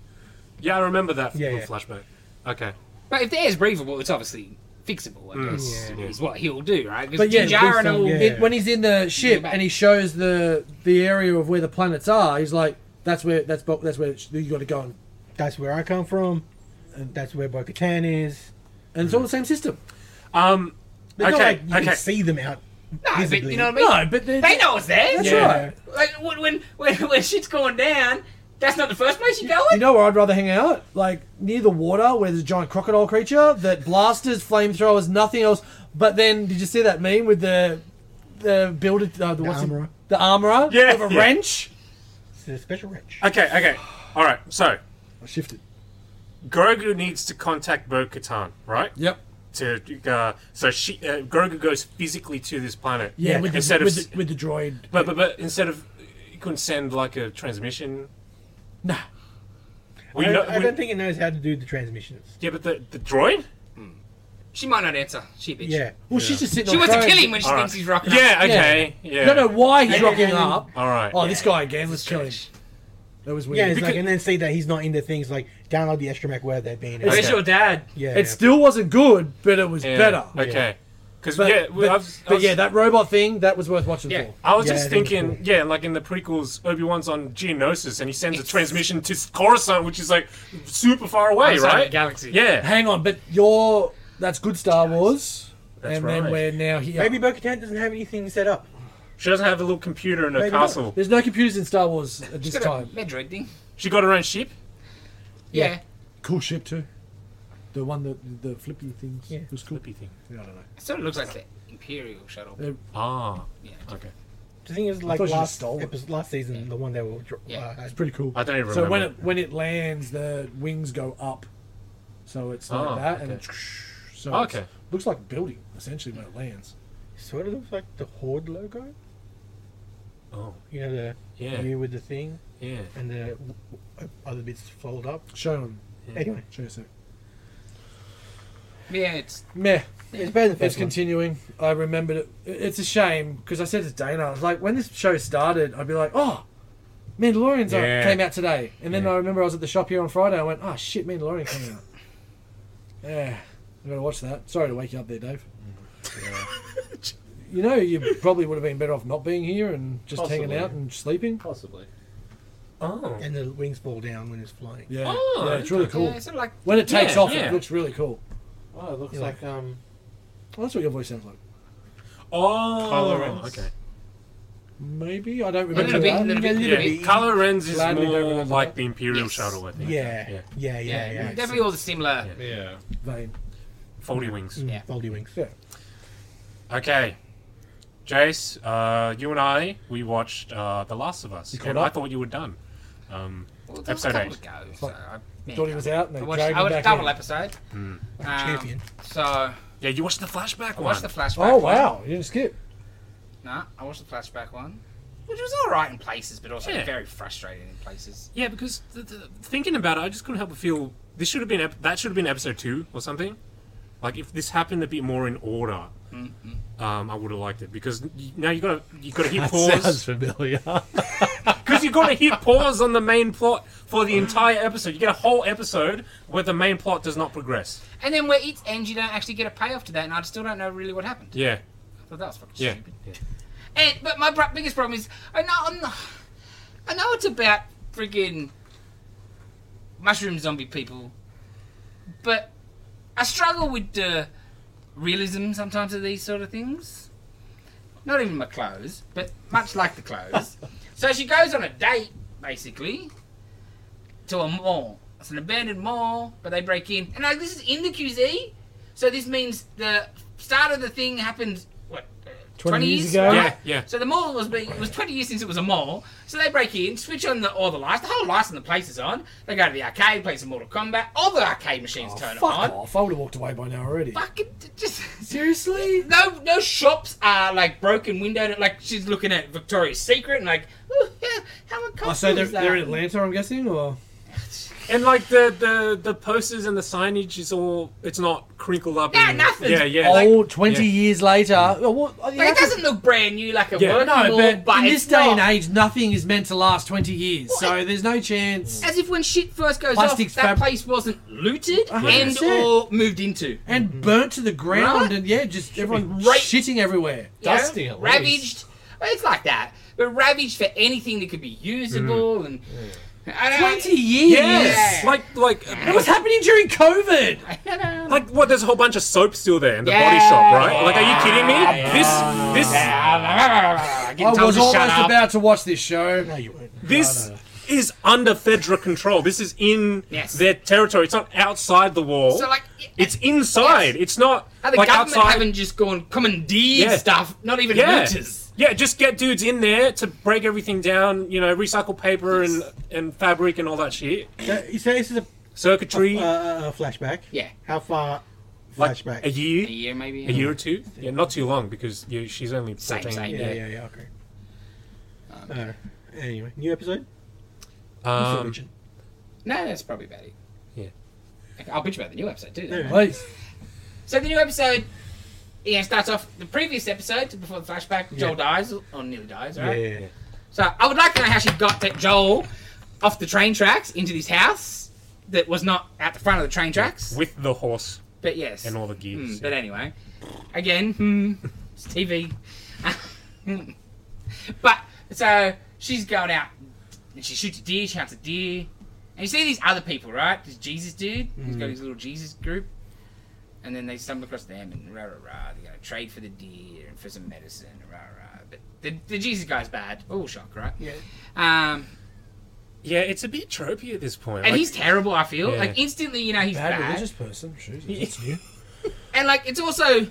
Speaker 1: Yeah, I remember that from
Speaker 5: Yeah, yeah.
Speaker 1: flashback. Okay.
Speaker 2: But if the air is breathable, it's obviously fixable. I guess
Speaker 1: Yeah.
Speaker 2: is what he'll do, right?
Speaker 4: Mm. But
Speaker 2: Because
Speaker 4: yeah,
Speaker 2: Jar and
Speaker 5: there's
Speaker 2: all.
Speaker 5: some-
Speaker 4: It, when he's in the ship
Speaker 2: back.
Speaker 4: and he shows the the area of where the planets are, he's like, "That's where that's bo- that's where it's- you got to go." And,
Speaker 5: That's where I come from, and that's where Bo-Katan is.
Speaker 4: and it's all the same system.
Speaker 1: Um.
Speaker 5: They're not
Speaker 1: Okay,
Speaker 5: like you
Speaker 1: okay.
Speaker 5: can see them out.
Speaker 2: No, but
Speaker 5: visibly.
Speaker 2: you know what I mean.
Speaker 4: No, but they-
Speaker 2: They know it's there.
Speaker 4: that's
Speaker 1: Yeah.
Speaker 4: right.
Speaker 2: Like when when when, when shit's going down, that's not the first place you go
Speaker 4: You
Speaker 2: in.
Speaker 4: know where I'd rather hang out? Like near the water where there's a giant crocodile creature that blasters, flamethrowers, nothing else. But then, did you see that meme with the the builder, uh, the, what's it-
Speaker 5: armourer.
Speaker 4: the armorer,
Speaker 1: Yeah,
Speaker 4: with a
Speaker 1: yeah.
Speaker 4: wrench?
Speaker 5: It's a special wrench.
Speaker 1: Okay. Okay. All right. So
Speaker 4: I shifted.
Speaker 1: Grogu needs to contact Bo Katan, right?
Speaker 4: Yep.
Speaker 1: To uh, so she uh, Grogu goes physically to this planet.
Speaker 4: Yeah, with, the,
Speaker 1: instead
Speaker 4: with,
Speaker 1: of
Speaker 4: the, with the droid.
Speaker 1: but, but but instead of you couldn't send like a transmission.
Speaker 4: Nah.
Speaker 1: We
Speaker 5: I,
Speaker 1: know.
Speaker 5: I
Speaker 1: we-
Speaker 5: don't think it knows how to do the transmissions.
Speaker 1: yeah, but the the droid.
Speaker 2: She might not answer. She a bitch.
Speaker 5: Yeah,
Speaker 4: Well, she's just sitting.
Speaker 2: She
Speaker 4: on the
Speaker 2: wants to
Speaker 4: throne.
Speaker 2: kill him when she
Speaker 1: All
Speaker 2: thinks
Speaker 1: right.
Speaker 2: he's rocking.
Speaker 1: Yeah.
Speaker 4: Yeah.
Speaker 1: Okay. Yeah.
Speaker 4: Don't know why he's
Speaker 2: Yeah.
Speaker 4: rocking up.
Speaker 1: All right.
Speaker 4: Oh, this guy again. Let's kill him. That was
Speaker 5: yeah.
Speaker 4: weird.
Speaker 5: It's
Speaker 1: Because-
Speaker 5: like, and then see that he's not into things like download the extra Mac where they've been.
Speaker 4: It's-
Speaker 1: Okay.
Speaker 2: Where's your dad?
Speaker 5: yeah,
Speaker 4: it still wasn't good, but it was
Speaker 1: Yeah,
Speaker 4: better.
Speaker 1: Okay. Because
Speaker 4: But,
Speaker 1: yeah,
Speaker 4: but,
Speaker 1: I was, I
Speaker 4: but
Speaker 1: was-
Speaker 4: yeah, that robot thing that was worth watching
Speaker 2: Yeah.
Speaker 4: for.
Speaker 1: I was
Speaker 5: Yeah,
Speaker 1: just
Speaker 5: that was
Speaker 1: thinking, yeah, like in the prequels, Obi Wan's on Geonosis, and he sends a transmission to Coruscant, which is like super far away,
Speaker 2: Outside
Speaker 1: right?
Speaker 2: the galaxy.
Speaker 1: Yeah.
Speaker 4: Hang on, but you're that's good Star Wars,
Speaker 1: That's
Speaker 4: and
Speaker 1: right.
Speaker 4: then we're now here.
Speaker 5: Maybe Bo-Katan doesn't have anything set up.
Speaker 1: She doesn't have a little computer in her
Speaker 5: Maybe not.
Speaker 1: castle.
Speaker 4: There's no computers in Star Wars at this
Speaker 2: She's got a
Speaker 4: time.
Speaker 2: Medroid thing.
Speaker 1: She got her own ship.
Speaker 2: Yeah.
Speaker 4: Cool ship too. The one that the flippy things
Speaker 5: Yeah.
Speaker 4: was cool.
Speaker 1: Flippy thing.
Speaker 4: Yeah, I don't know.
Speaker 2: It sort of looks like the Imperial shuttle.
Speaker 1: Ah.
Speaker 2: Yeah.
Speaker 1: Okay.
Speaker 5: The thing is, like
Speaker 4: thought she just
Speaker 5: last
Speaker 4: stole it.
Speaker 5: episode, last season, the one they were. dro-
Speaker 2: Yeah.
Speaker 5: Uh,
Speaker 4: It's pretty cool.
Speaker 1: I don't even
Speaker 4: So
Speaker 1: remember.
Speaker 4: when it when it lands, the wings go up, so it's like
Speaker 1: Ah,
Speaker 4: that, and
Speaker 1: okay.
Speaker 4: it's so
Speaker 1: Oh,
Speaker 4: it's-
Speaker 1: okay.
Speaker 4: looks like a building essentially when it lands.
Speaker 5: sort of looks like the Horde logo.
Speaker 1: Oh.
Speaker 5: You know the
Speaker 1: Yeah.
Speaker 5: you with the thing
Speaker 1: Yeah.
Speaker 5: and the w- w- other bits fold up.
Speaker 4: Show him.
Speaker 5: Anyway,
Speaker 4: Show us that.
Speaker 2: Yeah, it's
Speaker 4: Meh.
Speaker 5: it's better than the
Speaker 4: It's
Speaker 5: first one.
Speaker 4: continuing. I remembered it. It's a shame because I said to Dana, I was like, when this show started, I'd be like, oh, Mandalorians are-
Speaker 1: Yeah.
Speaker 4: came out today. And then
Speaker 1: Yeah.
Speaker 4: I remember I was at the shop here on Friday. I went, oh shit, Mandalorian came out. yeah, I gotta watch that. Sorry to wake you up there, Dave. you know, you probably would have been better off not being here and just hanging
Speaker 7: Possibly.
Speaker 4: out and sleeping.
Speaker 7: Possibly.
Speaker 1: Oh.
Speaker 5: And the wings fall down when it's flying.
Speaker 4: Yeah,
Speaker 1: Oh,
Speaker 4: yeah, it's really cool.
Speaker 2: Yeah, it's sort of like
Speaker 4: When it takes
Speaker 1: Yeah,
Speaker 4: off,
Speaker 1: yeah.
Speaker 4: it looks really cool.
Speaker 7: Oh, it looks
Speaker 5: Yeah.
Speaker 7: like um.
Speaker 4: Well, that's what your voice sounds like.
Speaker 1: Oh.
Speaker 7: Kylo Ren's.
Speaker 1: Okay.
Speaker 4: Maybe I don't
Speaker 2: a
Speaker 4: remember.
Speaker 2: little bit, a
Speaker 4: that.
Speaker 2: little bit, a
Speaker 1: Yeah.
Speaker 2: little bit.
Speaker 1: Kylo Ren's is
Speaker 4: Gladly don't
Speaker 1: more
Speaker 4: remember
Speaker 1: like
Speaker 4: that.
Speaker 1: the Imperial
Speaker 2: Yes.
Speaker 1: shuttle, I think.
Speaker 5: Yeah, yeah, yeah, yeah.
Speaker 2: Yeah,
Speaker 5: yeah.
Speaker 2: definitely all the similar.
Speaker 1: Yeah.
Speaker 7: Yeah.
Speaker 4: Vein.
Speaker 1: Foldy wings.
Speaker 5: Mm,
Speaker 2: Yeah.
Speaker 5: Foldy wings.
Speaker 4: Yeah.
Speaker 1: Okay. Jace, uh, you and I, we watched uh, The Last of Us.
Speaker 4: You caught
Speaker 1: and I
Speaker 4: up?
Speaker 1: thought you were done. Um,
Speaker 2: Well, there was a
Speaker 1: episode
Speaker 2: couple
Speaker 1: 8.
Speaker 2: to go, so I, man,
Speaker 4: Thought he was out and they
Speaker 2: I watched,
Speaker 4: dragged
Speaker 2: I
Speaker 4: him
Speaker 2: watched
Speaker 4: back
Speaker 2: double
Speaker 4: in. Hmm.
Speaker 2: episode. Um,
Speaker 5: Champion.
Speaker 2: So I
Speaker 1: Yeah, you watched the flashback one.
Speaker 2: watched the flashback.
Speaker 4: Oh
Speaker 2: one.
Speaker 4: wow! You didn't skip.
Speaker 2: Nah, I watched the flashback one, which was all right in places, but also
Speaker 1: Yeah.
Speaker 2: very frustrating in places.
Speaker 1: Yeah, because the, the, thinking about it, I just couldn't help but feel this should have been ep- that should have been episode two or something. Like if this happened a bit more in order,
Speaker 2: Mm-hmm.
Speaker 1: um, I would have liked it because y- now you got to you got to hit
Speaker 7: Sounds
Speaker 1: pause
Speaker 7: familiar.
Speaker 1: because you got to hit pause on the main plot for the entire episode. You get a whole episode where the main plot does not progress.
Speaker 2: And then where it ends, you don't actually get a payoff to that, and I still don't know really what happened.
Speaker 1: Yeah,
Speaker 2: Well, that was fucking
Speaker 1: Yeah.
Speaker 2: stupid. And, but my pro- biggest problem is I know I'm not, I know it's about friggin' mushroom zombie people, but I struggle with the realism sometimes of these sort of things. Not even my clothes, but much like the clothes. so she goes on a date basically to a mall. It's an abandoned mall, but they break in, and like this is in the QZ. So this means the start of the thing happened what uh,
Speaker 4: 20
Speaker 2: 20
Speaker 4: years
Speaker 2: years
Speaker 4: ago?
Speaker 1: yeah,
Speaker 2: right?
Speaker 1: yeah.
Speaker 2: So the mall was being, it was 20 years since it was a mall. So they break in, switch on the, all the lights. The whole lights in the place is on. They go to the arcade, play some Mortal Kombat. All the arcade machines
Speaker 6: Oh,
Speaker 2: turn
Speaker 4: Oh, Fuck
Speaker 2: on.
Speaker 4: off. I would have walked away by now already.
Speaker 2: Fucking t- just.
Speaker 4: Seriously?
Speaker 2: No, no shops are like broken window. Like she's looking at Victoria's Secret and like, "Ooh, yeah, how uncomfortable
Speaker 3: Oh, so they're,
Speaker 2: is that?"
Speaker 3: they're in Atlanta, I'm guessing, or
Speaker 1: And like the the the posters and the signage is all it's not crinkled up.
Speaker 2: Yeah,
Speaker 1: and-
Speaker 2: nothing.
Speaker 1: Yeah, yeah.
Speaker 4: oh, 20
Speaker 1: yeah.
Speaker 4: years later.
Speaker 3: Mm.
Speaker 6: Oh,
Speaker 4: Well, what,
Speaker 2: Like, it doesn't look brand new like a
Speaker 1: Yeah.
Speaker 2: work
Speaker 6: No,
Speaker 2: mall,
Speaker 6: but,
Speaker 2: but
Speaker 6: in
Speaker 2: it's
Speaker 6: this day
Speaker 2: not.
Speaker 6: and age, nothing is meant to last 20 years,
Speaker 2: Well,
Speaker 6: so there's no chance.
Speaker 2: as if when shit first goes
Speaker 6: Plastics
Speaker 2: off, that
Speaker 6: fab-
Speaker 2: place wasn't looted and
Speaker 6: 100%.
Speaker 2: or moved into.
Speaker 3: Mm-hmm.
Speaker 6: And burnt to the ground,
Speaker 2: Right?
Speaker 6: and yeah, just everyone
Speaker 2: right-
Speaker 6: shitting everywhere.
Speaker 2: you know,
Speaker 7: Dusty, at
Speaker 2: ravaged. Well, It's like that, but ravaged for anything that could be usable
Speaker 6: Mm.
Speaker 2: and. I don't,
Speaker 6: 20 years!
Speaker 1: Yes,
Speaker 2: Yeah.
Speaker 1: like like
Speaker 6: It was happening during COVID!
Speaker 2: I don't know.
Speaker 1: Like what? There's a whole bunch of soap still there in the body
Speaker 2: Yeah.
Speaker 1: shop, right? Like, are you kidding me? This, this,
Speaker 2: Getting
Speaker 6: I
Speaker 2: told
Speaker 6: was
Speaker 2: to
Speaker 6: almost
Speaker 2: shut up.
Speaker 6: about to watch this show.
Speaker 1: this is under Fedra control. This is in
Speaker 2: Yes.
Speaker 1: their territory. It's not outside the wall.
Speaker 2: So like,
Speaker 1: it's inside. It's not
Speaker 2: how the
Speaker 1: like
Speaker 2: government
Speaker 1: outside.
Speaker 2: haven't just gone commandeered
Speaker 1: Yeah.
Speaker 2: stuff, not even
Speaker 1: yeah,
Speaker 2: looters.
Speaker 1: yeah. Just get dudes in there to break everything down. You know, recycle paper and and fabric and all that shit.
Speaker 5: So, so this is a,
Speaker 1: Circuitry.
Speaker 5: a, a, a flashback.
Speaker 2: Yeah,
Speaker 5: How far
Speaker 1: like,
Speaker 5: uh, flashback?
Speaker 1: a year,
Speaker 2: a year maybe.
Speaker 1: a year or two. Yeah, not too long because you, she's only
Speaker 2: Same,
Speaker 1: 14.
Speaker 2: same,
Speaker 5: yeah, yeah, yeah. Okay. Uh, anyway, new episode.
Speaker 1: Um,
Speaker 5: Origin.
Speaker 2: No, that's probably about it.
Speaker 1: Yeah.
Speaker 2: Okay, I'll bitch about the new episode too. then.
Speaker 5: Yeah.
Speaker 6: Please.
Speaker 2: So the new episode, you know, starts off the previous episode before the flashback. Joel dies or nearly dies, right?
Speaker 7: yeah.
Speaker 2: So I would like to know how she got that Joel off the train tracks into this house that was not at the front of the train tracks.
Speaker 1: with the horse
Speaker 2: But yes.
Speaker 1: and all the
Speaker 2: Hmm,
Speaker 1: gears.
Speaker 2: But anyway, again, hmm, it's TV. but so she's going out and she shoots a deer. She hunts a deer, and you see these other people, right? This Jesus dude, he's got his little Jesus group, and then they stumble across them and rah rah rah. They're gonna trade for the deer and for some medicine, rah rah. But the, the Jesus guy's bad. All shock, right?
Speaker 5: Yeah.
Speaker 2: Um,
Speaker 1: Yeah, it's a bit tropey at this point.
Speaker 2: and
Speaker 1: like-
Speaker 2: he's terrible. I feel
Speaker 1: Yeah.
Speaker 2: like instantly, you know, he's
Speaker 4: Bad
Speaker 2: bad.
Speaker 4: religious person. Jesus, that's new.
Speaker 2: and like it's also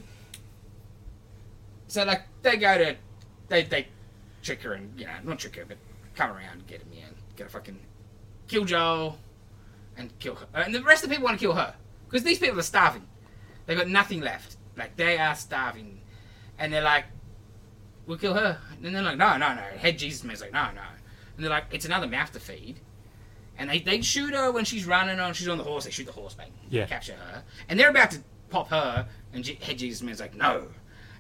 Speaker 2: so like they go to they they trick her and you know not trick her but come around get him yeah get a fucking kill Joel and kill her and the rest of the people want to kill her because these people are starving they got nothing left like they are starving and they're like we'll kill her and they're like no no no head Jesus man's like no no and they're like it's another mouth to feed and they, they shoot her when she's running on she's on the horse they shoot the horse bang
Speaker 1: Yeah.
Speaker 2: capture her and they're about to pop her and Je- head Jesus man's like no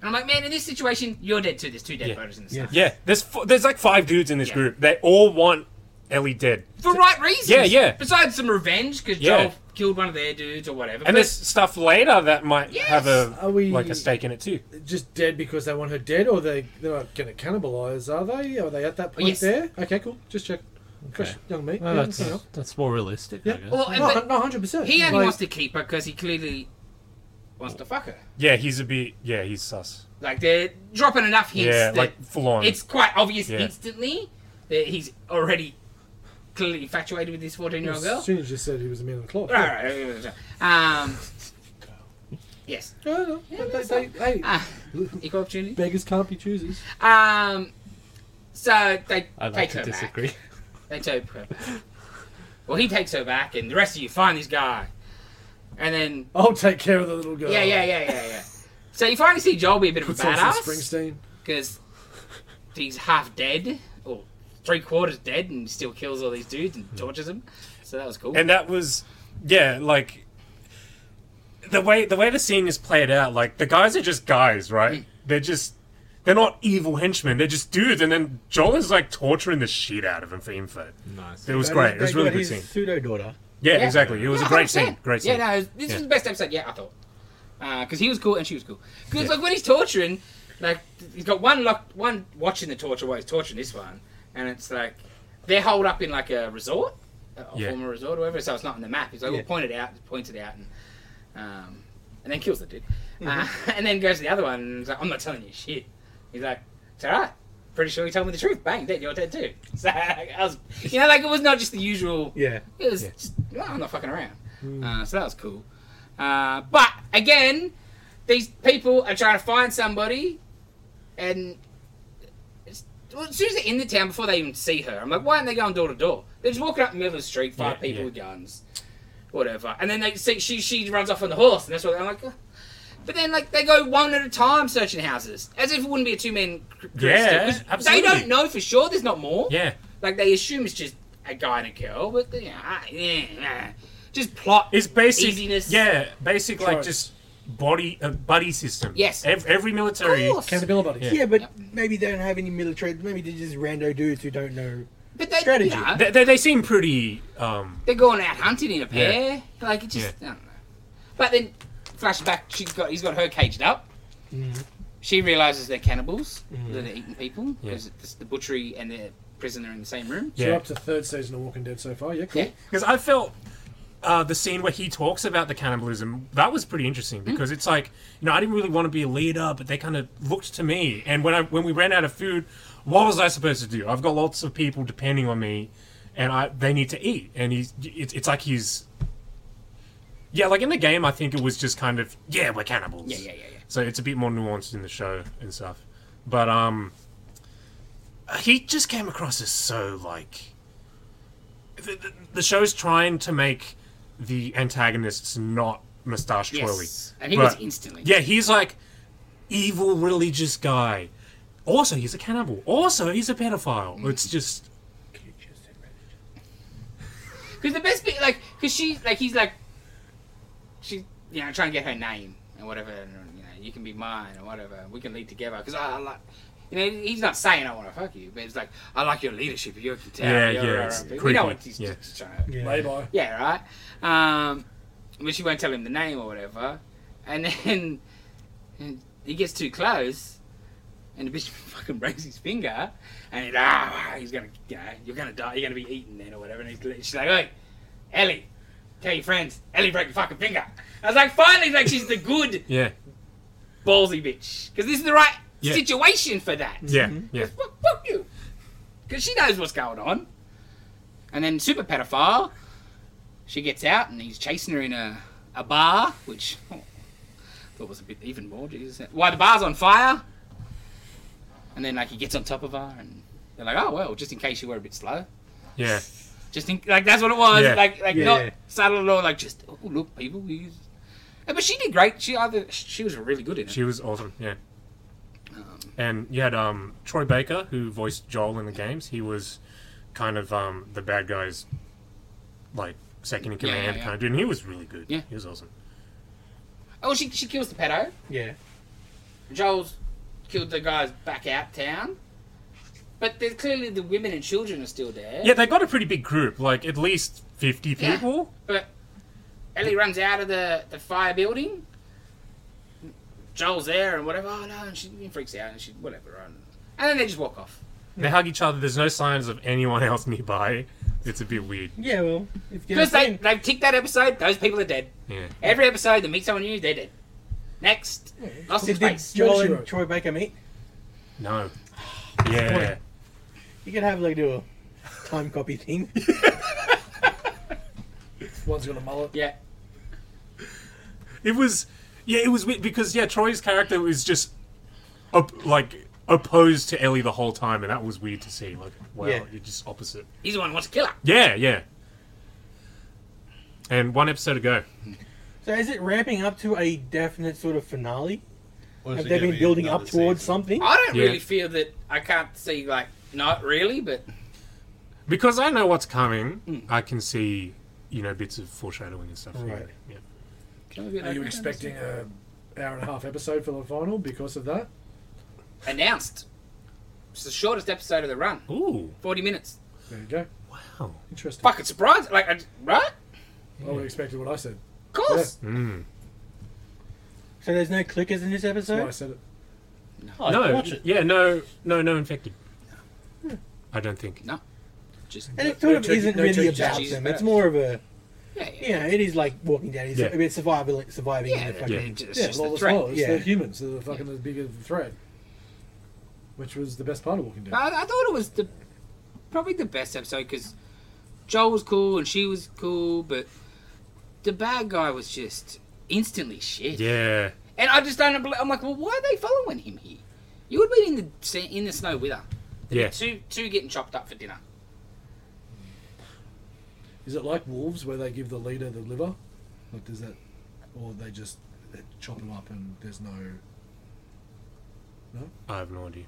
Speaker 2: and I'm like man in this situation you're dead too there's two dead
Speaker 1: Yeah.
Speaker 2: voters in this
Speaker 5: Yeah.
Speaker 1: Yeah, there's f- there's like five dudes in this
Speaker 2: Yeah.
Speaker 1: group. They all want Ellie dead,
Speaker 2: for right reasons.
Speaker 1: Yeah, yeah.
Speaker 2: Besides some revenge because
Speaker 1: Yeah.
Speaker 2: Joel killed one of their dudes or whatever.
Speaker 1: and
Speaker 2: but
Speaker 1: there's stuff later that might
Speaker 2: Yes!
Speaker 1: have a
Speaker 6: Are we-
Speaker 1: like a stake in it too.
Speaker 6: Just dead because they want her dead, or they, they're not going to cannibalise, are they? Are they at that point
Speaker 2: yes.
Speaker 6: there? Okay, cool. Just check. Gosh, young mate.
Speaker 7: Well,
Speaker 6: Yeah,
Speaker 7: that's,
Speaker 6: fair enough.
Speaker 7: that's more realistic, I guess.
Speaker 2: well, and
Speaker 6: no,
Speaker 2: but
Speaker 6: no, 100%.
Speaker 2: he only
Speaker 6: Like,
Speaker 2: wants to keep her because he clearly wants to fuck her.
Speaker 1: Yeah, he's a bit. Yeah, he's sus.
Speaker 2: Like they're dropping enough hints
Speaker 1: yeah,
Speaker 2: that
Speaker 1: like full on.
Speaker 2: it's quite obvious
Speaker 1: Yeah.
Speaker 2: instantly that he's already clearly infatuated with this fourteen-year-old girl.
Speaker 6: As soon as you said he was a man of the cloth.
Speaker 2: Right, right, right, right. Um. Yes.
Speaker 6: No, no, but they, they, hey,
Speaker 2: Ah, equal opportunity.
Speaker 6: beggars can't be choosers.
Speaker 2: Um. So they
Speaker 7: I'd
Speaker 2: take
Speaker 7: like
Speaker 2: her
Speaker 7: to
Speaker 2: back.
Speaker 7: disagree.
Speaker 2: They take her back. Well, he takes her back, and the rest of you find this guy. And then,
Speaker 6: I'll take care of the little girl.
Speaker 7: Oh.
Speaker 2: yeah, yeah, yeah, yeah, yeah. So you finally see Joel be a bit of a
Speaker 6: Puts on some
Speaker 2: badass
Speaker 6: Springsteen.
Speaker 2: because he's half dead or three quarters dead and still kills all these dudes and tortures them. So that was cool.
Speaker 1: and that was yeah like the way the way the scene is played out like the guys are just guys
Speaker 2: Mm.
Speaker 1: right they're just they're not evil henchmen they're just dudes and then joel is like torturing the shit out of him for info
Speaker 7: Nice.
Speaker 1: it was great it was a really good
Speaker 5: his
Speaker 1: scene
Speaker 5: pseudo daughter.
Speaker 1: yeah,
Speaker 2: Yeah.
Speaker 1: exactly it was
Speaker 2: Yeah,
Speaker 1: a great
Speaker 2: 100%.
Speaker 1: scene great scene
Speaker 2: Yeah, no, it was- this
Speaker 1: Yeah.
Speaker 2: was the best episode. Yeah, I thought. Because he was cool and she was cool. Because like when he's torturing, like he's got one locked, one watching the torture while he's torturing this one, and it's like they're holed up in like a resort, a a
Speaker 1: Yeah.
Speaker 2: former resort or whatever. So it's not on the map. He's like,
Speaker 5: Yeah.
Speaker 2: well, point it out, points it out, and um, and then kills the dude,
Speaker 1: Mm-hmm.
Speaker 2: uh, and then goes to the other one. and He's like, I'm not telling you shit. He's like, it's alright. Pretty sure you told me the truth. Bang, dead. You're dead too. So I was, you know, like it was not just the usual.
Speaker 5: Yeah.
Speaker 2: It was just, "Oh, I'm not fucking around.
Speaker 1: Hmm.
Speaker 2: Uh, so that was cool. Uh, but again, these people are trying to find somebody, and it's, well, as soon as they're in the town, before they even see her, I'm like, why aren't they going door to door? They're just walking up the middle of the street, five
Speaker 1: Yeah,
Speaker 2: people
Speaker 1: yeah.
Speaker 2: with guns, whatever. And then they see she she runs off on the horse, and that's what I'm like. "Oh." But then, like, they go one at a time searching houses, as if it wouldn't be a two man.
Speaker 1: Yeah,
Speaker 2: They
Speaker 1: absolutely.
Speaker 2: don't know for sure. There's not more.
Speaker 1: yeah
Speaker 2: Like they assume it's just a guy and a girl, but you know, I- yeah, yeah. just plot.
Speaker 1: it's basic
Speaker 2: Easiness.
Speaker 1: yeah basic like
Speaker 6: Choice.
Speaker 1: just body uh, buddy system
Speaker 2: Yes.
Speaker 1: every, every military
Speaker 2: Of course.
Speaker 6: Accountability buddies.
Speaker 1: Yeah.
Speaker 5: Yeah, but maybe they don't have any military. Maybe they're just rando dudes who don't know.
Speaker 2: but they,
Speaker 5: strategy.
Speaker 2: You know,
Speaker 1: they, they, they seem pretty um
Speaker 2: they're going out hunting in a pair. Like it just, I don't know. But then, flashback. She got he's got her caged up. She realizes they're cannibals. That they're eating people because the butchery and the prisoner in the same room.
Speaker 1: yeah.
Speaker 6: So we're up to third season of Walking Dead so far. Yeah, cool.
Speaker 2: Yeah.
Speaker 1: Because I felt uh, the scene where he talks about the cannibalism that was pretty interesting
Speaker 2: Mm.
Speaker 1: because it's like you know I didn't really want to be a leader, but they kind of looked to me. And when I when we ran out of food, what was I supposed to do? I've got lots of people depending on me, and I they need to eat. And he's it's it's like he's yeah, like in the game, I think it was just kind of yeah, we're cannibals.
Speaker 2: Yeah, yeah, yeah, yeah.
Speaker 1: So it's a bit more nuanced in the show and stuff. But um he just came across as so like the, the, the show's trying to make the antagonists not mustache twirly.
Speaker 2: Yes. And he was
Speaker 1: But-
Speaker 2: instantly.
Speaker 1: Yeah, he's like evil religious guy. Also, he's a cannibal. Also, he's a pedophile.
Speaker 2: Mm.
Speaker 1: It's just
Speaker 2: Because the best bit, like, because she, like, he's like, she, you know, trying to get her name and whatever, and, you know, you can be mine or whatever, we can lead together. Because I, I like, you know, he's not saying I want to fuck you, but it's like, I like your leadership, you can tell.
Speaker 1: Yeah,
Speaker 2: you're-
Speaker 1: yeah,
Speaker 2: you're-
Speaker 1: it's
Speaker 2: but we
Speaker 1: creepy,
Speaker 2: know what he's
Speaker 1: yeah.
Speaker 2: just trying to, yeah.
Speaker 6: Lay by.
Speaker 2: right? Um, but she won't tell him the name or whatever, and then and he gets too close. And the bitch fucking breaks his finger, and he's ah, ah, he's gonna, you know, you're gonna die, you're gonna be eaten then or whatever. And he's, she's like, hey, Ellie, tell your friends, Ellie broke your fucking finger. I was like, finally, like she's the good
Speaker 1: yeah,
Speaker 2: ballsy bitch, because this is the right
Speaker 1: Yeah.
Speaker 2: situation for that.
Speaker 1: yeah, yeah.
Speaker 2: Fuck, fuck you, because she knows what's going on. And then super pedophile, she gets out and he's chasing her in a, a bar, which oh, thought was a bit even more. Jesus, why the bar's on fire? And then like he gets on top of her and they're like, oh well, just in case you were a bit slow.
Speaker 1: Yeah.
Speaker 2: Just think, like that's what it was.
Speaker 1: Yeah.
Speaker 2: Like, like
Speaker 5: Yeah.
Speaker 2: not subtle at all. Like just, oh look, people. We use... Yeah, but she did great. She either she was really good in it.
Speaker 1: She was awesome, yeah. And you had um, Troy Baker, who voiced Joel in the games. He was kind of um, the bad guy's like second in
Speaker 2: Yeah, yeah,
Speaker 1: command
Speaker 2: yeah.
Speaker 1: kind of dude, and he was really good.
Speaker 2: Yeah.
Speaker 1: he was awesome.
Speaker 2: oh, she she kills the pedo.
Speaker 5: Yeah.
Speaker 2: Joel's killed the guys back out town. But there's clearly the women and children are still there.
Speaker 1: Yeah, they got a pretty big group, like at least fifty
Speaker 2: Yeah.
Speaker 1: people.
Speaker 2: But Ellie runs out of the, the fire building. Joel's there and whatever. Oh no, and she freaks out and she whatever. Right? And then they just walk off.
Speaker 1: They hug each other. There's no signs of anyone else nearby. It's a bit weird.
Speaker 5: Yeah. Well, it's
Speaker 2: Because they they've ticked that episode. Those people are dead.
Speaker 1: Yeah,
Speaker 2: Every episode they meet someone new, they're dead. Next, lost in
Speaker 5: Did, did
Speaker 2: space.
Speaker 5: Joel
Speaker 6: Yoshiro.
Speaker 5: and Troy Baker meet?
Speaker 1: no. Yeah,
Speaker 5: You could have like do a time copy thing.
Speaker 6: One's got a mullet.
Speaker 2: yeah,
Speaker 1: it was. Yeah, it was weird because yeah, Troy's character was just op- like opposed to Ellie the whole time, and that was weird to see. Like, wow,
Speaker 5: Yeah.
Speaker 1: you're just opposite.
Speaker 2: he's the one who wants to kill her.
Speaker 1: Yeah, yeah. And one episode ago.
Speaker 5: So is it ramping up to a definite sort of finale? Have they been building up towards something?
Speaker 2: I don't
Speaker 1: Yeah.
Speaker 2: really feel that I can't see like not really, but
Speaker 1: Because I know what's coming, I can see, you know, bits of foreshadowing and stuff.
Speaker 5: Right.
Speaker 1: Yeah.
Speaker 2: can we be
Speaker 4: Are
Speaker 2: like
Speaker 4: you expecting a hour and a half episode for the final because of that?
Speaker 2: announced? It's the shortest episode of the run,
Speaker 1: yeah. Ooh.
Speaker 2: forty minutes.
Speaker 4: There you go.
Speaker 1: Wow.
Speaker 4: Interesting.
Speaker 2: Fucking surprised, like I, right?
Speaker 4: I would have expected what I said.
Speaker 2: Of course.
Speaker 1: Mm.
Speaker 5: So there's no clickers in this
Speaker 4: That's why I
Speaker 5: episode?
Speaker 4: said it.
Speaker 1: no.
Speaker 7: watch it.
Speaker 1: Yeah. No. No. No infected. I don't think.
Speaker 2: Just
Speaker 5: And it sort
Speaker 4: No
Speaker 5: of
Speaker 4: turkey-
Speaker 5: isn't
Speaker 4: no
Speaker 5: really
Speaker 4: turkey
Speaker 5: about
Speaker 2: jerseys
Speaker 5: them.
Speaker 2: back.
Speaker 5: It's more of a,
Speaker 2: yeah, yeah.
Speaker 5: you know, it is like Walking Dead. It's
Speaker 1: Yeah.
Speaker 5: a bit survival, surviving in
Speaker 2: Yeah,
Speaker 5: the
Speaker 2: yeah,
Speaker 5: fucking.
Speaker 2: it's
Speaker 4: Yeah,
Speaker 2: just a
Speaker 4: lawless
Speaker 2: threat.
Speaker 4: law. It's
Speaker 5: Yeah.
Speaker 4: the humans that are fucking the bigger threat, which was the best part of Walking Dead.
Speaker 2: I, I thought it was the probably the best episode because Joel was cool and she was cool, but the bad guy was just instantly shit.
Speaker 1: Yeah.
Speaker 2: And I just don't. bel- I'm like, well, why are they following him here? You would have been in the sa- in the snow with her.
Speaker 1: Yeah.
Speaker 2: Two two getting chopped up for dinner.
Speaker 4: Is it like wolves where they give the leader the liver? Like, does that, or they just they chop them up and there's no?
Speaker 1: I have no idea.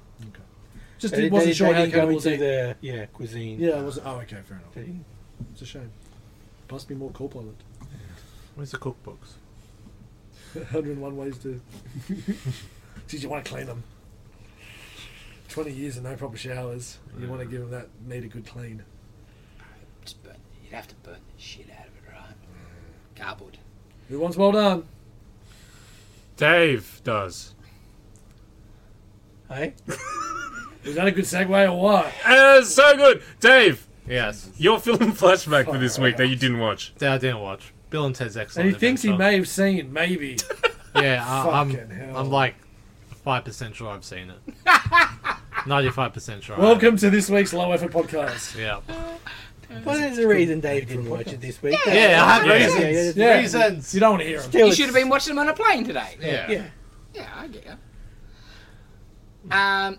Speaker 4: Just
Speaker 5: They-
Speaker 4: it wasn't
Speaker 5: they-
Speaker 4: sure
Speaker 5: they
Speaker 4: how
Speaker 5: didn't go
Speaker 4: cannibals
Speaker 5: into
Speaker 4: eat.
Speaker 5: the yeah cuisine.
Speaker 4: Yeah, it was. Oh, okay, fair enough.
Speaker 5: They-
Speaker 4: It's a shame. Must be more co-pilot.
Speaker 3: Where's the cookbooks?
Speaker 4: 101 ways to. Geez, you want to clean them. 20 years and no proper showers. You want to give them that need a good clean.
Speaker 2: Just burn. You'd have to burn the shit out of it, right?
Speaker 4: Mm.
Speaker 2: Cardboard.
Speaker 4: Who wants well done?
Speaker 1: Dave does.
Speaker 5: Hey?
Speaker 4: Is that a good segue or what?
Speaker 1: Uh, so good, Dave.
Speaker 7: Yes.
Speaker 1: Your film flashback for this week that you didn't watch.
Speaker 7: That I didn't watch. Bill and Ted's
Speaker 4: And
Speaker 7: Excellent
Speaker 4: he thinks he
Speaker 7: Adventure.
Speaker 4: may have seen, maybe.
Speaker 7: Yeah, I,
Speaker 4: Fucking
Speaker 7: I'm.
Speaker 4: hell.
Speaker 7: I'm like five percent sure I've seen it. Ninety-five percent sure. I haven't.
Speaker 4: Welcome to this week's Low Effort Podcast.
Speaker 7: Yeah.
Speaker 5: Well, there's a reason Dave didn't watch it this week.
Speaker 7: Yeah, I have
Speaker 1: Yeah.
Speaker 7: reasons.
Speaker 5: Yeah,
Speaker 4: Yeah.
Speaker 7: Reasons.
Speaker 4: You don't want to hear him.
Speaker 5: Still,
Speaker 2: You should have been watching them on a plane today.
Speaker 7: Yeah.
Speaker 5: Yeah.
Speaker 2: Yeah, I get you.
Speaker 4: Mm.
Speaker 2: Um,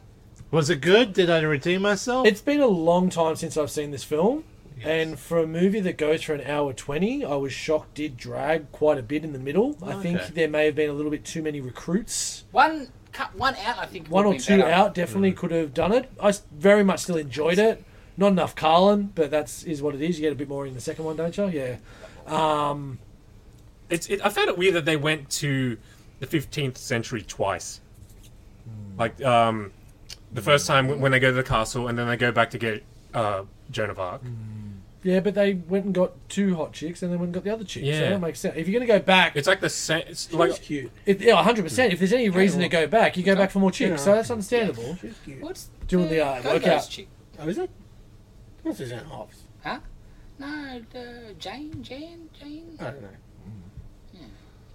Speaker 7: Was it good? Did I redeem myself?
Speaker 4: It's been a long time since I've seen this film, and for a movie that goes for an hour twenty, I was shocked did drag quite a bit in the middle. I think
Speaker 7: Okay.
Speaker 4: there may have been a little bit too many recruits.
Speaker 2: one cut, one out. I think
Speaker 4: One
Speaker 2: would've
Speaker 4: or
Speaker 2: been
Speaker 4: two
Speaker 2: better.
Speaker 4: out definitely could have done it. I s- very much still enjoyed it. Not enough Carlin, but that's is what it is. You get a bit more in the second one, don't you? Yeah.
Speaker 1: It's. It, I found it weird that they went to the 15th century twice. Like, um, the first time when- when they go to the castle, and then they go back to get uh, Joan of Arc.
Speaker 7: Mm.
Speaker 4: Yeah, but they went and got two hot chicks and then went and got the other chick. So
Speaker 1: Yeah.
Speaker 4: that makes sense. If you're going to go back,
Speaker 1: It's like the same. It's
Speaker 5: She was
Speaker 1: like
Speaker 5: cute.
Speaker 4: if, yeah, 100%. If there's any reason to go back, you go back for more chicks. So that's understandable.
Speaker 5: She was cute.
Speaker 2: What's
Speaker 4: Doing the, uh,
Speaker 2: Gogo's
Speaker 4: workout.
Speaker 2: chick?
Speaker 5: Oh, is it? What's his name? Hobbs.
Speaker 2: Huh? No, the Jane, Jan, Jane.
Speaker 5: I
Speaker 4: Oh.
Speaker 5: don't know.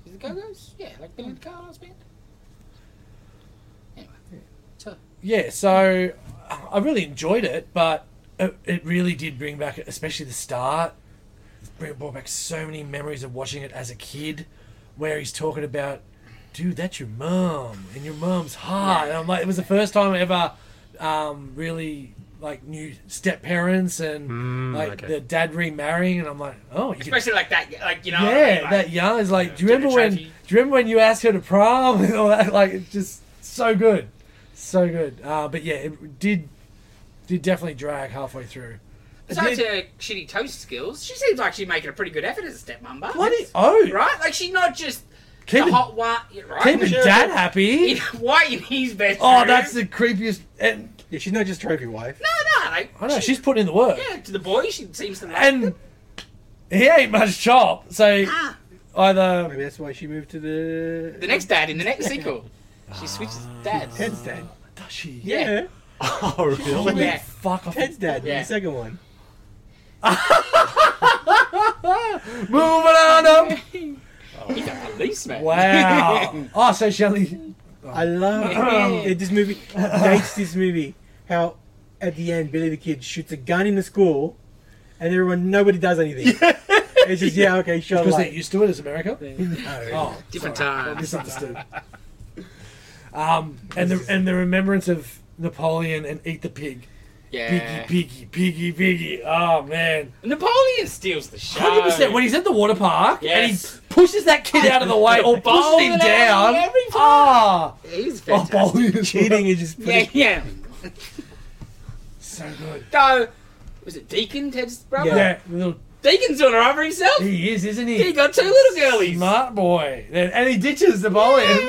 Speaker 2: Is it Go Go's? Yeah, like Billy the Carlisle's band. Anyway, so
Speaker 4: yeah, so I really enjoyed it, but it, it really did bring back, especially the start, bring- brought back so many memories of watching it as a kid, where he's talking about, dude, that's your mum and your mum's hot. And I'm like, it was the first time I ever um, really like knew step parents and like
Speaker 1: okay.
Speaker 4: the dad remarrying, and I'm like, oh, you could
Speaker 2: Mm, especially like that, like you know.
Speaker 4: yeah,
Speaker 2: like,
Speaker 4: that young is like. Do you remember
Speaker 2: Jenna
Speaker 4: when? Do
Speaker 2: Trophy.
Speaker 4: you remember when you asked her to prom and all that? Like, it's just so good, so good. Uh, but yeah, it did did definitely drag halfway through.
Speaker 2: besides her shitty toast skills, she seems like she's making a pretty good effort as a stepmom. but-
Speaker 4: Bloody oh,
Speaker 2: right? Like she's not just
Speaker 4: keep
Speaker 2: the
Speaker 4: it,
Speaker 2: hot one. yeah, Right?
Speaker 4: keep it dad happy.
Speaker 2: Why in his best?
Speaker 4: Oh,
Speaker 2: room.
Speaker 4: that's the creepiest. And
Speaker 5: Yeah, she's not just trophy wife.
Speaker 2: no, no. Like,
Speaker 4: I know
Speaker 2: she-
Speaker 4: Oh, she's putting in the work,
Speaker 2: yeah to the boy. She seems to like.
Speaker 4: and he ain't much chop. So
Speaker 2: Ah,
Speaker 4: either
Speaker 5: Maybe that's why she moved to the.
Speaker 2: the next dad in the next sequel, she switches dads.
Speaker 5: Ted's dad.
Speaker 4: does she?
Speaker 5: Yeah.
Speaker 7: oh, really?
Speaker 2: Yeah.
Speaker 4: Fuck off.
Speaker 5: Ted's dad.
Speaker 2: Yeah.
Speaker 5: The second one.
Speaker 4: Moving on up.
Speaker 2: He's a policeman.
Speaker 4: Ah. Wow. Oh, so she only.
Speaker 5: I love it. This movie dates this movie. How at the end Billy the Kid shoots a gun in the school, and everyone nobody does anything. It's just yeah, okay, shot
Speaker 4: Because they're
Speaker 5: like.
Speaker 4: used to it as America. Oh,
Speaker 2: Different
Speaker 4: I
Speaker 2: time.
Speaker 4: misunderstood. um, and the and the remembrance of Napoleon and Eat the Pig,
Speaker 2: Yeah.
Speaker 4: Piggy, Piggy, Piggy, Piggy. Oh man,
Speaker 2: Napoleon steals the show.
Speaker 4: hundred percent. When he's at the water park and
Speaker 2: Yes.
Speaker 4: he pushes that kid out of the way or
Speaker 2: Pushes
Speaker 4: bowls him
Speaker 2: it out of the way
Speaker 4: down.
Speaker 2: every time.
Speaker 4: Ah,
Speaker 2: He's
Speaker 6: Oh,
Speaker 2: fantastic.
Speaker 6: bowling is
Speaker 5: Cheating is just
Speaker 2: yeah, yeah.
Speaker 4: so good.
Speaker 2: So, was it Deacon, Ted's brother?
Speaker 4: Yeah, little,
Speaker 2: Deacon's doing alright for himself.
Speaker 4: he is, isn't he?
Speaker 2: He got two little girlies.
Speaker 4: Smart boy. And and he ditches the bowling.
Speaker 2: Yeah.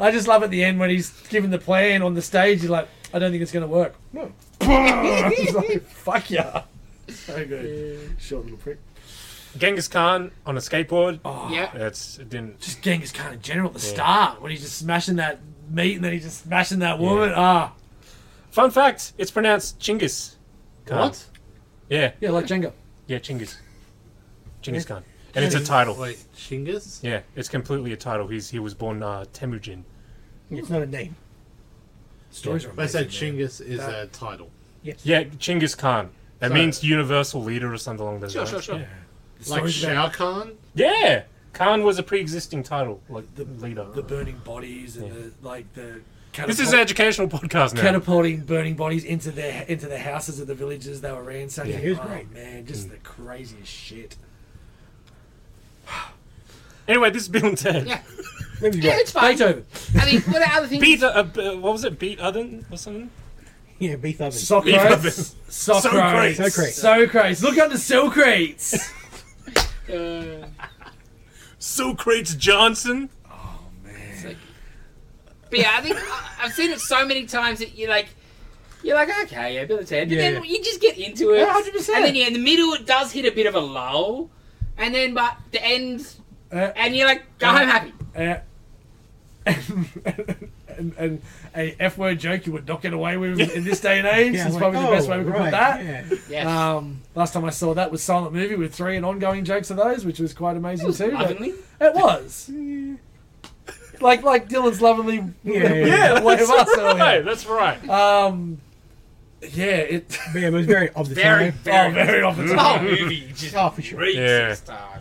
Speaker 4: I just love at the end when he's given the plan on the stage, he's like, I don't think it's going to work. No. He's like, fuck yeah. So good. Short little prick.
Speaker 1: Genghis Khan on a skateboard.
Speaker 7: Oh.
Speaker 2: Yeah.
Speaker 1: That's it didn't.
Speaker 4: Just Genghis Khan in general at the start when he's just smashing that meat and then he's just smashing that woman. Ah.
Speaker 1: Fun fact: it's pronounced Chinggis. Khan.
Speaker 7: What?
Speaker 1: Yeah,
Speaker 4: Yeah, like Jenga.
Speaker 1: yeah, Chinggis. Chinggis Khan, and it's a title.
Speaker 7: Wait, Chinggis?
Speaker 1: Yeah, it's completely a title. He's he was born uh, Temujin.
Speaker 5: It's not a name.
Speaker 6: Stories are
Speaker 7: I said
Speaker 6: amazing.
Speaker 7: Chinggis is a title.
Speaker 1: Yeah, Chinggis Khan. That
Speaker 7: So-
Speaker 1: means universal leader or something along those
Speaker 2: Sure,
Speaker 1: lines.
Speaker 2: sure, sure.
Speaker 7: Like
Speaker 6: Stories
Speaker 7: Shao Kahn?
Speaker 1: Yeah, Khan was a pre-existing title, like the
Speaker 6: The-
Speaker 1: leader.
Speaker 6: The burning bodies and the like the.
Speaker 1: this is
Speaker 6: catapult-
Speaker 1: an educational podcast now.
Speaker 6: catapulting burning bodies into their into the houses of the villages they were ransacking.
Speaker 1: Yeah, Mm.
Speaker 5: it was
Speaker 6: oh,
Speaker 5: great.
Speaker 6: man, just the craziest shit.
Speaker 1: Anyway, this is Bill and Ted.
Speaker 2: Yeah.
Speaker 5: Maybe
Speaker 2: Yeah, it's fine.
Speaker 6: Beethoven,
Speaker 2: I mean, what are other things?
Speaker 1: Beat, uh, uh, what was it? Beat Oven or something?
Speaker 5: Yeah, beef oven.
Speaker 6: Socrates, Socrates,
Speaker 1: Socrates.
Speaker 5: Socrates.
Speaker 6: Socrates. Look under Socrates.
Speaker 2: Uh,
Speaker 1: Socrates Johnson.
Speaker 2: but yeah, I think I- I've seen it so many times that you're like, you're like, okay, yeah, Bill and Ted. But
Speaker 5: Yeah,
Speaker 2: then you just get into it.
Speaker 4: Yeah, 100%.
Speaker 2: And then yeah, in the middle, it does hit a bit of a lull. And then, but the end,
Speaker 4: Uh,
Speaker 2: and you're like, go home happy.
Speaker 4: Uh, and, and, and a F word joke you would not get away with in this day and age
Speaker 5: Yeah,
Speaker 4: is
Speaker 5: like,
Speaker 4: probably the best
Speaker 5: oh,
Speaker 4: way we could put
Speaker 5: right,
Speaker 4: that.
Speaker 5: yeah.
Speaker 2: Yes.
Speaker 4: Um, last time I saw that was Silent Movie with three and ongoing jokes of those, which was quite amazing too. but-
Speaker 2: Lovingly.
Speaker 4: It was. like like Dylan's lovingly
Speaker 5: Yeah, yeah,
Speaker 4: yeah, one of us
Speaker 2: Oh,
Speaker 1: Hey,
Speaker 4: earlier.
Speaker 1: that's right.
Speaker 4: Um yeah, it
Speaker 5: But yeah, but it was very of the
Speaker 2: Very,
Speaker 5: time.
Speaker 2: very.
Speaker 4: oh, very often.
Speaker 2: The whole movie just
Speaker 5: Oh, for sure.
Speaker 2: reeks
Speaker 1: Yeah.
Speaker 2: of stuff.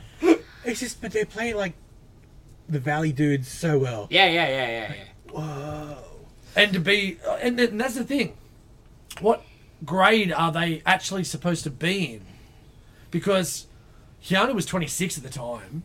Speaker 5: It's just, but they play like the Valley dudes so well.
Speaker 2: Yeah, yeah, yeah, yeah, yeah.
Speaker 5: Whoa.
Speaker 4: and to be and, th- and that's the thing what grade are they actually supposed to be in because Keanu was 26 at the time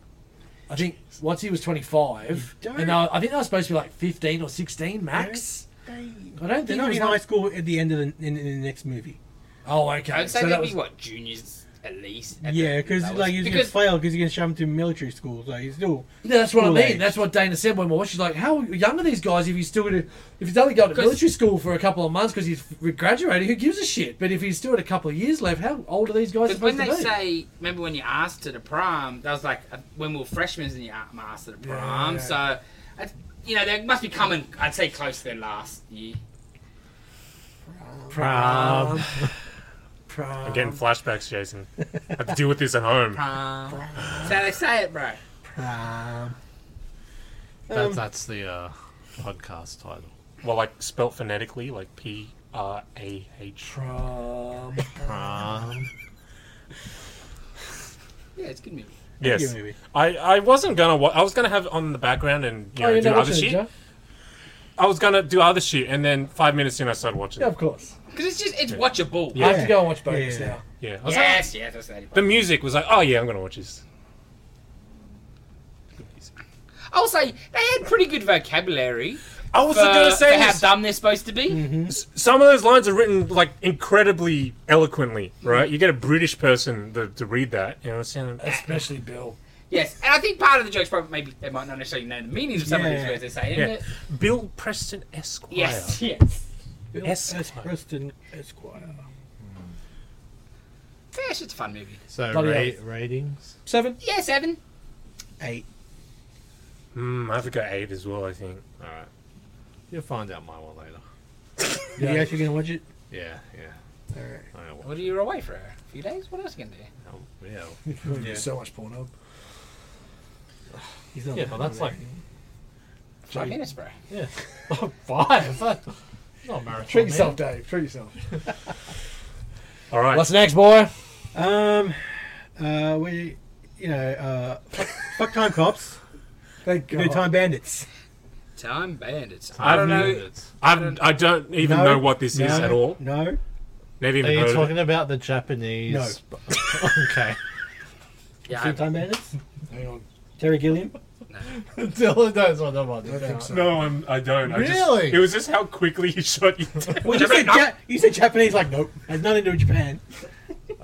Speaker 4: I think once he was 25
Speaker 5: Don't-
Speaker 4: and they were- I think they were supposed to be like 15 or 16 max
Speaker 5: They,
Speaker 4: I don't
Speaker 5: they're
Speaker 4: think it
Speaker 5: not
Speaker 4: was
Speaker 5: in high
Speaker 4: like,
Speaker 5: school at the end of the, in, in the next movie.
Speaker 4: oh okay
Speaker 2: I'd say
Speaker 4: so
Speaker 2: that'd
Speaker 4: that was
Speaker 2: be what juniors at least. at
Speaker 5: Yeah,
Speaker 2: the
Speaker 5: because
Speaker 2: lowest.
Speaker 5: like he's gonna
Speaker 2: because
Speaker 5: fail because he's gonna shove him to military school. So he's still
Speaker 4: No, that's what I
Speaker 5: School
Speaker 4: mean.
Speaker 5: age.
Speaker 4: That's what Dana said when we watched. She's like, "How young are these guys? If he's still gonna, if he's only going to
Speaker 2: 'Cause-
Speaker 4: military school for a couple of months because he's graduating, who gives a shit? But if he's still at a couple of years left, how old are these guys
Speaker 2: Because when
Speaker 4: supposed to
Speaker 2: they
Speaker 4: be?"
Speaker 2: say, remember when you asked to the prom, that was like uh, when we were freshmen and you a- I'm asked to the prom.
Speaker 4: yeah.
Speaker 2: So, I, you know, they must be coming, I'd say, close to their last year. Um,
Speaker 4: prom,
Speaker 1: I'm
Speaker 4: prom.
Speaker 1: getting flashbacks, Jason. I have to deal with this at home.
Speaker 2: Prom. So they say it, bro.
Speaker 5: um,
Speaker 7: That, that's the uh, podcast title.
Speaker 1: Well, like spelt phonetically, like P R A H.
Speaker 4: prom.
Speaker 7: Prom.
Speaker 2: Yeah, it's a good movie.
Speaker 1: Yes.
Speaker 5: movie.
Speaker 1: I, I wasn't gonna. Wa- I was gonna have it on the background and you
Speaker 4: Oh,
Speaker 1: know,
Speaker 4: you
Speaker 1: do
Speaker 4: know
Speaker 1: other
Speaker 4: what
Speaker 1: shit.
Speaker 4: yeah?
Speaker 1: I was gonna do other shit, and then five minutes in, I started watching.
Speaker 4: yeah,
Speaker 1: it.
Speaker 4: of course.
Speaker 2: Because it's just, it's watchable.
Speaker 4: I have
Speaker 5: Yeah.
Speaker 4: to go and watch Bogus
Speaker 5: Yeah.
Speaker 4: now.
Speaker 1: Yeah. I was like,
Speaker 2: Yes, yes, that's
Speaker 1: the music was like, oh yeah, I'm gonna watch this.
Speaker 2: I'll say they had pretty good vocabulary
Speaker 1: I was
Speaker 2: for,
Speaker 1: gonna
Speaker 2: for
Speaker 1: say
Speaker 2: how
Speaker 1: this-
Speaker 2: dumb they're supposed to be.
Speaker 1: some of those lines are written like incredibly eloquently, right? You get a British person to, to read that, you know, sound
Speaker 4: Especially Bill.
Speaker 2: Yes, and I think part of the joke's probably maybe they might not necessarily know the meanings of some of these
Speaker 5: Yeah.
Speaker 2: words they're saying.
Speaker 1: Yeah.
Speaker 2: but-
Speaker 1: Bill Preston Esquire.
Speaker 2: Yes, yes.
Speaker 5: Bill
Speaker 1: S-
Speaker 5: S. Preston Esquire.
Speaker 2: Yeah, it's just a fun movie.
Speaker 7: So
Speaker 4: Bloody
Speaker 7: ra- ratings.
Speaker 4: Seven.
Speaker 2: Yeah, seven.
Speaker 5: Eight.
Speaker 1: Mm, I have to go eight as well. I think.
Speaker 7: All right. You'll find out my one later.
Speaker 5: Are you actually gonna watch it?
Speaker 7: Yeah, yeah.
Speaker 5: All right.
Speaker 7: I know what-
Speaker 2: What are you away for? A few days? What else are you gonna do?
Speaker 7: how- yeah.
Speaker 4: So much Pornhub.
Speaker 5: He's not
Speaker 7: Yeah, but that's like
Speaker 2: Five minutes, bro.
Speaker 7: yeah. five. That's not a marathon.
Speaker 4: Treat
Speaker 7: man.
Speaker 4: yourself, Dave. Treat yourself.
Speaker 1: All right.
Speaker 4: What's next, boy?
Speaker 5: um, uh, we, you know, uh, fuck- fuck time cops,
Speaker 4: Thank
Speaker 5: no
Speaker 4: God.
Speaker 5: time bandits.
Speaker 2: Time bandits. I
Speaker 1: I've
Speaker 2: don't know.
Speaker 7: It's-
Speaker 1: I I don't even
Speaker 5: No,
Speaker 1: know what this is
Speaker 5: no,
Speaker 1: at all.
Speaker 5: No,
Speaker 1: Never
Speaker 7: Are
Speaker 1: even
Speaker 7: you
Speaker 1: heard of
Speaker 7: talking
Speaker 1: it.
Speaker 7: about the Japanese?
Speaker 5: No.
Speaker 7: okay.
Speaker 2: Yeah,
Speaker 5: full
Speaker 2: I-
Speaker 5: time bandits.
Speaker 4: Hang on.
Speaker 5: Terry Gilliam.
Speaker 7: Dylan knows what I'm on.
Speaker 6: think so.
Speaker 1: No, I'm, I don't. I
Speaker 7: Really?
Speaker 1: Just, it was just how quickly he shot you down.
Speaker 5: Well, you
Speaker 1: Damn it,
Speaker 5: said,
Speaker 1: no.
Speaker 5: ja- you said Japanese, like, nope. Has nothing to do with Japan.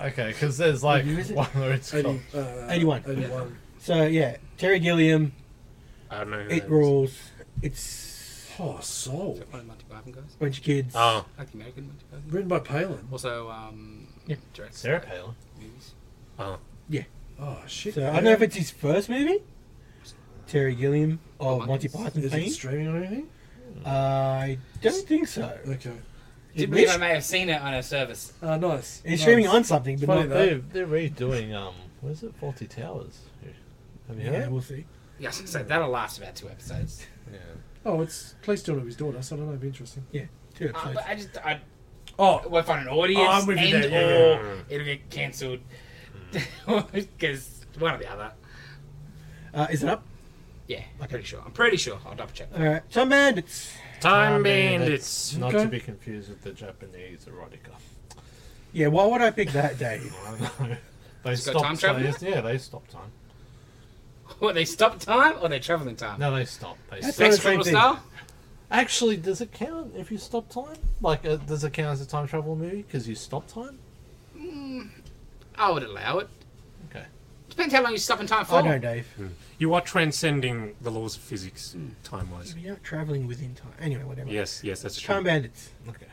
Speaker 7: Okay, because there's like
Speaker 5: Who is it? Oh,
Speaker 7: one where it's called.
Speaker 6: 80, uh,
Speaker 5: 81.
Speaker 6: 81.
Speaker 5: So, yeah, Terry Gilliam,
Speaker 1: I don't know. who
Speaker 5: it
Speaker 1: that is.
Speaker 5: rules. It's
Speaker 6: Oh, Soul.
Speaker 2: One of Monty Python guys.
Speaker 5: a bunch of kids.
Speaker 1: Oh,
Speaker 2: Like the American Monty Python.
Speaker 6: Written by Palin.
Speaker 2: Also, um,
Speaker 5: Yeah.
Speaker 2: directed
Speaker 7: Sarah Palin.
Speaker 2: movies.
Speaker 6: Oh, shit.
Speaker 5: so, I don't know if it's his first movie. Terry Gilliam of Monty Python
Speaker 6: Is it
Speaker 5: fame.
Speaker 6: streaming or anything?
Speaker 5: I don't think so.
Speaker 6: Okay.
Speaker 2: Did
Speaker 5: It
Speaker 2: believe
Speaker 5: is-
Speaker 2: I may have seen it on a service.
Speaker 6: Ah, nice.
Speaker 5: It's
Speaker 6: nice.
Speaker 5: streaming on something, but
Speaker 6: Funny
Speaker 5: not
Speaker 6: that.
Speaker 7: They, they're redoing um, what is it, Faulty Towers? Have you
Speaker 6: Yeah,
Speaker 7: heard?
Speaker 6: we'll see.
Speaker 2: Yeah, I was gonna say, that'll last about two episodes.
Speaker 6: Oh, it's Police Doing It With His Daughter, so I don't know. It'd be interesting.
Speaker 5: two
Speaker 2: Uh,
Speaker 5: episodes.
Speaker 2: but I just, I,
Speaker 6: Oh,
Speaker 2: we'll find an audience,
Speaker 6: I'm with you
Speaker 2: and
Speaker 6: there, yeah,
Speaker 2: or
Speaker 1: yeah,
Speaker 2: it'll get cancelled because one or the other.
Speaker 5: Uh, is it up?
Speaker 2: Yeah, I'm pretty sure. I'm pretty sure. I'll double check.
Speaker 5: All right. Some bandits.
Speaker 1: Time
Speaker 7: It's
Speaker 1: Bandits.
Speaker 7: not
Speaker 6: Okay.
Speaker 7: to be confused with the Japanese erotica.
Speaker 5: Yeah, why would I pick that, Dave?
Speaker 7: I don't know. They
Speaker 2: It's got
Speaker 7: stopped
Speaker 2: time travel
Speaker 7: they- Yeah, they stopped time.
Speaker 2: What they stop time or they travel in time?
Speaker 7: No, they stopped. They
Speaker 5: That's
Speaker 7: stopped.
Speaker 5: not
Speaker 2: Sex
Speaker 5: the same
Speaker 2: travel
Speaker 5: thing.
Speaker 2: style.
Speaker 7: Actually, does it count if you stop time? Like, uh, does it count as a time travel movie because you stop time?
Speaker 2: I would allow it.
Speaker 7: Okay.
Speaker 2: Depends how long you stop in time for.
Speaker 5: I know, Dave.
Speaker 1: You are transcending the laws of physics,
Speaker 2: Hmm.
Speaker 1: time wise.
Speaker 5: You're not traveling within time. Anyway, whatever.
Speaker 1: Yes, yes, that's true.
Speaker 5: Time bandits.
Speaker 7: Okay.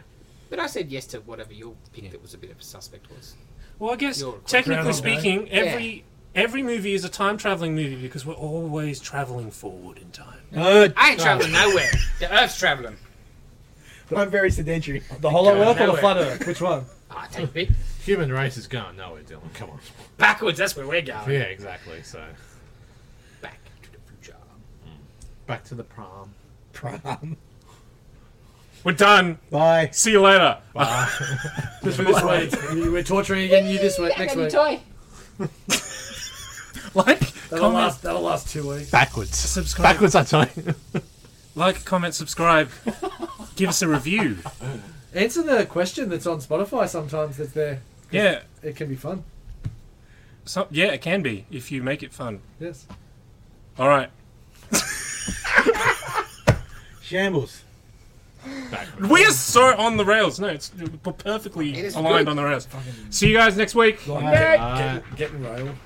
Speaker 2: But I said yes to whatever your pick that was a bit of a suspect was.
Speaker 1: Well, I guess
Speaker 2: You're-
Speaker 1: technically
Speaker 6: Travel,
Speaker 1: speaking, every every movie is a time traveling movie because we're always traveling forward in time.
Speaker 5: Uh,
Speaker 2: I ain't traveling nowhere. The Earth's traveling.
Speaker 5: I'm very sedentary.
Speaker 6: the Hollow Earth or the
Speaker 2: nowhere.
Speaker 6: Flat Earth? Which one?
Speaker 2: Ah, take a pick.
Speaker 7: Human race is going nowhere, Dylan. Come on.
Speaker 2: Backwards. That's where we're going.
Speaker 7: Yeah, exactly. So,
Speaker 2: Back to the future.
Speaker 7: back to the prom.
Speaker 5: Prom.
Speaker 1: We're done.
Speaker 5: Bye.
Speaker 1: See you later.
Speaker 6: This week. We're torturing again you this week. Next week.
Speaker 2: toy.
Speaker 1: like,
Speaker 6: That'll
Speaker 1: comment,
Speaker 6: last, that'll last two weeks.
Speaker 7: Backwards.
Speaker 1: subscribe.
Speaker 7: Backwards, I tell you.
Speaker 1: Like, comment, subscribe. Give us a review.
Speaker 6: Answer the question that's on Spotify sometimes that's there.
Speaker 1: Yeah,
Speaker 6: It can be fun.
Speaker 1: so, yeah, it can be if you make it fun.
Speaker 6: Yes.
Speaker 1: All right.
Speaker 5: Shambles.
Speaker 1: We are so on the rails. No, it's we're perfectly
Speaker 2: It is
Speaker 1: aligned
Speaker 2: good.
Speaker 1: on the rails. See you guys next week.
Speaker 6: Like,
Speaker 7: Ah.
Speaker 5: Bye.
Speaker 6: getting railed.